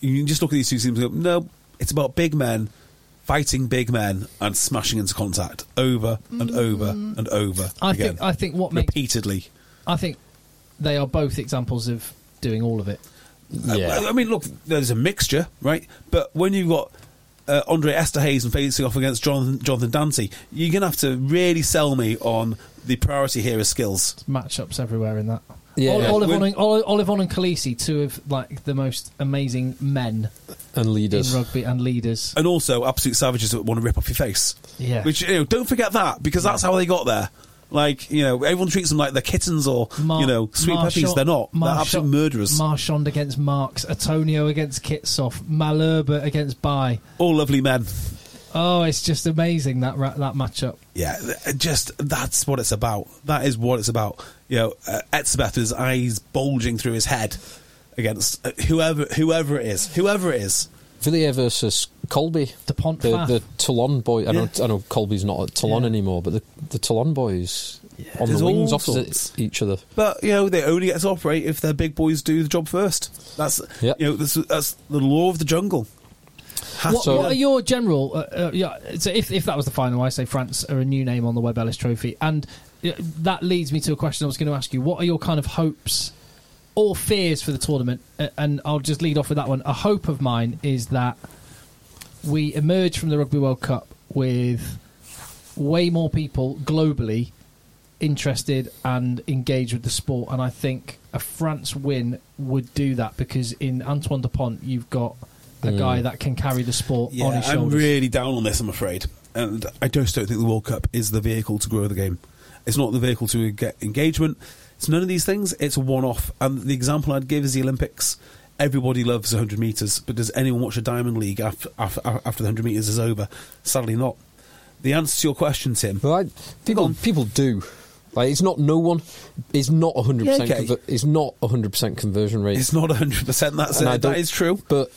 Speaker 3: You can just look at these two teams and go, no, it's about big men fighting big men and smashing into contact over and over and over
Speaker 1: Mm. I
Speaker 3: again.
Speaker 1: think I think what makes
Speaker 3: repeatedly.
Speaker 1: I think they are both examples of doing all of it.
Speaker 3: I- I,
Speaker 2: Yeah.
Speaker 3: mean, look, there's a mixture, right? But when you've got uh, Andre Esterhazen facing off against Jonathan, Jonathan Dante, you're going to have to really sell me on the priority here is skills.
Speaker 1: matchups everywhere in that.
Speaker 2: Yeah,
Speaker 1: Ol-
Speaker 2: yeah.
Speaker 1: Olive,
Speaker 3: We're-
Speaker 1: on and, Ol- Olive on and Khaleesi, two of like the most amazing men
Speaker 2: And leaders.
Speaker 1: in rugby and leaders.
Speaker 3: And also, absolute savages that want to rip off your face.
Speaker 1: Yeah.
Speaker 3: Which, you know, don't forget that, because that's how they got there. Like, you know, everyone treats them like they're kittens or,
Speaker 1: Mar-
Speaker 3: you know, sweet
Speaker 1: Marshall-
Speaker 3: puppies. They're not. they're
Speaker 1: Marshall-
Speaker 3: absolute murderers.
Speaker 1: Marchand against Marks, Atonio against Kitsoff, Malherbe against Bai.
Speaker 3: All lovely men.
Speaker 1: Oh, it's just amazing that ra- that matchup.
Speaker 3: Yeah, th- just that's what it's about. That is what it's about. You know, uh, Etzebeth with his eyes bulging through his head against uh, whoever whoever it is, whoever it is.
Speaker 2: Villiers versus Colby.
Speaker 1: Dupont
Speaker 2: the,
Speaker 1: Pfaff.
Speaker 2: the Toulon boy. I know,
Speaker 3: Yeah.
Speaker 2: I know Colby's not at Toulon
Speaker 1: Yeah.
Speaker 2: anymore, but the, the Toulon boys on
Speaker 3: There's
Speaker 2: the wings
Speaker 3: all
Speaker 2: opposite
Speaker 3: sorts.
Speaker 2: each other.
Speaker 3: But you know, they only get to operate if their big boys do the job first. That's
Speaker 2: Yeah.
Speaker 3: you know, this, that's the law of the jungle. Has
Speaker 1: What,
Speaker 3: to be
Speaker 1: what
Speaker 3: done.
Speaker 1: are your general? Uh, uh, yeah, so if, if that was the final, I say France are a new name on the Webb Ellis Trophy, and uh, that leads me to a question I was going to ask you. What are your kind of hopes or fears for the tournament? Uh, and I'll just lead off with that one. A hope of mine is that we emerge from the Rugby World Cup with way more people globally interested and engaged with the sport. And I think a France win would do that because in Antoine Dupont, you've got a guy that can carry the sport
Speaker 3: Mm. Yeah,
Speaker 1: on his
Speaker 3: I'm
Speaker 1: shoulders.
Speaker 3: really down on this, I'm afraid. And I just don't think the World Cup is the vehicle to grow the game. It's not the vehicle to get engagement. It's none of these things. It's a one off. And the example I'd give is the Olympics. Everybody loves 100 metres, but does anyone watch a Diamond League after, after, after the 100 metres is over? Sadly, not. The answer to your question, Tim.
Speaker 2: But like, people,
Speaker 3: on.
Speaker 2: people do. Like it's not no one. It's not hundred percent.
Speaker 3: Yeah, okay.
Speaker 2: Conver- it's not hundred percent conversion rate.
Speaker 3: It's not 100%. That's
Speaker 2: And I
Speaker 3: it.
Speaker 2: don't-
Speaker 3: That is true.
Speaker 2: But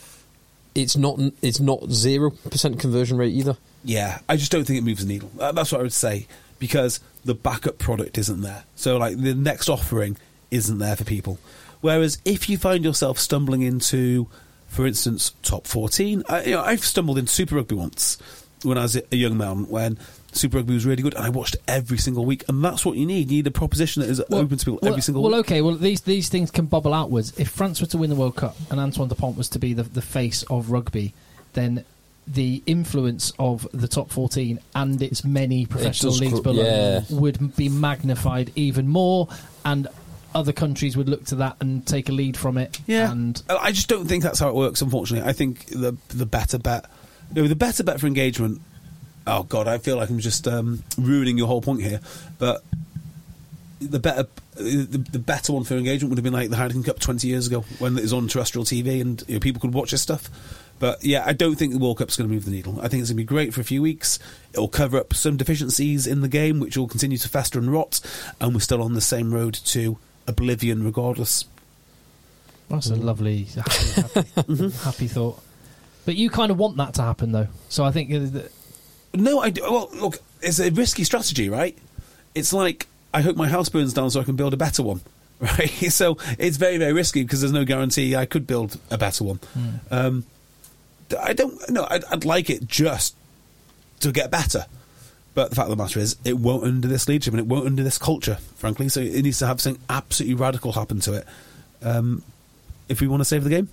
Speaker 2: it's not. It's not zero percent conversion rate either.
Speaker 3: Yeah, I just don't think it moves the needle. That- That's what I would say because the backup product isn't there. So like the next offering isn't there for people. Whereas if you find yourself stumbling into, for instance, top fourteen, I, you know, I've stumbled into Super Rugby once when I was a young man when Super Rugby was really good, and I watched every single week, and that's what you need. You need a proposition that is open to people
Speaker 1: well,
Speaker 3: every single
Speaker 1: well,
Speaker 3: week.
Speaker 1: okay. Well, these these things can bubble outwards. If France were to win the World Cup and Antoine Dupont was to be the, the face of rugby, then the influence of the top 14 and its many professional
Speaker 2: does
Speaker 1: leagues
Speaker 2: cr-
Speaker 1: below
Speaker 2: yeah.
Speaker 1: would be magnified even more, and other countries would look to that and take a lead from it.
Speaker 3: Yeah,
Speaker 1: And
Speaker 3: I I just don't think that's how it works. Unfortunately, I think the the better bet, you know, the better bet for engagement. Oh God, I feel like I'm just um, ruining your whole point here. But the better, the, the better one for engagement would have been like the Heineken Cup 20 years ago when it was on terrestrial TV and you know, people could watch this stuff. But yeah, I don't think the World Cup's going to move the needle. I think it's going to be great for a few weeks. It'll cover up some deficiencies in the game, which will continue to fester and rot, and we're still on the same road to oblivion, regardless.
Speaker 1: that's a lovely, happy, happy,
Speaker 3: Mm-hmm.
Speaker 1: happy thought. But you kind of want that to happen, though. So I think uh, th-
Speaker 3: No, I do. Well, look, it's a risky strategy, right? It's like I hope my house burns down so I can build a better one, right? So it's very, very risky because there's no guarantee I could build a better one. Um, d- I don't. No, I'd, I'd like it just to get better. But the fact of the matter is, it won't under this leadership and it won't under this culture, frankly. So it needs to have something absolutely radical happen to it um, if we want to save the game.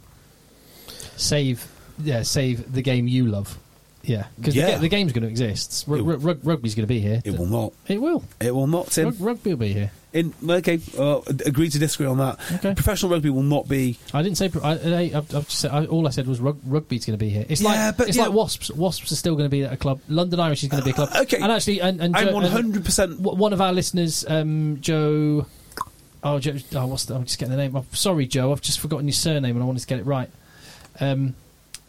Speaker 1: save yeah save the game you love yeah because
Speaker 3: Yeah.
Speaker 1: the, ga- the game's going to exist Ru-
Speaker 3: It-
Speaker 1: ru- rug- rugby's going to be here
Speaker 3: It will not.
Speaker 1: it will
Speaker 3: It will not, Tim.
Speaker 1: Rug- rugby will be here
Speaker 3: In, okay, uh, agree to disagree on that.
Speaker 1: Okay.
Speaker 3: Professional rugby will not be.
Speaker 1: I didn't say. pro- I, I, I've I've just said, I, all I said was rug, rugby's going to be here. It's
Speaker 3: Yeah,
Speaker 1: like
Speaker 3: but,
Speaker 1: it's
Speaker 3: you
Speaker 1: like
Speaker 3: know-
Speaker 1: wasps. Wasps are still going to be at a club. London Irish is going to be a club.
Speaker 3: Uh, okay.
Speaker 1: and actually, and, and
Speaker 3: I'm
Speaker 1: Joe- and
Speaker 3: 100. percent
Speaker 1: w- one of our listeners, um, Joe. Oh, Joe. Oh, what's the, I'm just getting the name. I'm sorry, Joe. I've just forgotten your surname, and I wanted to get it right. Um,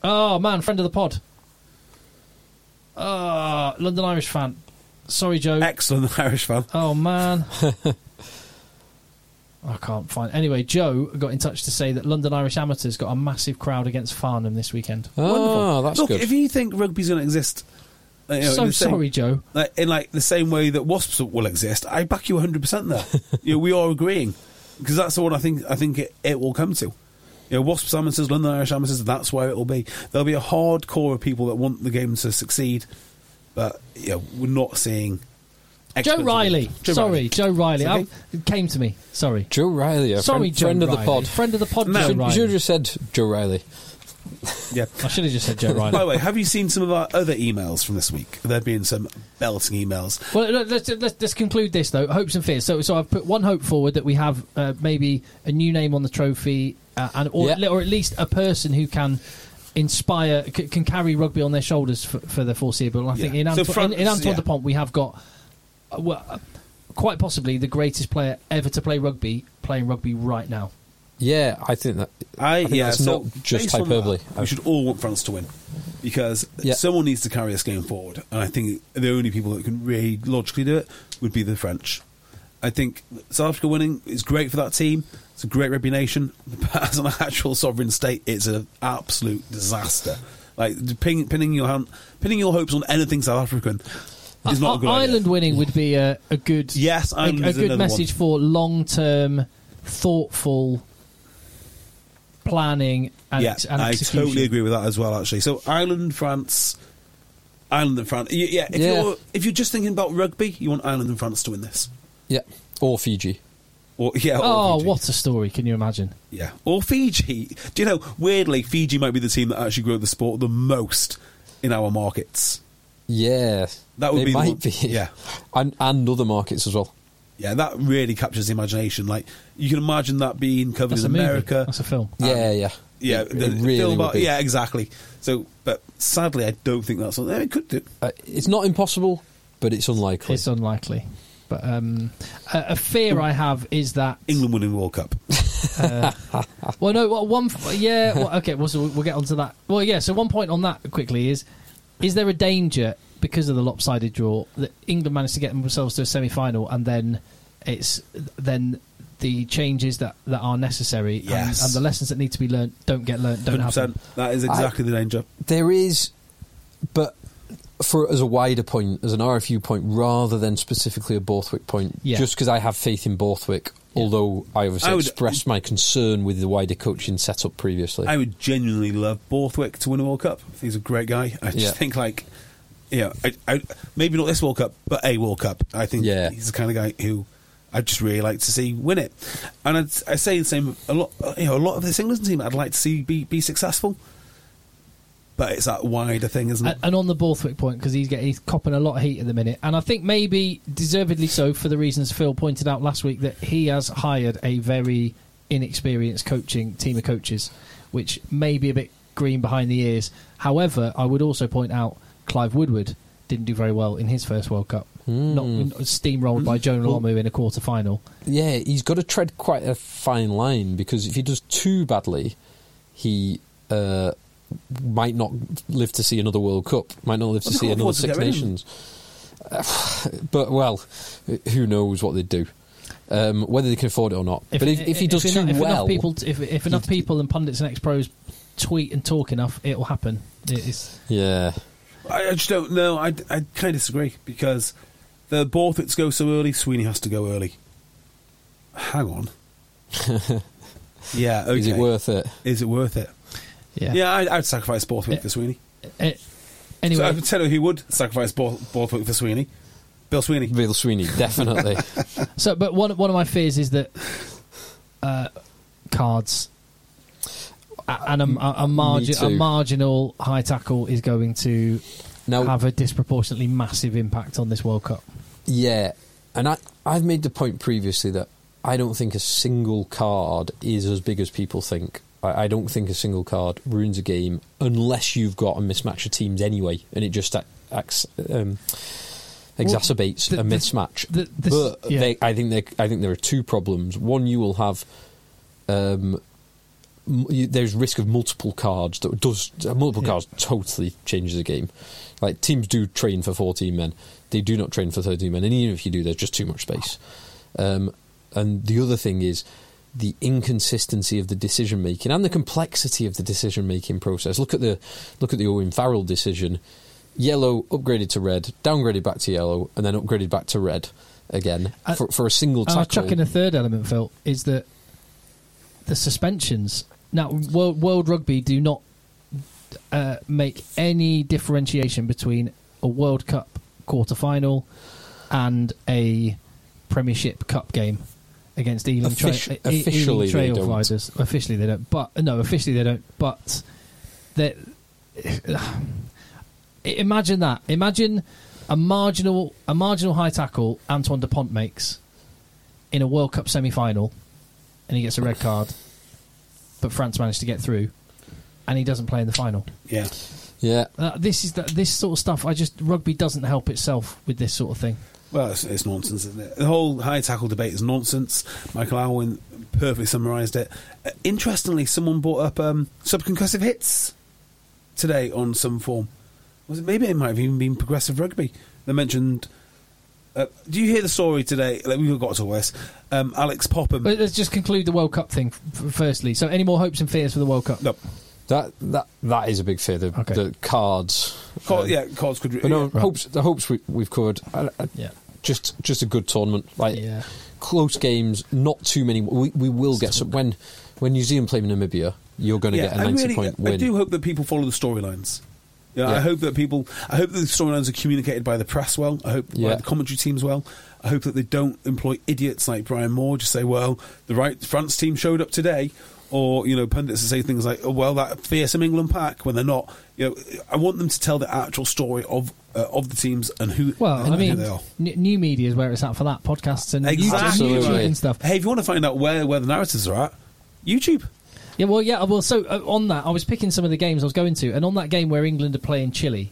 Speaker 1: oh man, friend of the pod. Ah, London Irish fan. Sorry, Joe.
Speaker 3: Excellent Irish fan.
Speaker 1: Oh man. I can't find. Anyway, Joe got in touch to say that London Irish amateurs got a massive crowd against Farnham this weekend.
Speaker 2: Ah,
Speaker 3: Wonderful.
Speaker 2: that's
Speaker 3: Look,
Speaker 2: good.
Speaker 3: if you think rugby's going to exist uh, you know, in
Speaker 1: so
Speaker 3: the same-
Speaker 1: sorry, Joe.
Speaker 3: Like, in like the same way that wasps will exist, I back you 100 percent there. you know, we are agreeing because that's what I think. I think it, it will come to. You know, wasps amateurs, London Irish amateurs. That's where it will be. There'll be a hardcore of people that want the game to succeed, but you know, we're not seeing. experts
Speaker 1: Joe
Speaker 3: in it.
Speaker 1: Riley.
Speaker 3: Joe
Speaker 1: sorry,
Speaker 3: Riley.
Speaker 1: Joe Riley.
Speaker 3: It's
Speaker 1: I-
Speaker 3: okay.
Speaker 1: it came to me. Sorry.
Speaker 2: Joe Riley, a
Speaker 1: sorry,
Speaker 2: friend,
Speaker 1: Joe
Speaker 2: friend of the
Speaker 1: Riley.
Speaker 2: pod.
Speaker 1: Friend of the pod,
Speaker 3: No.
Speaker 1: Joe
Speaker 3: Should-
Speaker 2: You should have
Speaker 1: Riley.
Speaker 2: just said Joe Riley.
Speaker 3: Yeah.
Speaker 1: I should have just said Joe Riley.
Speaker 3: By the way, have you seen some of our other emails from this week? There have been some belting emails.
Speaker 1: Well, let- let's, let's let's conclude this though. Hopes and fears. So, so I've put one hope forward that we have uh, maybe a new name on the trophy, uh, and or,
Speaker 2: Yeah.
Speaker 1: or at least a person who can inspire, c- can carry rugby on their shoulders for, for the foreseeable. I think
Speaker 3: Yeah.
Speaker 1: in,
Speaker 3: So
Speaker 1: Anto-
Speaker 3: France-
Speaker 1: in, in Antoine
Speaker 3: yeah.
Speaker 1: de Pont we have got, uh, well, uh, quite possibly the greatest player ever to play rugby playing rugby right now.
Speaker 2: Yeah, I think that.
Speaker 3: I,
Speaker 2: think
Speaker 3: yeah,
Speaker 2: that's
Speaker 3: so
Speaker 2: not just
Speaker 3: based on
Speaker 2: hyperbole.
Speaker 3: That, we should all want France to win because
Speaker 2: Yeah.
Speaker 3: someone needs to carry this game forward, and I think the only people that can really logically do it would be the French. I think South Africa winning is great for that team. It's a great rugby nation, but as an actual sovereign state, it's an absolute disaster. Like pin, pinning your hand, pinning your hopes on anything South African is not a
Speaker 1: Uh, I-
Speaker 3: good. idea.
Speaker 1: Ireland winning would be a, a good
Speaker 3: Yes,
Speaker 1: a,
Speaker 3: Ireland
Speaker 1: a
Speaker 3: is
Speaker 1: good
Speaker 3: another
Speaker 1: message
Speaker 3: one.
Speaker 1: for long term, thoughtful planning and,
Speaker 3: yeah,
Speaker 1: ex- and
Speaker 3: I
Speaker 1: execution.
Speaker 3: totally agree with that as well. Actually, so Ireland, France, Ireland and France. Y- Yeah, if
Speaker 2: Yeah.
Speaker 3: you're if you're just thinking about rugby, you want Ireland and France to win this.
Speaker 2: Yeah, or Fiji.
Speaker 3: Or yeah, or
Speaker 1: Oh,
Speaker 3: Fiji.
Speaker 1: what a story! Can you imagine?
Speaker 3: Yeah, or Fiji. Do you know? Weirdly, Fiji might be the team that actually grow the sport the most in our markets.
Speaker 2: Yeah,
Speaker 3: That would
Speaker 2: they
Speaker 3: be the
Speaker 2: might
Speaker 3: one-
Speaker 2: be.
Speaker 3: yeah.
Speaker 2: and and other markets as well.
Speaker 3: Yeah, that really captures the imagination. Like you can imagine that being covered
Speaker 1: That's a
Speaker 3: in America.
Speaker 1: movie. That's a film.
Speaker 2: Yeah, yeah,
Speaker 3: Um, yeah,
Speaker 2: It,
Speaker 3: the
Speaker 2: it really
Speaker 3: film
Speaker 2: would
Speaker 3: about-
Speaker 2: be.
Speaker 3: yeah, exactly. So, but sadly, I don't think that's something. It could do.
Speaker 2: Uh, it's not impossible, but it's unlikely.
Speaker 1: It's unlikely, but um, a, a fear I have is that
Speaker 3: England winning World Cup.
Speaker 1: Well, no, well, one. f- Yeah, well, okay. Well, so we'll we'll get onto that. Well, yeah. So one point on that quickly is: is there a danger because of the lopsided draw that England managed to get themselves to a semi-final, and then it's then the changes that, that are necessary and-
Speaker 3: Yes.
Speaker 1: and, the lessons that need to be learned don't get learned, don't happen.
Speaker 3: 100%. That is exactly the danger.
Speaker 2: There is, but for as a wider point, as an RFU point, rather than specifically a Borthwick point,
Speaker 1: Yeah.
Speaker 2: just because I have faith in Borthwick, although I obviously
Speaker 3: I would-
Speaker 2: expressed my concern with the wider coaching setup previously.
Speaker 3: I would genuinely love Borthwick to win a World Cup. I think he's a great guy. I just
Speaker 2: Yeah.
Speaker 3: think like, yeah, I, I, maybe not this World Cup, but a World Cup. I think
Speaker 2: Yeah.
Speaker 3: he's the kind of guy who I'd just really like to see win it. And I'd, I say the same a lot. You know, a lot of this England team I'd like to see be, be successful. But it's that wider thing, isn't it?
Speaker 1: And, and on the Borthwick point, because he's getting he's copping a lot of heat at the minute, and I think maybe deservedly so for the reasons Phil pointed out last week that he has hired a very inexperienced coaching team of coaches, which may be a bit green behind the ears. However, I would also point out Clive Woodward didn't do very well in his first World Cup,
Speaker 2: Hmm.
Speaker 1: not steamrolled by Joan Lomu in a quarter final.
Speaker 2: Yeah, he's got to tread quite a fine line because if he does too badly, he uh, might not live to see another World Cup, might not live to
Speaker 3: Well, they
Speaker 2: see another
Speaker 3: can't afford to
Speaker 2: Six
Speaker 3: get rid of him.
Speaker 2: Nations. but well, who knows what they do, um, whether they can afford it or not. but if, if he does too
Speaker 1: enough, if
Speaker 2: well,
Speaker 1: enough people, if, if enough people and pundits and ex pros tweet and talk enough, it will happen. It is.
Speaker 2: yeah,
Speaker 3: I, I just don't know. I, I kind of disagree because the Borthwicks go so early, Sweeney has to go early. Hang on. yeah, okay.
Speaker 2: is it worth it?
Speaker 3: Is it worth it?
Speaker 1: Yeah.
Speaker 3: Yeah, I'd, I'd sacrifice Borthwick
Speaker 1: Yeah.
Speaker 3: for Sweeney.
Speaker 1: Uh,
Speaker 3: So I
Speaker 1: anyway,
Speaker 3: would tell you who would sacrifice Bor- Borthwick for Sweeney. Bill Sweeney.
Speaker 2: Bill Sweeney, definitely.
Speaker 1: so but one one of my fears is that uh, cards a- and a, a, a margin a
Speaker 2: too.
Speaker 1: marginal high tackle is going to
Speaker 2: now,
Speaker 1: have a disproportionately massive impact on this World Cup.
Speaker 2: Yeah, and I I've made the point previously that I don't think a single card is as big as people think. I, I don't think a single card ruins a game unless you've got a mismatch of teams anyway, and it just ac- acts, um, exacerbates
Speaker 1: the-
Speaker 2: a
Speaker 1: the-
Speaker 2: mismatch.
Speaker 1: the- this-
Speaker 2: but
Speaker 1: yeah.
Speaker 2: they, I think they, I think there are two problems. One, you will have. Um, m- you- there's risk of multiple cards that does uh, multiple cards totally changes the game. Like teams do train for 14 men, they do not train for 13 men, and even if you do, there's just too much space. Um, and the other thing is the inconsistency of the decision making and the complexity of the decision making process. Look at the look at the Owen Farrell decision. yellow upgraded to red, downgraded back to yellow, and then upgraded back to red again
Speaker 1: Uh,
Speaker 2: for, for a single
Speaker 1: And I'll
Speaker 2: tackle.
Speaker 1: chuck in a third element, Phil, is that the suspensions. Now, World, World Rugby do not uh, make any differentiation between a World Cup quarter final and a Premiership Cup game against Ealing, Tra-
Speaker 2: Offici-
Speaker 1: E- Ealing
Speaker 2: officially they
Speaker 1: Trail
Speaker 2: don't.
Speaker 1: Riders. Officially, they don't. But no, officially they don't. But they imagine that. Imagine a marginal a marginal high tackle Antoine Dupont makes in a World Cup semi final, and he gets a red card, but France managed to get through, and he doesn't play in the final.
Speaker 3: Yeah.
Speaker 2: yeah,
Speaker 1: Uh, this is the, this sort of stuff. I just rugby doesn't help itself with this sort of thing.
Speaker 3: Well, it's, it's nonsense, isn't it? The whole high tackle debate is nonsense. Michael Alwyn perfectly summarised it. Uh, interestingly, someone brought up um, subconcussive hits today on some form. Was it maybe it might have even been progressive rugby? They mentioned. Uh, do you hear the story today? Like, we've got to all this. Um, Alex Popham.
Speaker 1: But let's just conclude the World Cup thing f- firstly. So, any more hopes and fears for the World Cup?
Speaker 3: no,
Speaker 2: that that that is a big fear. The,
Speaker 1: Okay.
Speaker 2: the cards,
Speaker 3: Col-
Speaker 2: um,
Speaker 3: yeah, cards could.
Speaker 2: But no,
Speaker 3: yeah.
Speaker 2: hopes the hopes we, we've covered. I, I,
Speaker 1: Yeah.
Speaker 2: just just a good tournament. Like
Speaker 1: Yeah.
Speaker 2: close games, not too many. We, we will get some when when New Zealand play Namibia. You're going to get a
Speaker 3: I
Speaker 2: ninety
Speaker 3: really-
Speaker 2: point
Speaker 3: I
Speaker 2: win.
Speaker 3: do hope that people follow the storylines. Yeah, I
Speaker 2: Yeah.
Speaker 3: hope that people. I hope that the storylines are communicated by the press well. I hope by
Speaker 2: Yeah.
Speaker 3: the commentary teams well. I hope that they don't employ idiots like Brian Moore. Just say, well, the right France team showed up today, or you know, pundits that say things like, oh, well, that fearsome England pack when they're not. You know, I want them to tell the actual story of uh, of the teams and who.
Speaker 1: Well,
Speaker 3: and
Speaker 1: I
Speaker 3: who
Speaker 1: mean,
Speaker 3: they are.
Speaker 1: n- new media is where it's at for that podcasts and
Speaker 3: Exactly.
Speaker 1: YouTube, YouTube and stuff.
Speaker 3: Hey, if you want to find out where where the narratives are at, YouTube.
Speaker 1: Yeah, well, yeah, well. So uh, on that, I was picking some of the games I was going to, and on that game where England are playing Chile,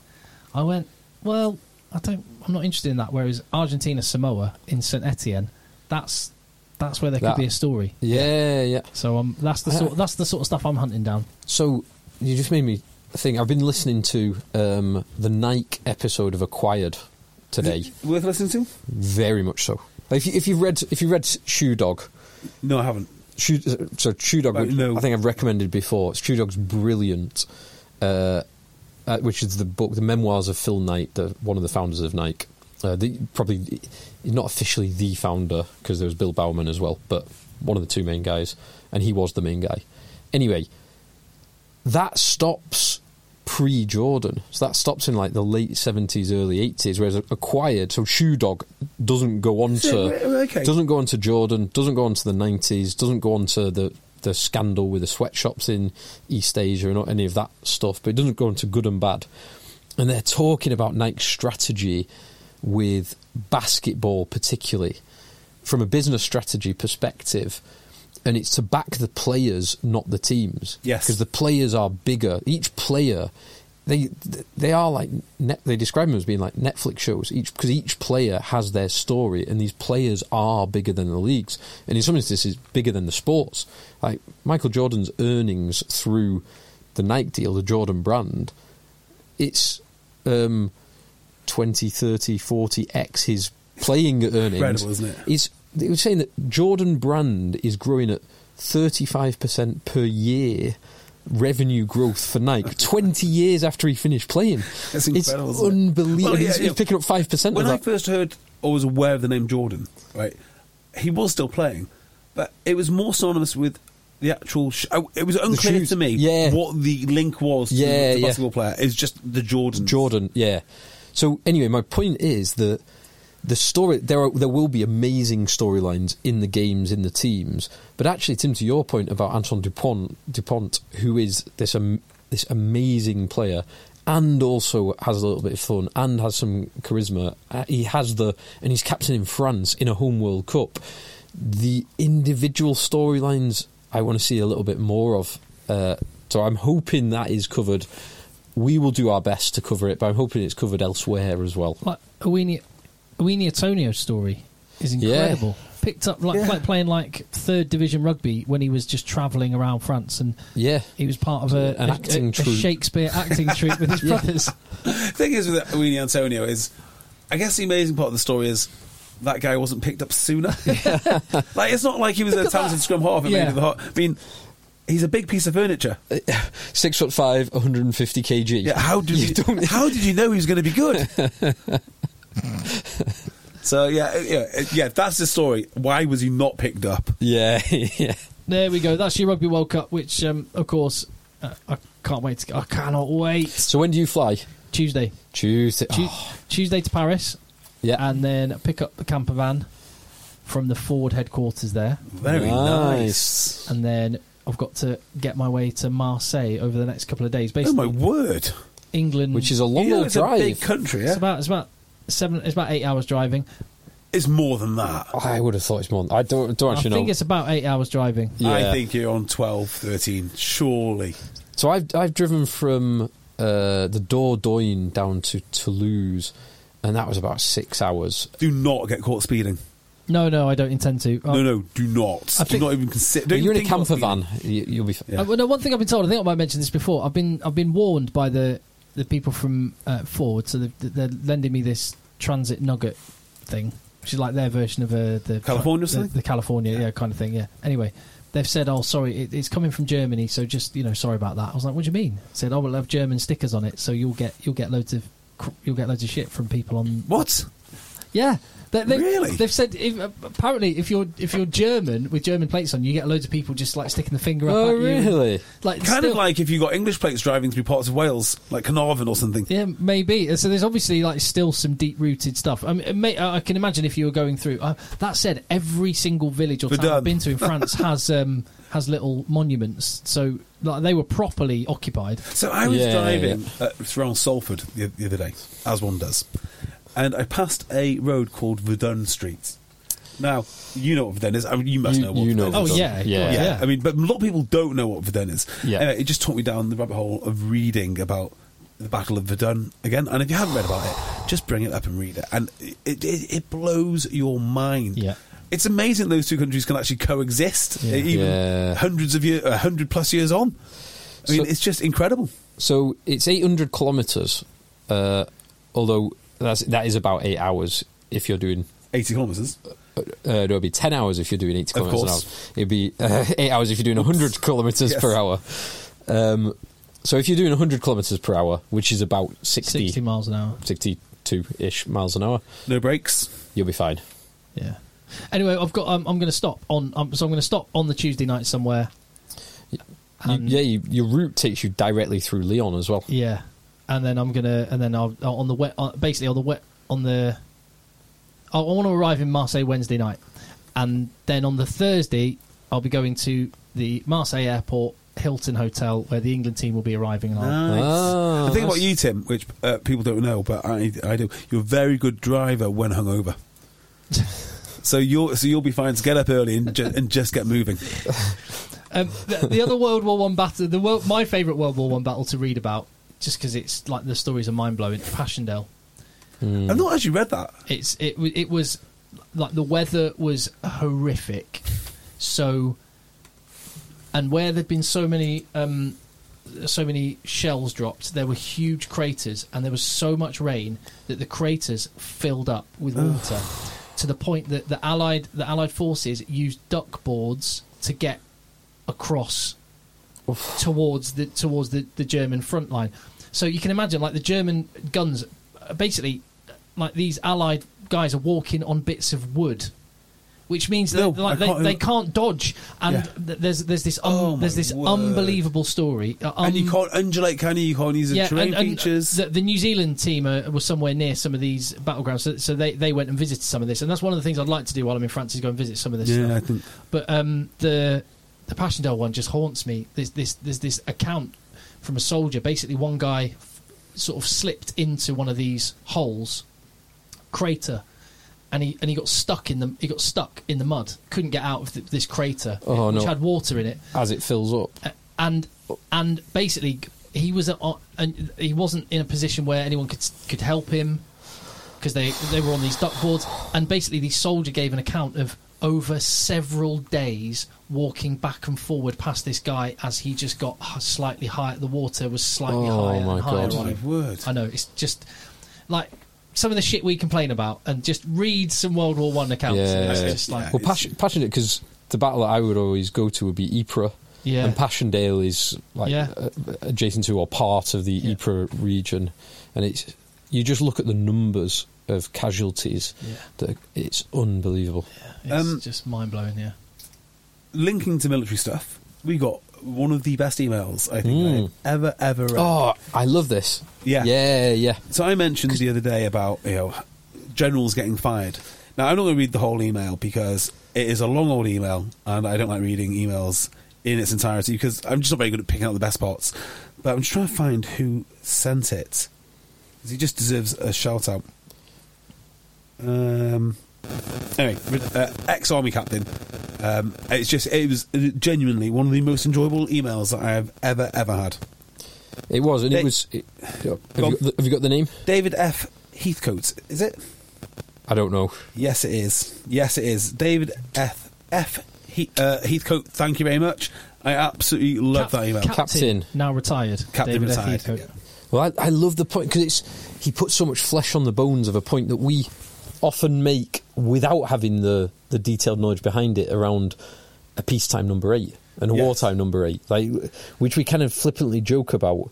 Speaker 1: I went, well, I don't, I'm not interested in that. Whereas Argentina Samoa in Saint Etienne, that's that's where there could
Speaker 2: That-
Speaker 1: be a story.
Speaker 2: yeah, yeah.
Speaker 1: So um, that's the sort that's the sort of stuff I'm hunting down.
Speaker 2: So you just made me think. I've been listening to um, the Nike episode of Acquired today.
Speaker 3: Worth listening to?
Speaker 2: Very much so. If you, if you've read if you read Shoe Dog,
Speaker 3: No, I haven't.
Speaker 2: Shoe, uh, so Shoe Dog,
Speaker 3: Right,
Speaker 2: which
Speaker 3: Uh, no.
Speaker 2: I think I've recommended before. Shoe Dog's brilliant, uh, uh, which is the book, the memoirs of Phil Knight, the, one of the founders of Nike. Uh, the, probably he's not officially the founder because there was Bill Bowman as well, but one of the two main guys, and he was the main guy. Anyway, that stops pre Jordan. So that stops in like the late 70s, early 80s, whereas acquired, so Shoe Dog doesn't go on to.
Speaker 3: Okay.
Speaker 2: Doesn't go on to Jordan, doesn't go on to the 90s, doesn't go on to the, the scandal with the sweatshops in East Asia and any of that stuff, but it doesn't go on to good and bad. And they're talking about Nike's strategy with basketball, particularly from a business strategy perspective. And it's to back the players, not the teams.
Speaker 3: Yes.
Speaker 2: Because the players are bigger. Each player, they they are like net, they describe them as being like Netflix shows. Each because each player has their story, and these players are bigger than the leagues, and in some instances, bigger than the sports. Like Michael Jordan's earnings through the Nike deal, the Jordan brand, it's um, 20, 30, 40x his playing earnings.
Speaker 3: incredible, isn't it?
Speaker 2: It's, they were saying that Jordan Brand is growing at 35% per year revenue growth for Nike 20 years after he finished playing.
Speaker 3: That's incredible.
Speaker 2: It's
Speaker 3: isn't it?
Speaker 2: unbelievable.
Speaker 3: Well, yeah,
Speaker 2: he's,
Speaker 3: yeah.
Speaker 2: he's picking up 5%
Speaker 3: When
Speaker 2: of
Speaker 3: I
Speaker 2: that.
Speaker 3: first heard or was aware of the name Jordan, right, he was still playing, but it was more synonymous with the actual. Sh- I- it was unclear
Speaker 2: shoes.
Speaker 3: to me
Speaker 2: Yeah.
Speaker 3: what the link was to
Speaker 2: Yeah,
Speaker 3: the
Speaker 2: yeah.
Speaker 3: basketball player. It's just the Jordan.
Speaker 2: Jordan, yeah. So anyway, my point is that the story there are, there will be amazing storylines in the games in the teams, but actually, Tim, to your point about Antoine Dupont, Dupont, who is this um, this amazing player. And also has a little bit of fun and has some charisma. Uh, he has the and he's captain in France in a home World Cup. The individual storylines I want to see a little bit more of. Uh, so I'm hoping that is covered we will do our best to cover it, but I'm hoping it's covered elsewhere as well.
Speaker 1: Like Awini, Awini Atonio's story is
Speaker 2: Yeah.
Speaker 1: incredible. Picked up like, like playing like third division rugby when he was just travelling around France, and
Speaker 2: Yeah.
Speaker 1: he was part of a,
Speaker 2: An
Speaker 1: a-
Speaker 2: acting
Speaker 1: a- a
Speaker 2: troupe.
Speaker 1: Shakespeare acting troupe with his brothers.
Speaker 3: The thing is with Winnie Antonio is, I guess the amazing part of the story is. That guy wasn't picked up sooner. like it's not like he was a talented scrum half. and
Speaker 1: Yeah.
Speaker 3: made it the hot. I mean, He's a big piece of furniture.
Speaker 2: Six foot five, 150 kg.
Speaker 3: Yeah, how did you,
Speaker 2: don't-
Speaker 3: how did you know he was going to be good? so yeah, yeah, yeah. That's the story. Why was he not picked up?
Speaker 2: yeah, yeah.
Speaker 1: There we go. That's your Rugby World Cup, which, um, of course, uh, I can't wait. To, I cannot wait.
Speaker 2: So when do you fly?
Speaker 1: Tuesday,
Speaker 2: Tuesday.
Speaker 1: Tu-
Speaker 2: Oh,
Speaker 1: Tuesday to Paris,
Speaker 2: yeah.
Speaker 1: and then pick up the camper van from the Ford headquarters there,
Speaker 3: Very nice.
Speaker 1: and then I've got to get my way to Marseille over the next couple of days.
Speaker 3: Oh
Speaker 1: Basically,
Speaker 3: my word!
Speaker 1: England,
Speaker 2: Which is a long
Speaker 3: You know,
Speaker 2: old
Speaker 3: it's
Speaker 2: drive.
Speaker 3: a big country.
Speaker 1: it's
Speaker 3: Yeah?
Speaker 1: about it's about seven, it's about eight hours driving.
Speaker 3: It's more than that.
Speaker 2: I would have thought it's more. Than, I don't, don't
Speaker 1: I
Speaker 2: actually
Speaker 1: think
Speaker 2: know.
Speaker 1: it's about eight hours driving.
Speaker 2: Yeah.
Speaker 3: I think you're on 12, 13, surely.
Speaker 2: So I've I've driven from uh, the Dordogne down to Toulouse, and that was about six hours.
Speaker 3: Do not get caught speeding.
Speaker 1: No, no, I don't intend to. Um,
Speaker 3: No, no, do not.
Speaker 1: I
Speaker 3: do
Speaker 1: think-
Speaker 3: not even consider.
Speaker 2: But
Speaker 3: Don't
Speaker 2: you're in a
Speaker 3: think about
Speaker 2: camper
Speaker 3: speeding.
Speaker 2: van. You, you'll be. f-
Speaker 3: Yeah.
Speaker 1: Uh, well, no, one thing I've been told, I think I might mention this before. I've been I've been warned by the the people from uh, Ford, so they're, they're lending me this transit nugget thing, which is like their version of uh, the
Speaker 3: California
Speaker 1: the,
Speaker 3: thing?
Speaker 1: the California, yeah. kind of thing. Yeah. Anyway, they've said, oh, sorry, it, it's coming from Germany, so just you know, sorry about that. I was like, what do you mean? Said, oh, we'll have German stickers on it, so you'll get you'll get loads of cr- you'll get loads of shit from people on
Speaker 3: What?
Speaker 1: yeah. They, they,
Speaker 3: Really?
Speaker 1: They've said if, apparently if you're if you're German with German plates on, you get loads of people just like sticking the finger up.
Speaker 2: Oh,
Speaker 1: at you.
Speaker 2: really?
Speaker 1: Like
Speaker 3: Kind
Speaker 1: still-
Speaker 3: of like if you got English plates driving through parts of Wales, like Carnarvon or something.
Speaker 1: Yeah, maybe. So there's obviously like still some deep-rooted stuff. I, mean, it may, I can imagine if you were going through. Uh, that said, every single village or
Speaker 3: We're
Speaker 1: town
Speaker 3: done.
Speaker 1: I've been to in France has um, has little monuments. So like, they were properly occupied.
Speaker 3: So I was
Speaker 2: Yeah,
Speaker 3: driving uh, around Salford the, the other day, as one does, and I passed a road called Verdun Street. Now you know what Verdun is. I mean, you must
Speaker 2: You-
Speaker 3: know what
Speaker 2: you know
Speaker 3: Verdun
Speaker 1: Oh
Speaker 3: is.
Speaker 2: Verdun.
Speaker 1: yeah,
Speaker 2: Yeah.
Speaker 1: God,
Speaker 3: yeah.
Speaker 1: yeah.
Speaker 3: I mean, but a lot of people don't know what Verdun is.
Speaker 2: Yeah.
Speaker 3: Anyway, it just took me down the rabbit hole of reading about the Battle of Verdun again. And if you haven't read about it, just bring it up and read it, and it it, it blows your mind.
Speaker 1: Yeah.
Speaker 3: It's amazing those two countries can actually coexist,
Speaker 1: Yeah.
Speaker 3: even
Speaker 2: Yeah.
Speaker 3: hundreds of years, uh, hundred plus years on. I mean,
Speaker 2: So-
Speaker 3: it's just incredible.
Speaker 2: So it's 800 kilometers. Uh, although that's that is about eight hours if you're doing.
Speaker 3: 80 kilometres.
Speaker 2: Uh, it would be 10 hours if you're doing 80
Speaker 3: Of
Speaker 2: kilometers an
Speaker 3: course.
Speaker 2: hour. It'd be uh, 8 hours if you're doing 100 kilometers
Speaker 3: Yes.
Speaker 2: per hour. Um, so if you're doing 100 kilometers per hour, which is about 60,
Speaker 1: sixty miles an hour.
Speaker 2: 62 ish miles an hour,
Speaker 3: No brakes.
Speaker 2: you'll be fine.
Speaker 1: Yeah. Anyway, I've got. Um, I'm going to stop on. Um, so I'm going to stop on the Tuesday night somewhere.
Speaker 2: You-
Speaker 1: And-
Speaker 2: yeah, you, your route takes you directly through Lyon as well.
Speaker 1: Yeah, and then I'm gonna, and then I'll, I'll- on the wet, uh, basically on the wet, on the. I want to arrive in Marseille Wednesday night, and then on the Thursday I'll be going to the Marseille airport Hilton Hotel where the England team will be arriving. And I'll-
Speaker 2: Ah,
Speaker 3: the thing about you, Tim, which uh, people don't know, but I, I do, you're a very good driver when hungover. so you'll so you'll be fine to get up early and, ju- and just get moving.
Speaker 1: Um, the, the other World War One battle, the world, my favourite World War One battle to read about, just because it's like the stories are mind blowing. Passchendaele.
Speaker 2: Mm.
Speaker 3: I've not actually read that.
Speaker 1: It's it w- it was like the weather was horrific, so and where there'd been so many um, so many shells dropped, there were huge craters, and there was so much rain that the craters filled up with water to the point that the allied the allied forces used duck boards to get across towards the towards the, the German front line. So you can imagine, like the German guns, uh, basically, like these Allied guys are walking on bits of wood, which means that
Speaker 3: No,
Speaker 1: like
Speaker 3: I
Speaker 1: they,
Speaker 3: can't-
Speaker 1: they can't dodge. And
Speaker 3: Yeah.
Speaker 1: th- there's there's this um,
Speaker 3: Oh, my
Speaker 1: there's this
Speaker 3: word.
Speaker 1: unbelievable story. Uh,
Speaker 3: and you
Speaker 1: um,
Speaker 3: can't undulate, can you? You can't use the terrain features.
Speaker 1: the, the New Zealand team uh, was somewhere near some of these battlegrounds, so, so they, they went and visited some of this, and that's one of the things I'd like to do while I'm in France is go and visit some of this.
Speaker 3: yeah,
Speaker 1: stuff.
Speaker 3: I think
Speaker 1: But um, the the Passchendaele one just haunts me. There's this there's this account from a soldier. Basically, one guy f- sort of slipped into one of these holes, crater, and he and he got stuck in the he got stuck in the mud. Couldn't get out of th this crater,
Speaker 2: Oh,
Speaker 1: which
Speaker 2: no.
Speaker 1: had water in it
Speaker 2: as it fills up.
Speaker 1: and and basically he was a, and he wasn't in a position where anyone could could help him because they they were on these duck boards and basically the soldier gave an account of over several days walking back and forward past this guy as he just got h- slightly higher the water was slightly
Speaker 2: Oh,
Speaker 1: higher
Speaker 2: my
Speaker 1: and higher
Speaker 2: God.
Speaker 1: on
Speaker 3: my
Speaker 1: him.
Speaker 3: word.
Speaker 1: I know it's just like some of the shit we complain about and just read some World War One accounts
Speaker 2: Yeah.
Speaker 3: Uh,
Speaker 1: it's just like
Speaker 2: Well, passion, passionate because the battle that I would always go to would be Ypres.
Speaker 1: Yeah.
Speaker 2: and Passchendaele is like
Speaker 1: Yeah.
Speaker 2: uh, adjacent to or part of the
Speaker 1: Yeah.
Speaker 2: Ypres region, and it's you just look at the numbers of casualties
Speaker 1: Yeah.
Speaker 2: that are- it's unbelievable.
Speaker 1: It's
Speaker 3: Um,
Speaker 1: just mind blowing. Yeah.
Speaker 3: Linking to military stuff, we got one of the best emails I think
Speaker 2: Mm.
Speaker 3: I've ever ever read.
Speaker 2: Oh, I love this.
Speaker 3: Yeah.
Speaker 2: yeah, yeah.
Speaker 3: So I mentioned the other day about you know generals getting fired. Now I'm not going to read the whole email because it is a long old email, and I don't like reading emails in its entirety because I'm just not very good at picking out the best parts. But I'm just trying to find who sent it 'cause he just deserves a shout out. Um. Anyway, uh, ex army captain. Um, it's just it was genuinely one of the most enjoyable emails that I have ever ever had.
Speaker 2: It was, and it
Speaker 3: They-
Speaker 2: was. It, have, you
Speaker 3: on.
Speaker 2: got the, have you got the name?
Speaker 3: David F. Heathcote, is it?
Speaker 2: I don't know.
Speaker 3: Yes, it is. Yes, it is. David F. F. He, uh, Heathcote, thank you very much. I absolutely love
Speaker 1: Cap-
Speaker 3: that email.
Speaker 2: Captain.
Speaker 1: now retired.
Speaker 3: Captain
Speaker 1: David F.
Speaker 3: retired,
Speaker 1: Heathcote.
Speaker 3: yeah.
Speaker 2: Well, I, I love the point because it's he puts so much flesh on the bones of a point that we often make without having the the detailed knowledge behind it around a peacetime number eight and a
Speaker 3: Yes.
Speaker 2: wartime number eight, like which we kind of flippantly joke about,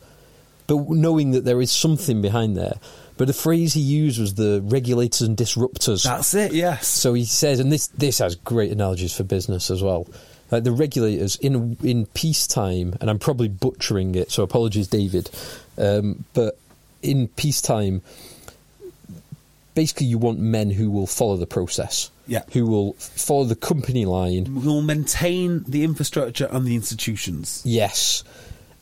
Speaker 2: but knowing that there is something behind there. But the phrase he used was the regulators and disruptors.
Speaker 3: That's it, yes.
Speaker 2: So he says, and this this has great analogies for business as well. Like the regulators in in peacetime, and I'm probably butchering it, so apologies, David. Um, but in peacetime, basically, you want men who will follow the process,
Speaker 3: Yeah.
Speaker 2: who will follow the company line,
Speaker 3: we'll maintain the infrastructure and the institutions.
Speaker 2: Yes.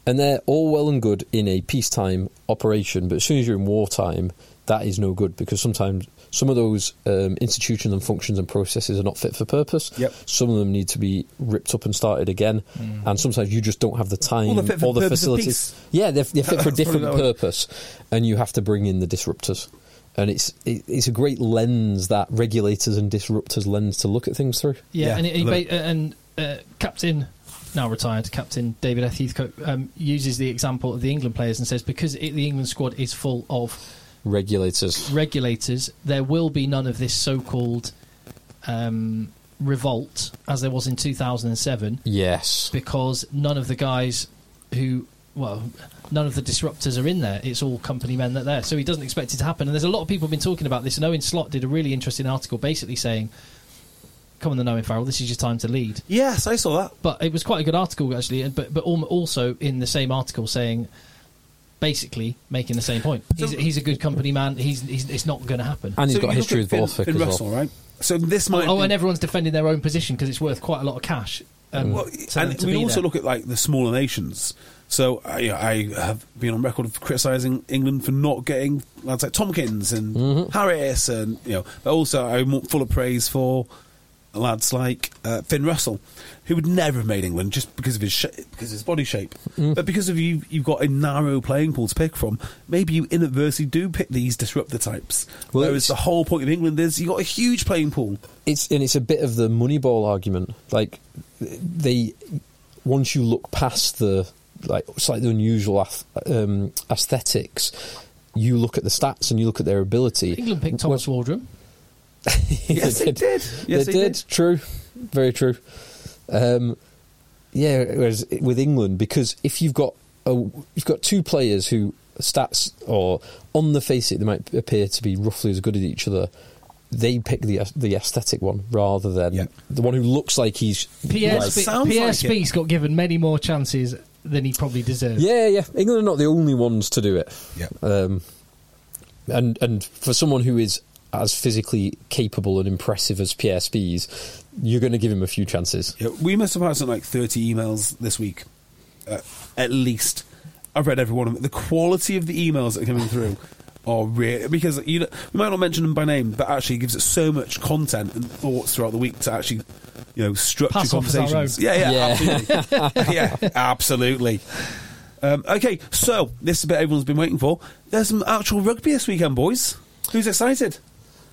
Speaker 2: And they're all well and good in a peacetime operation, but as soon as you're in wartime, that is no good because sometimes some of those um, institutions and functions and processes are not fit for purpose.
Speaker 3: Yep.
Speaker 2: Some of them need to be ripped up and started again, and sometimes you just don't have the time
Speaker 3: Or they're fit for
Speaker 2: or the
Speaker 3: purpose of
Speaker 2: facilities.
Speaker 3: peace.
Speaker 2: Yeah, they're, they're fit for a
Speaker 3: That's probably
Speaker 2: different
Speaker 3: that one.
Speaker 2: purpose, and you have to bring in the disruptors. And it's it, it's a great lens that regulators and disruptors lens to look at things through.
Speaker 1: Yeah,
Speaker 3: Yeah,
Speaker 1: and, he,
Speaker 3: I love
Speaker 1: ba-
Speaker 3: it.
Speaker 1: and uh, Captain, now retired, Captain David F. Heathcote um, uses the example of the England players and says because it, the England squad is full of
Speaker 2: Regulators.
Speaker 1: regulators, there will be none of this so-called um, revolt as there was in 2007
Speaker 2: Yes.
Speaker 1: because none of the guys who well none of the disruptors are in there it's all company men that are there so he doesn't expect it to happen and there's a lot of people been talking about this and owen slot did a really interesting article basically saying come on the knowing farrell this is your time to lead
Speaker 3: Yes, I saw that.
Speaker 1: but it was quite a good article actually and- but but al- also in the same article saying basically making the same point he's, he's a good company man he's, he's it's not going to happen
Speaker 2: And he's
Speaker 3: So
Speaker 2: got a
Speaker 3: you
Speaker 2: history
Speaker 3: look
Speaker 2: with
Speaker 3: at
Speaker 2: Borthwick
Speaker 3: Finn,
Speaker 2: as
Speaker 3: Finn
Speaker 2: well.
Speaker 3: Russell, right? So this might.
Speaker 1: oh
Speaker 3: be-
Speaker 1: and everyone's defending their own position because it's worth quite a lot of cash um,
Speaker 3: Well,
Speaker 1: to them
Speaker 3: and
Speaker 1: to
Speaker 3: we
Speaker 1: be
Speaker 3: also
Speaker 1: there.
Speaker 3: look at like the smaller nations. So I, you know, I have been on record of criticising England for not getting lads like Tompkins and
Speaker 1: Mm-hmm.
Speaker 3: Harris, and you know, but also I'm full of praise for lads like uh, Finn Russell, who would never have made England just because of his sh- because of his body shape,
Speaker 1: Mm.
Speaker 3: but because of you, you've got a narrow playing pool to pick from. Maybe you inadvertently do pick these disruptor types.
Speaker 2: Well,
Speaker 3: Whereas
Speaker 2: it's-
Speaker 3: the whole point of England is you've got a huge playing pool.
Speaker 2: it's and it's a bit of the Moneyball argument. Like they, once you look past the like slightly unusual ath- um, aesthetics, you look at the stats and you look at their ability.
Speaker 1: England picked Thomas Waldron.
Speaker 3: Yes, they did. Yes,
Speaker 2: they,
Speaker 3: they
Speaker 2: did.
Speaker 3: did.
Speaker 2: True, very true. Um, yeah, whereas with England, because if you've got a, you've got two players who stats or on the face of it they might appear to be roughly as good as each other. They pick the the aesthetic one rather than
Speaker 3: Yeah.
Speaker 2: the one who looks like he's
Speaker 1: Pierre,
Speaker 3: Right.
Speaker 1: Spe-
Speaker 3: Sounds
Speaker 1: Pierre
Speaker 3: like it.
Speaker 1: Spies got given many more chances than he probably deserved.
Speaker 2: Yeah, yeah. England are not the only ones to do it.
Speaker 3: Yeah.
Speaker 2: Um, and and for someone who is as physically capable and impressive as Pierre Spies, you're going to give him a few chances.
Speaker 3: Yeah, we must have had something like 30 emails this week, uh, at least. I've read every one of them. The quality of the emails that are coming through are real. Because you know, we might not mention them by name, but actually it gives it so much content and thoughts throughout the week to actually, you know, structure
Speaker 1: Pass off as our
Speaker 3: conversations.
Speaker 1: own.
Speaker 3: Yeah, yeah,
Speaker 2: Yeah.
Speaker 3: absolutely. yeah, absolutely. Um, okay, so this is a bit everyone's been waiting for. There's some actual rugby this weekend, boys. Who's excited?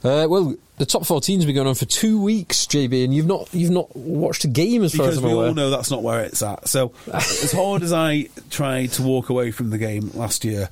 Speaker 2: Uh, well, the top 14's been going on for two weeks, JB, and you've not you've not watched a game as far as
Speaker 3: because
Speaker 2: I'm
Speaker 3: we
Speaker 2: aware.
Speaker 3: all know that's not where it's at. So, as hard as I tried to walk away from the game last year,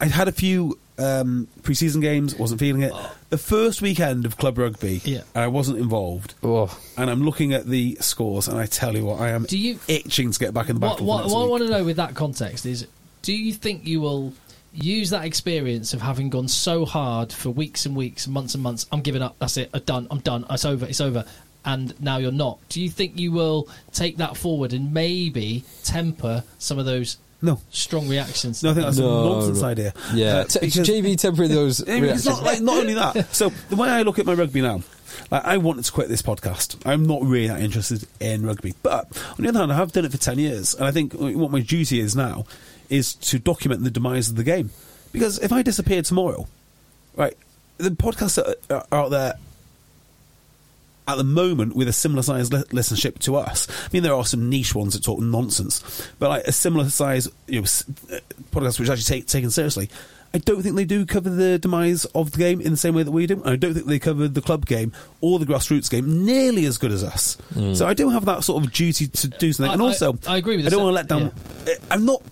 Speaker 3: I'd had a few um, preseason games, wasn't feeling it. The first weekend of club rugby,
Speaker 1: Yeah.
Speaker 3: I wasn't involved.
Speaker 2: Oh.
Speaker 3: And I'm looking at the scores, and I tell you what, I am
Speaker 1: Do you-
Speaker 3: itching to get back in the
Speaker 1: What,
Speaker 3: battle.
Speaker 1: what,
Speaker 3: for next
Speaker 1: what I
Speaker 3: week.
Speaker 1: want to know with that context is do you think you will use that experience of having gone so hard for weeks and weeks, months and months, I'm giving up, that's it, I'm done, I'm done, it's over, it's over, and now you're not? Do you think you will take that forward and maybe temper some of those
Speaker 3: No.
Speaker 1: strong reactions?
Speaker 3: No, I think that's a
Speaker 2: No,
Speaker 3: nonsense
Speaker 2: no.
Speaker 3: idea.
Speaker 2: Yeah,
Speaker 3: Uh,
Speaker 2: T-
Speaker 3: because-
Speaker 2: JB temporary those.
Speaker 3: I mean, it's
Speaker 2: reactions.
Speaker 3: not like not only that. So the way I look at my rugby now, like I wanted to quit this podcast. I'm not really that interested in rugby, but on the other hand, I have done it for ten years, and I think what my duty is now is to document the demise of the game. Because if I disappear tomorrow, right, the podcasts that are are out there at the moment with a similar size li- listenership to us. I mean, there are some niche ones that talk nonsense, but like a similar size you know, s- uh, podcast which is actually take, taken seriously. I don't think they do cover the demise of the game in the same way that we do. And I don't think they cover the club game or the grassroots game nearly as good as us. So I do have that sort of duty to do something.
Speaker 1: Hmm. I-
Speaker 3: and
Speaker 1: I-
Speaker 3: also,
Speaker 1: I agree with
Speaker 3: I
Speaker 1: this.
Speaker 3: don't want to let down. I- Uh, I'm not.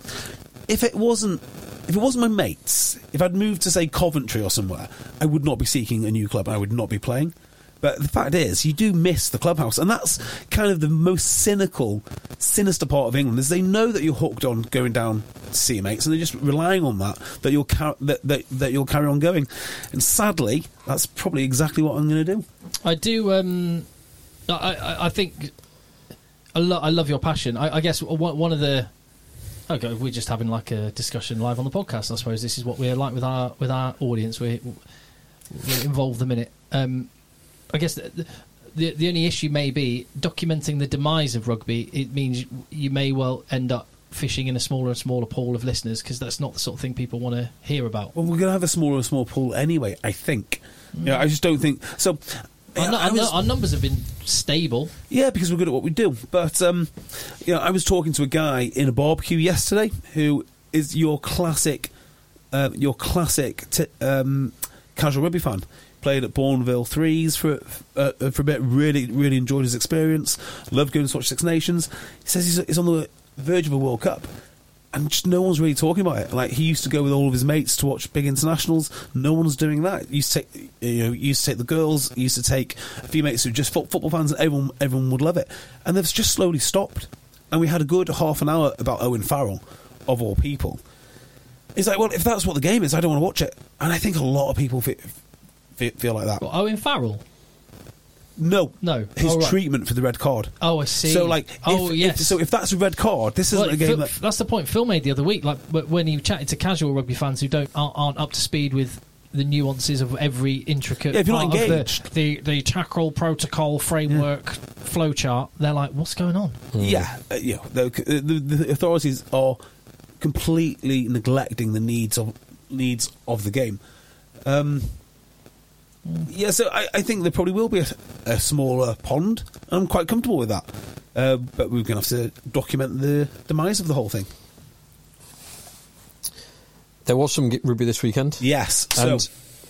Speaker 3: If it wasn't, if it wasn't my mates, if I'd moved to say Coventry or somewhere, I would not be seeking a new club. I would not be playing. But the fact is, you do miss the clubhouse, and that's kind of the most cynical, sinister part of England is they know that you're hooked on going down to see your mates, and they're just relying on that that you'll car- that, that that you'll carry on going. And sadly, that's probably exactly what I'm going to do.
Speaker 1: I do. Um, I, I, I think I, lo- I love your passion. I, I guess one, one of the okay, we're just having like a discussion live on the podcast. I suppose this is what we're like with our with our audience. We we involve them in it. Um, I guess the, the the only issue may be documenting the demise of rugby. It means you may well end up fishing in a smaller and smaller pool of listeners because that's not the sort of thing people want to hear about.
Speaker 3: Well, we're going to have a smaller and smaller pool anyway. I think. Yeah, I just don't think so.
Speaker 1: Our, nu-
Speaker 3: I
Speaker 1: our,
Speaker 3: was-
Speaker 1: nu- our numbers have been stable.
Speaker 3: Yeah, because we're good at what we do. But um, you know, I was talking to a guy in a barbecue yesterday who is your classic, uh, your classic t- um, casual rugby fan. Played at Bourneville Threes for uh, for a bit. Really, really enjoyed his experience. Loved going to watch Six Nations. He says he's, he's on the verge of a World Cup. And just no one's really talking about it. Like he used to go with all of his mates to watch big internationals. No one's doing that. He used to take, you know, he used to take the girls. he Used to take a few mates who were just fo- football fans. And everyone, everyone would love it. And they've just slowly stopped. And we had a good half an hour about Owen Farrell, of all people. It's like, well, if that's what the game is, I don't want to watch it. And I think a lot of people feel, feel, feel like that.
Speaker 1: Well, Owen Farrell.
Speaker 3: No,
Speaker 1: No.
Speaker 3: his
Speaker 1: Oh, right.
Speaker 3: treatment for the red card.
Speaker 1: Oh, I see.
Speaker 3: So, like, if,
Speaker 1: Oh,
Speaker 3: if-
Speaker 1: yes.
Speaker 3: so if that's a red card, this isn't
Speaker 1: Well,
Speaker 3: a game
Speaker 1: Phil-
Speaker 3: that
Speaker 1: that's the point Phil made the other week. Like wh- when he chatted to casual rugby fans who don't aren't, aren't up to speed with the nuances of every intricate
Speaker 3: Yeah, if you're not
Speaker 1: part of the-
Speaker 3: engaged.
Speaker 1: the, the tackle protocol framework flowchart. They're like, what's going on?
Speaker 2: Mm.
Speaker 3: Yeah, uh, yeah. The, the, the authorities are completely neglecting the needs of needs of the game. Um, yeah, so I, I think there probably will be a, a smaller pond. I'm quite comfortable with that, uh, but we're going to have to document the demise of the whole thing.
Speaker 2: There was some g- rugby this weekend.
Speaker 3: Yes, so
Speaker 2: and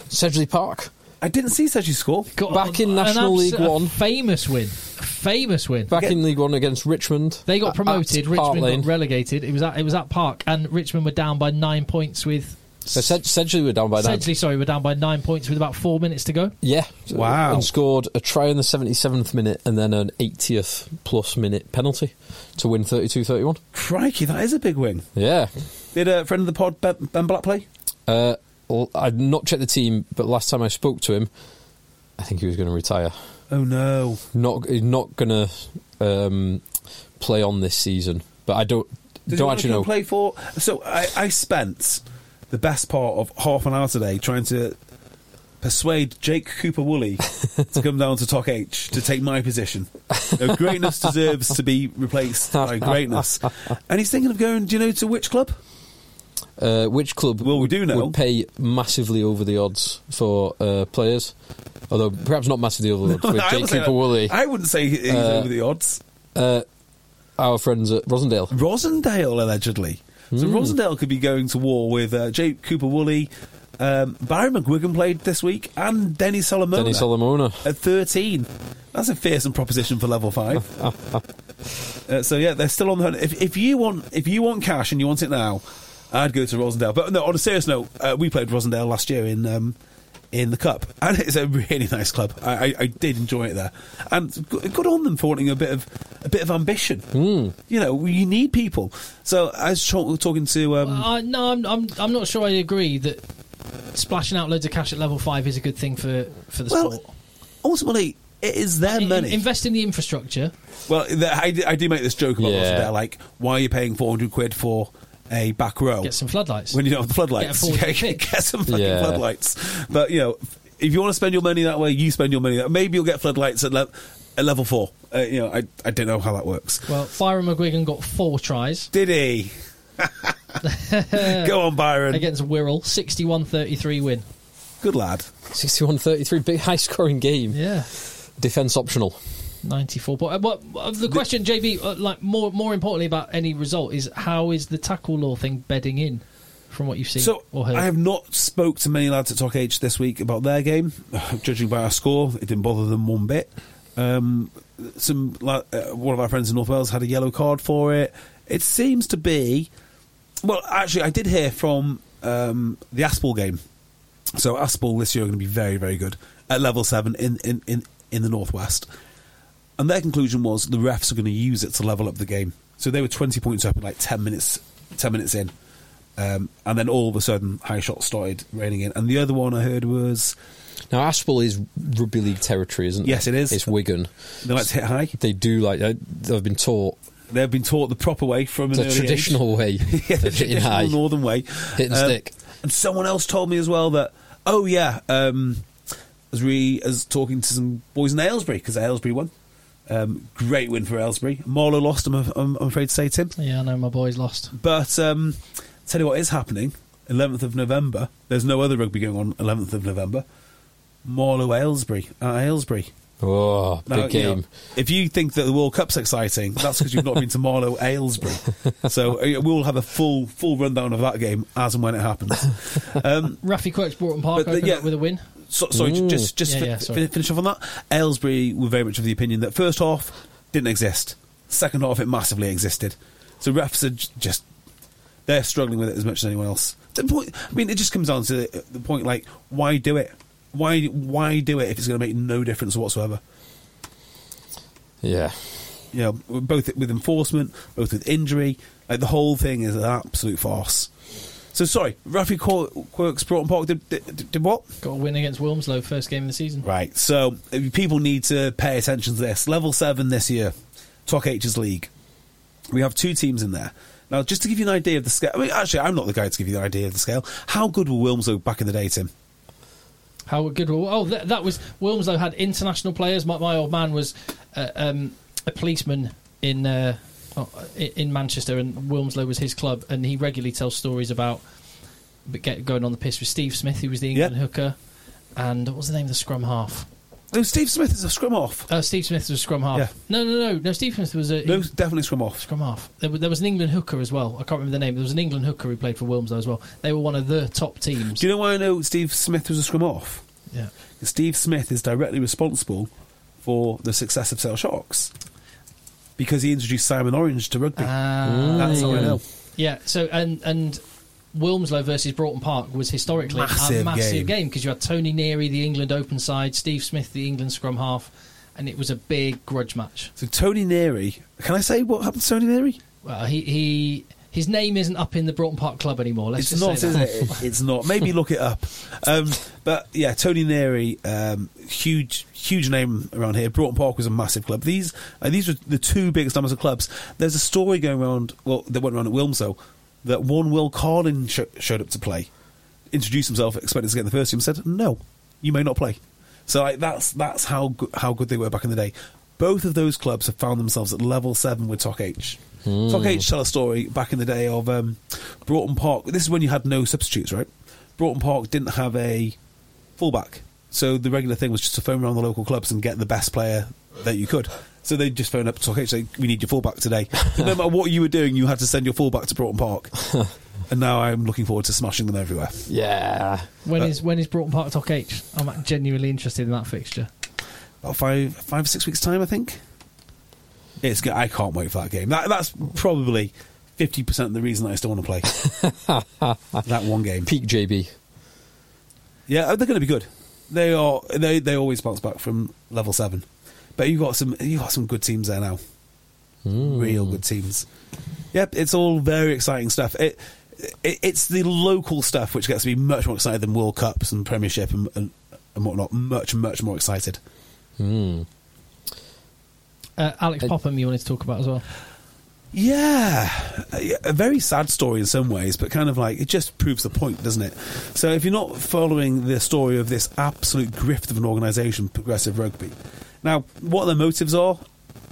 Speaker 2: Sedgley Park.
Speaker 3: I didn't see such a score.
Speaker 1: Got
Speaker 2: Back in
Speaker 1: an
Speaker 2: National League
Speaker 1: abso- a
Speaker 2: One.
Speaker 1: famous win, A famous win.
Speaker 2: Back
Speaker 3: Get-
Speaker 2: in League One against Richmond.
Speaker 1: they
Speaker 2: a-
Speaker 1: got
Speaker 2: at
Speaker 1: promoted.
Speaker 2: Park
Speaker 1: Richmond
Speaker 2: Lane.
Speaker 1: got relegated. It was at it was at Park, and Richmond were down by nine points with.
Speaker 2: So Uh, Sed- Sedgley were down by nine.
Speaker 1: Essentially, sorry, we're down by nine points with about four minutes to go.
Speaker 2: Yeah.
Speaker 3: Wow.
Speaker 2: And scored a try in the 77th minute and then an 80th plus minute penalty to win 32 31.
Speaker 3: Crikey, that is a big win.
Speaker 2: Yeah.
Speaker 3: Did a friend of the pod Ben, ben Black play?
Speaker 2: Uh, l- I'd not checked the team, but last time I spoke to him, I think he was going to retire.
Speaker 3: Oh no!
Speaker 2: Not, he's not going to um, play on this season, but I don't.
Speaker 3: Does
Speaker 2: don't
Speaker 3: anyone
Speaker 2: actually
Speaker 3: can
Speaker 2: know.
Speaker 3: Play for. So I, I spent the best part of half an hour today trying to persuade Jake Cooper Woolley to come down to Talk H to take my position. No, greatness deserves to be replaced by greatness, and he's thinking of going. Do you know to which club?
Speaker 2: Uh, which club
Speaker 3: Well, we do know.
Speaker 2: would pay massively over the odds for uh, players? Although perhaps not massively over the odds with
Speaker 3: I
Speaker 2: Jake
Speaker 3: would say
Speaker 2: Cooper
Speaker 3: that-
Speaker 2: Woolley,
Speaker 3: I wouldn't say he's
Speaker 2: Uh,
Speaker 3: over the odds.
Speaker 2: our friends at Rosendale.
Speaker 3: Rosendale allegedly. So
Speaker 2: Hmm.
Speaker 3: Rosendale could be going to war with uh, Jake Cooper Woolley. Um, Barry McGuigan played this week, and Denny Solomon.
Speaker 2: Denny Solomona.
Speaker 3: at 13. That's a fearsome proposition for level five. uh, so yeah, they're still on the hunt. If, if you want, if you want cash and you want it now, I'd go to Rosendale. But no, on a serious note, uh, we played Rosendale last year in um, in the cup, and it's a really nice club. I, I, I did enjoy it there, and g- good on them for wanting a bit of a bit of ambition. You know, you need people. So I was tra- talking to um,
Speaker 1: Uh, no, I'm, I'm, I'm not sure I agree that splashing out loads of cash at level five is a good thing for, for the
Speaker 3: well,
Speaker 1: sport.
Speaker 3: ultimately. It is their
Speaker 1: In-
Speaker 3: money.
Speaker 1: invest in the infrastructure.
Speaker 3: Well, the, I, d- I do make this joke about
Speaker 2: Yeah.
Speaker 3: yeah. there, like, why are you paying 400 quid for a back row?
Speaker 1: Get some floodlights.
Speaker 3: When you don't have the floodlights.
Speaker 1: Get a 400
Speaker 3: get,
Speaker 1: quid.
Speaker 3: get some fucking
Speaker 2: Yeah.
Speaker 3: floodlights. But, you know, if you want to spend your money that way, you spend your money that Maybe you'll get floodlights at, le- at level four. Uh, you know, I, I don't know how that works.
Speaker 1: Well, Byron McGuigan got four tries
Speaker 3: Did he? Go on, Byron.
Speaker 1: against Wirral, 61-33 win.
Speaker 3: Good lad.
Speaker 2: 61 33, big high scoring game.
Speaker 1: Yeah.
Speaker 2: Defence optional.
Speaker 1: 94 point. But uh, the question, JB, uh, like more more importantly about any result is how is the tackle law thing bedding in from what you've seen
Speaker 3: So
Speaker 1: or heard?
Speaker 3: I have not spoke to many lads at Talk H this week about their game. Judging by our score, it didn't bother them one bit. Um, some la- uh, one of our friends in North Wales had a yellow card for it. It seems to be. Well, actually, I did hear from um, the Aspel game. So Aspel this year are going to be very, very good at level seven in in in, in the northwest. And their conclusion was the refs are going to use it to level up the game. So they were 20 points up in like 10 minutes, 10 minutes in. Um, and then all of a sudden, high shots started raining in. And the other one I heard was,
Speaker 2: Now, Aspel is rugby league territory, isn't it?
Speaker 3: Yes, it is.
Speaker 2: It's Wigan.
Speaker 3: they like to hit high.
Speaker 2: They do like, they- they've been taught
Speaker 3: They've been taught the proper way from an
Speaker 2: the
Speaker 3: early age.
Speaker 2: traditional way
Speaker 3: yeah,
Speaker 2: of
Speaker 3: the
Speaker 2: hitting
Speaker 3: traditional
Speaker 2: high.
Speaker 3: northern way. Um,
Speaker 2: Hit the stick.
Speaker 3: And someone else told me as well that, oh yeah, um, as we as talking to some boys in Aylesbury because Aylesbury won. Um, great win for Aylesbury. Marlow lost. I'm, I'm, I'm afraid to say, Tim.
Speaker 1: yeah, I know my boys lost.
Speaker 3: But um, tell you what is happening. 11th of November. There's no other rugby going on. 11th of November. Marlow Aylesbury at Aylesbury.
Speaker 2: Oh, big
Speaker 3: Now, you know,
Speaker 2: game.
Speaker 3: if you think that the World Cup's exciting, that's because you've not been to Marlow Aylesbury. So uh, we'll have a full full rundown of that game as and when it happens. Um,
Speaker 1: Rafi Quirks, Broughton Park
Speaker 3: But the-
Speaker 1: opened
Speaker 3: yeah.
Speaker 1: up with a win.
Speaker 3: so, sorry, ju- just just
Speaker 1: Yeah,
Speaker 3: fi-
Speaker 1: yeah, sorry.
Speaker 3: fi- finish off on that. Aylesbury were very much of the opinion that first half didn't exist, second half it massively existed. So refs are j- just they're struggling with it as much as anyone else. The point, I mean, it just comes down to the, the point like why do it? Why why do it if it's going to make no difference whatsoever?
Speaker 2: Yeah.
Speaker 3: you know, both with enforcement, both with injury. Like the whole thing is an absolute farce. So sorry, Rafi Quir- Quirks Broughton Park did, did, did what?
Speaker 1: Got a win against Wilmslow, first game of the season.
Speaker 3: Right. So if people need to pay attention to this. Level seven this year, Talk H's league. We have two teams in there. Now, just to give you an idea of the scale. I mean, actually, I'm not the guy to give you the idea of the scale. How good were Wilmslow back in the day, Tim?
Speaker 1: How good were? Oh, that, that was Wilmslow had international players. My, my old man was uh, um, a policeman in uh, oh, i- in Manchester, and Wilmslow was his club, and he regularly tells stories about but get, going on the piss with Steve Smith, who was the England
Speaker 3: Yeah.
Speaker 1: hooker, and what was the name of the scrum half?
Speaker 3: No, Steve Smith is a scrum off.
Speaker 1: Uh, Steve Smith was a scrum half.
Speaker 3: Yeah.
Speaker 1: No, no, no, no. Steve Smith was a
Speaker 3: No, definitely scrum off.
Speaker 1: scrum half. There, wa- there was an England hooker as well. I can't remember the name. There was an England hooker who played for Wilmslow as well. They were one of the top teams.
Speaker 3: Do you know why I know Steve Smith was a scrum off?
Speaker 1: yeah.
Speaker 3: Steve Smith is directly responsible for the success of Sale Sharks because he introduced Simon Orange to rugby.
Speaker 1: Ah.
Speaker 3: That's how I know.
Speaker 1: Yeah. So and and Wilmslow versus Broughton Park was historically a
Speaker 3: Massive
Speaker 1: massive
Speaker 3: game.
Speaker 1: game because you had Tony Neary, the England open side, Steve Smith, the England scrum half, and it was a big grudge match.
Speaker 3: So Tony Neary, can I say what happened to Tony Neary?
Speaker 1: Well, he he his name isn't up in the Broughton Park club anymore. Let's just
Speaker 3: it's not,
Speaker 1: say
Speaker 3: is
Speaker 1: that.
Speaker 3: it? It's not. Maybe look it up. Um, but yeah, Tony Neary, um, huge, huge name around here. Broughton Park was a massive club. These uh, these were the two biggest numbers of clubs. There's a story going around, well, that went around at Wilmslow, that one Will Carlin sh- showed up to play, introduced himself, expected to get in the first team, said, "No, you may not play." So like, that's that's how go- how good they were back in the day. Both of those clubs have found themselves at level seven with Toc H. Toc H tell a story back in the day of um, Broughton Park. This is when you had no substitutes, right? Broughton Park didn't have a fullback, so the regular thing was just to phone around the local clubs and get the best player that you could. So they just phone up Toc H, say, "We need your fullback today." no matter what you were doing, you had to send your fullback to Broughton Park. and now I'm looking forward to smashing them everywhere.
Speaker 2: Yeah.
Speaker 3: Uh,
Speaker 1: When is when is Broughton Park Talk H? I'm genuinely interested in that fixture.
Speaker 3: about five five six weeks time, I think. It's go- I can't wait for that game. That, that's probably fifty percent of the reason I still want to play that one game.
Speaker 2: Peak JB.
Speaker 3: Yeah, they're going to be good. They are. They they always bounce back from level seven, but you have got some you have got some good teams there now. Real good teams. Yep, it's all very exciting stuff. It, it it's the local stuff which gets me much more excited than World Cups and Premiership and and, and whatnot. Much much more excited.
Speaker 2: Hmm.
Speaker 1: Uh, Alex Popham, you wanted to talk about as well.
Speaker 3: Yeah, a a very sad story in some ways, but kind of like it just proves the point, doesn't it? So, if you're not following the story of this absolute grift of an organisation, Progressive Rugby, now what their motives are,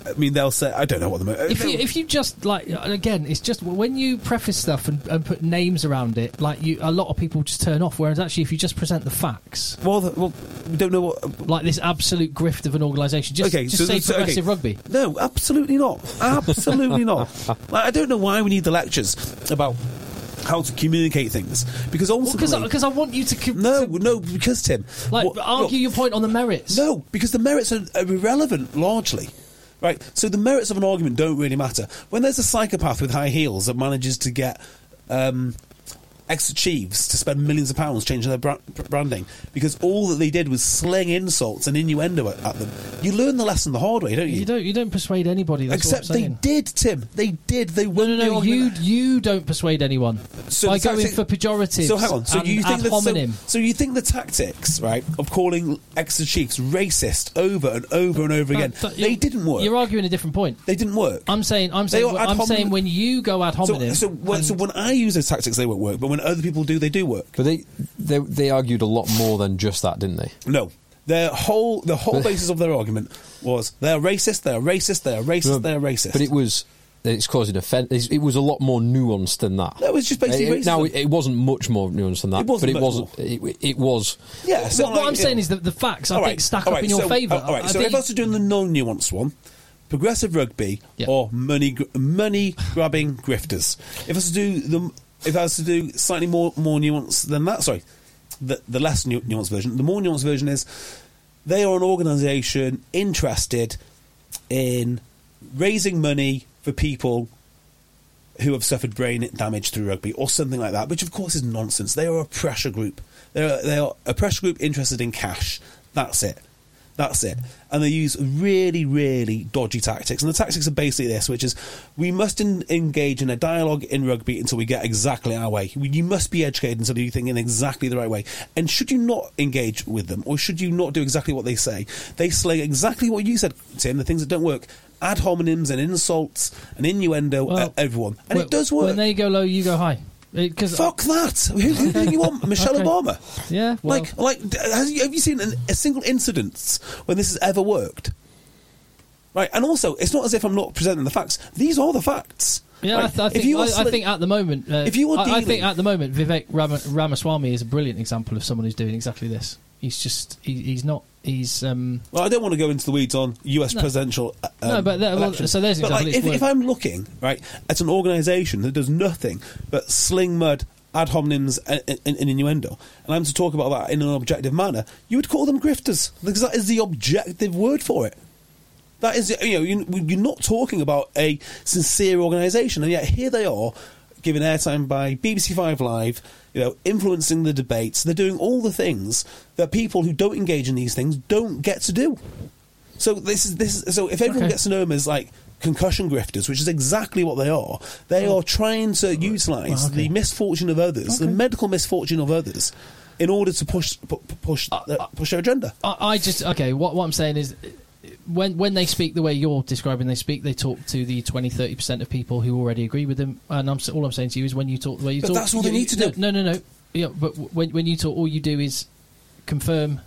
Speaker 3: I mean, they'll say, I don't know what the uh, motives.
Speaker 1: If you, if you just like and again, it's just when you preface stuff and, and put names around it, like you, a lot of people just turn off. Whereas actually, if you just present the facts,
Speaker 3: well, the- well, we don't know what.
Speaker 1: like this absolute grift of an organisation, just
Speaker 3: okay,
Speaker 1: just
Speaker 3: so
Speaker 1: say
Speaker 3: so- okay.
Speaker 1: progressive rugby.
Speaker 3: No, absolutely not. Absolutely not. Like, I don't know why we need the lectures about how to communicate things because ultimately,
Speaker 1: Because because I, want you to co-
Speaker 3: no,
Speaker 1: to,
Speaker 3: no, because Tim,
Speaker 1: like
Speaker 3: what-
Speaker 1: argue
Speaker 3: look,
Speaker 1: your point on the merits.
Speaker 3: No, because the merits are, are irrelevant largely. Right, so the merits of an argument don't really matter. When there's a psychopath with high heels that manages to get um, ex chiefs to spend millions of pounds changing their bra- branding because all that they did was sling insults and innuendo at, at them, you learn the lesson the hard way, don't you?
Speaker 1: you don't you don't persuade anybody. That's what
Speaker 3: Except
Speaker 1: I'm
Speaker 3: they
Speaker 1: saying.
Speaker 3: did, Tim. They did. They
Speaker 1: No,
Speaker 3: won.
Speaker 1: no,
Speaker 3: the
Speaker 1: no! You
Speaker 3: argument.
Speaker 1: you don't persuade anyone by
Speaker 3: the
Speaker 1: going
Speaker 3: tactic-
Speaker 1: for pejoratives.
Speaker 3: So hang on. So
Speaker 1: and
Speaker 3: you think
Speaker 1: ad
Speaker 3: that, so,
Speaker 1: hominem.
Speaker 3: so you think the tactics right of calling ex chiefs racist over and over and over again
Speaker 1: No, th-
Speaker 3: they
Speaker 1: you're-
Speaker 3: didn't work.
Speaker 1: You're arguing a different point.
Speaker 3: They didn't work.
Speaker 1: I'm saying I'm
Speaker 3: They
Speaker 1: saying
Speaker 3: are ad
Speaker 1: I'm
Speaker 3: hominem.
Speaker 1: saying when you go ad
Speaker 3: so,
Speaker 1: hominem.
Speaker 3: so, when, so when I use those tactics, they won't work. But when other people do, they do work.
Speaker 2: But they, they they argued a lot more than just that, didn't they?
Speaker 3: No, their whole the whole basis of their argument was they're racist, they're racist, they're racist, they're racist.
Speaker 2: But it was it's causing offence. It was a lot more nuanced than that.
Speaker 3: No, it's just basically
Speaker 2: It- it- now
Speaker 3: racism.
Speaker 2: it, it wasn't much more nuanced than that.
Speaker 3: It wasn't
Speaker 2: but it
Speaker 3: much
Speaker 2: wasn't. It, it was.
Speaker 3: yeah.
Speaker 1: what,
Speaker 3: so
Speaker 1: what
Speaker 3: like,
Speaker 1: I'm
Speaker 3: you
Speaker 1: saying
Speaker 3: know-
Speaker 1: is that the facts I
Speaker 3: All
Speaker 1: think
Speaker 3: right,
Speaker 1: stack
Speaker 3: all
Speaker 1: up
Speaker 3: right,
Speaker 1: in your
Speaker 3: so-
Speaker 1: favour.
Speaker 3: All right,
Speaker 1: I
Speaker 3: so
Speaker 1: think-
Speaker 3: if I was doing the non-nuanced one, progressive rugby
Speaker 1: Yeah.
Speaker 3: or money gr- money grabbing grifters. If I was to do the if I was to do slightly more more nuanced than that, sorry, the the less nu- nuanced version. The more nuanced version is they are an organisation interested in raising money for people who have suffered brain damage through rugby or something like that, which of course is nonsense. They are a pressure group. They are, they are a pressure group interested in cash. That's it. That's it. And they use really, really dodgy tactics. And the tactics are basically this, which is we must en- engage in a dialogue in rugby until we get exactly our way. We, you must be educated until you think in exactly the right way. And should you not engage with them or should you not do exactly what they say, they sling exactly what you said, Tim, the things that don't work. Ad hominems and insults and innuendo
Speaker 1: Well,
Speaker 3: at everyone. And
Speaker 1: when-
Speaker 3: it does work.
Speaker 1: When they go low, you go high. Because
Speaker 3: Fuck that! Who, who do you want? Michelle
Speaker 1: Okay.
Speaker 3: Obama?
Speaker 1: Yeah, well-
Speaker 3: like, like, d- has, you- have you seen an, a single incident when this has ever worked? Right, and also, it's not as if I'm not presenting the facts. These are the facts.
Speaker 1: Yeah,
Speaker 3: Right,
Speaker 1: I, th- I, think,
Speaker 3: were
Speaker 1: I, I
Speaker 3: sli-
Speaker 1: think at the moment, uh,
Speaker 3: if you were
Speaker 1: I, I think
Speaker 3: dealing-
Speaker 1: at the moment, Vivek Ram- Ramaswamy is a brilliant example of someone who's doing exactly this. He's just he, he's not he's um
Speaker 3: Well, I don't want to go into the weeds on U.S.
Speaker 1: No.
Speaker 3: presidential. uh, Um,
Speaker 1: No, but there- well,
Speaker 3: election.
Speaker 1: so there's an
Speaker 3: But, like,
Speaker 1: example, it's
Speaker 3: if, if
Speaker 1: worked.
Speaker 3: I'm looking right at an organisation that does nothing but sling mud, ad hominems, and, and, and innuendo, and I'm to talk about that in an objective manner, you would call them grifters because that is the objective word for it. That is, you know, you, you're not talking about a sincere organisation, and yet here they are, given airtime by BBC Five Live, you know, influencing the debates. They're doing all the things that people who don't engage in these things don't get to do. So this is this. Is, so if everyone
Speaker 1: Okay.
Speaker 3: gets to know them as like concussion grifters, which is exactly what they are, they are trying to utilise
Speaker 1: Oh. Well, okay.
Speaker 3: the misfortune of others, the medical misfortune of others, in order to push pu- pu- push uh, push their agenda.
Speaker 1: I, I just okay. What what I'm saying is, uh, when when they speak the way you're describing, they speak. They talk to the 20 30 percent of people who already agree with them. And I'm s- all I'm saying to you is, when you talk the way you
Speaker 3: But
Speaker 1: talk,
Speaker 3: that's all they
Speaker 1: you-
Speaker 3: need to
Speaker 1: no,
Speaker 3: do.
Speaker 1: No, no, no. Yeah, but w- when when you talk, all you do is confirm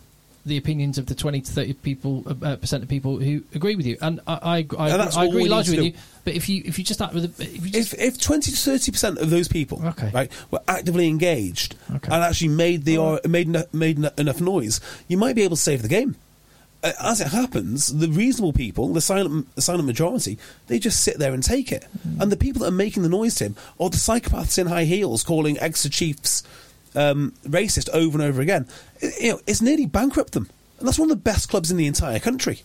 Speaker 1: the opinions of the 20 to 30 people uh, percent of people who agree with you. And I I, I,
Speaker 3: And that's
Speaker 1: I
Speaker 3: all we
Speaker 1: agree
Speaker 3: need
Speaker 1: largely
Speaker 3: to
Speaker 1: with
Speaker 3: do.
Speaker 1: you. But if you if you just act with a, if you just
Speaker 3: if if twenty to thirty percent of those people,
Speaker 1: Okay.
Speaker 3: right, were actively engaged
Speaker 1: Okay. Oh.
Speaker 3: and actually made the or, made eno- made eno- enough noise, you might be able to save the game. Uh, As it happens, the reasonable people, the silent, the silent majority, they just sit there and take it.
Speaker 1: Hmm.
Speaker 3: And the people that are making the noise, Tim, are the psychopaths in high heels calling ex chiefs um, racist over and over again. It- you know, it's nearly bankrupt them, and that's one of the best clubs in the entire country.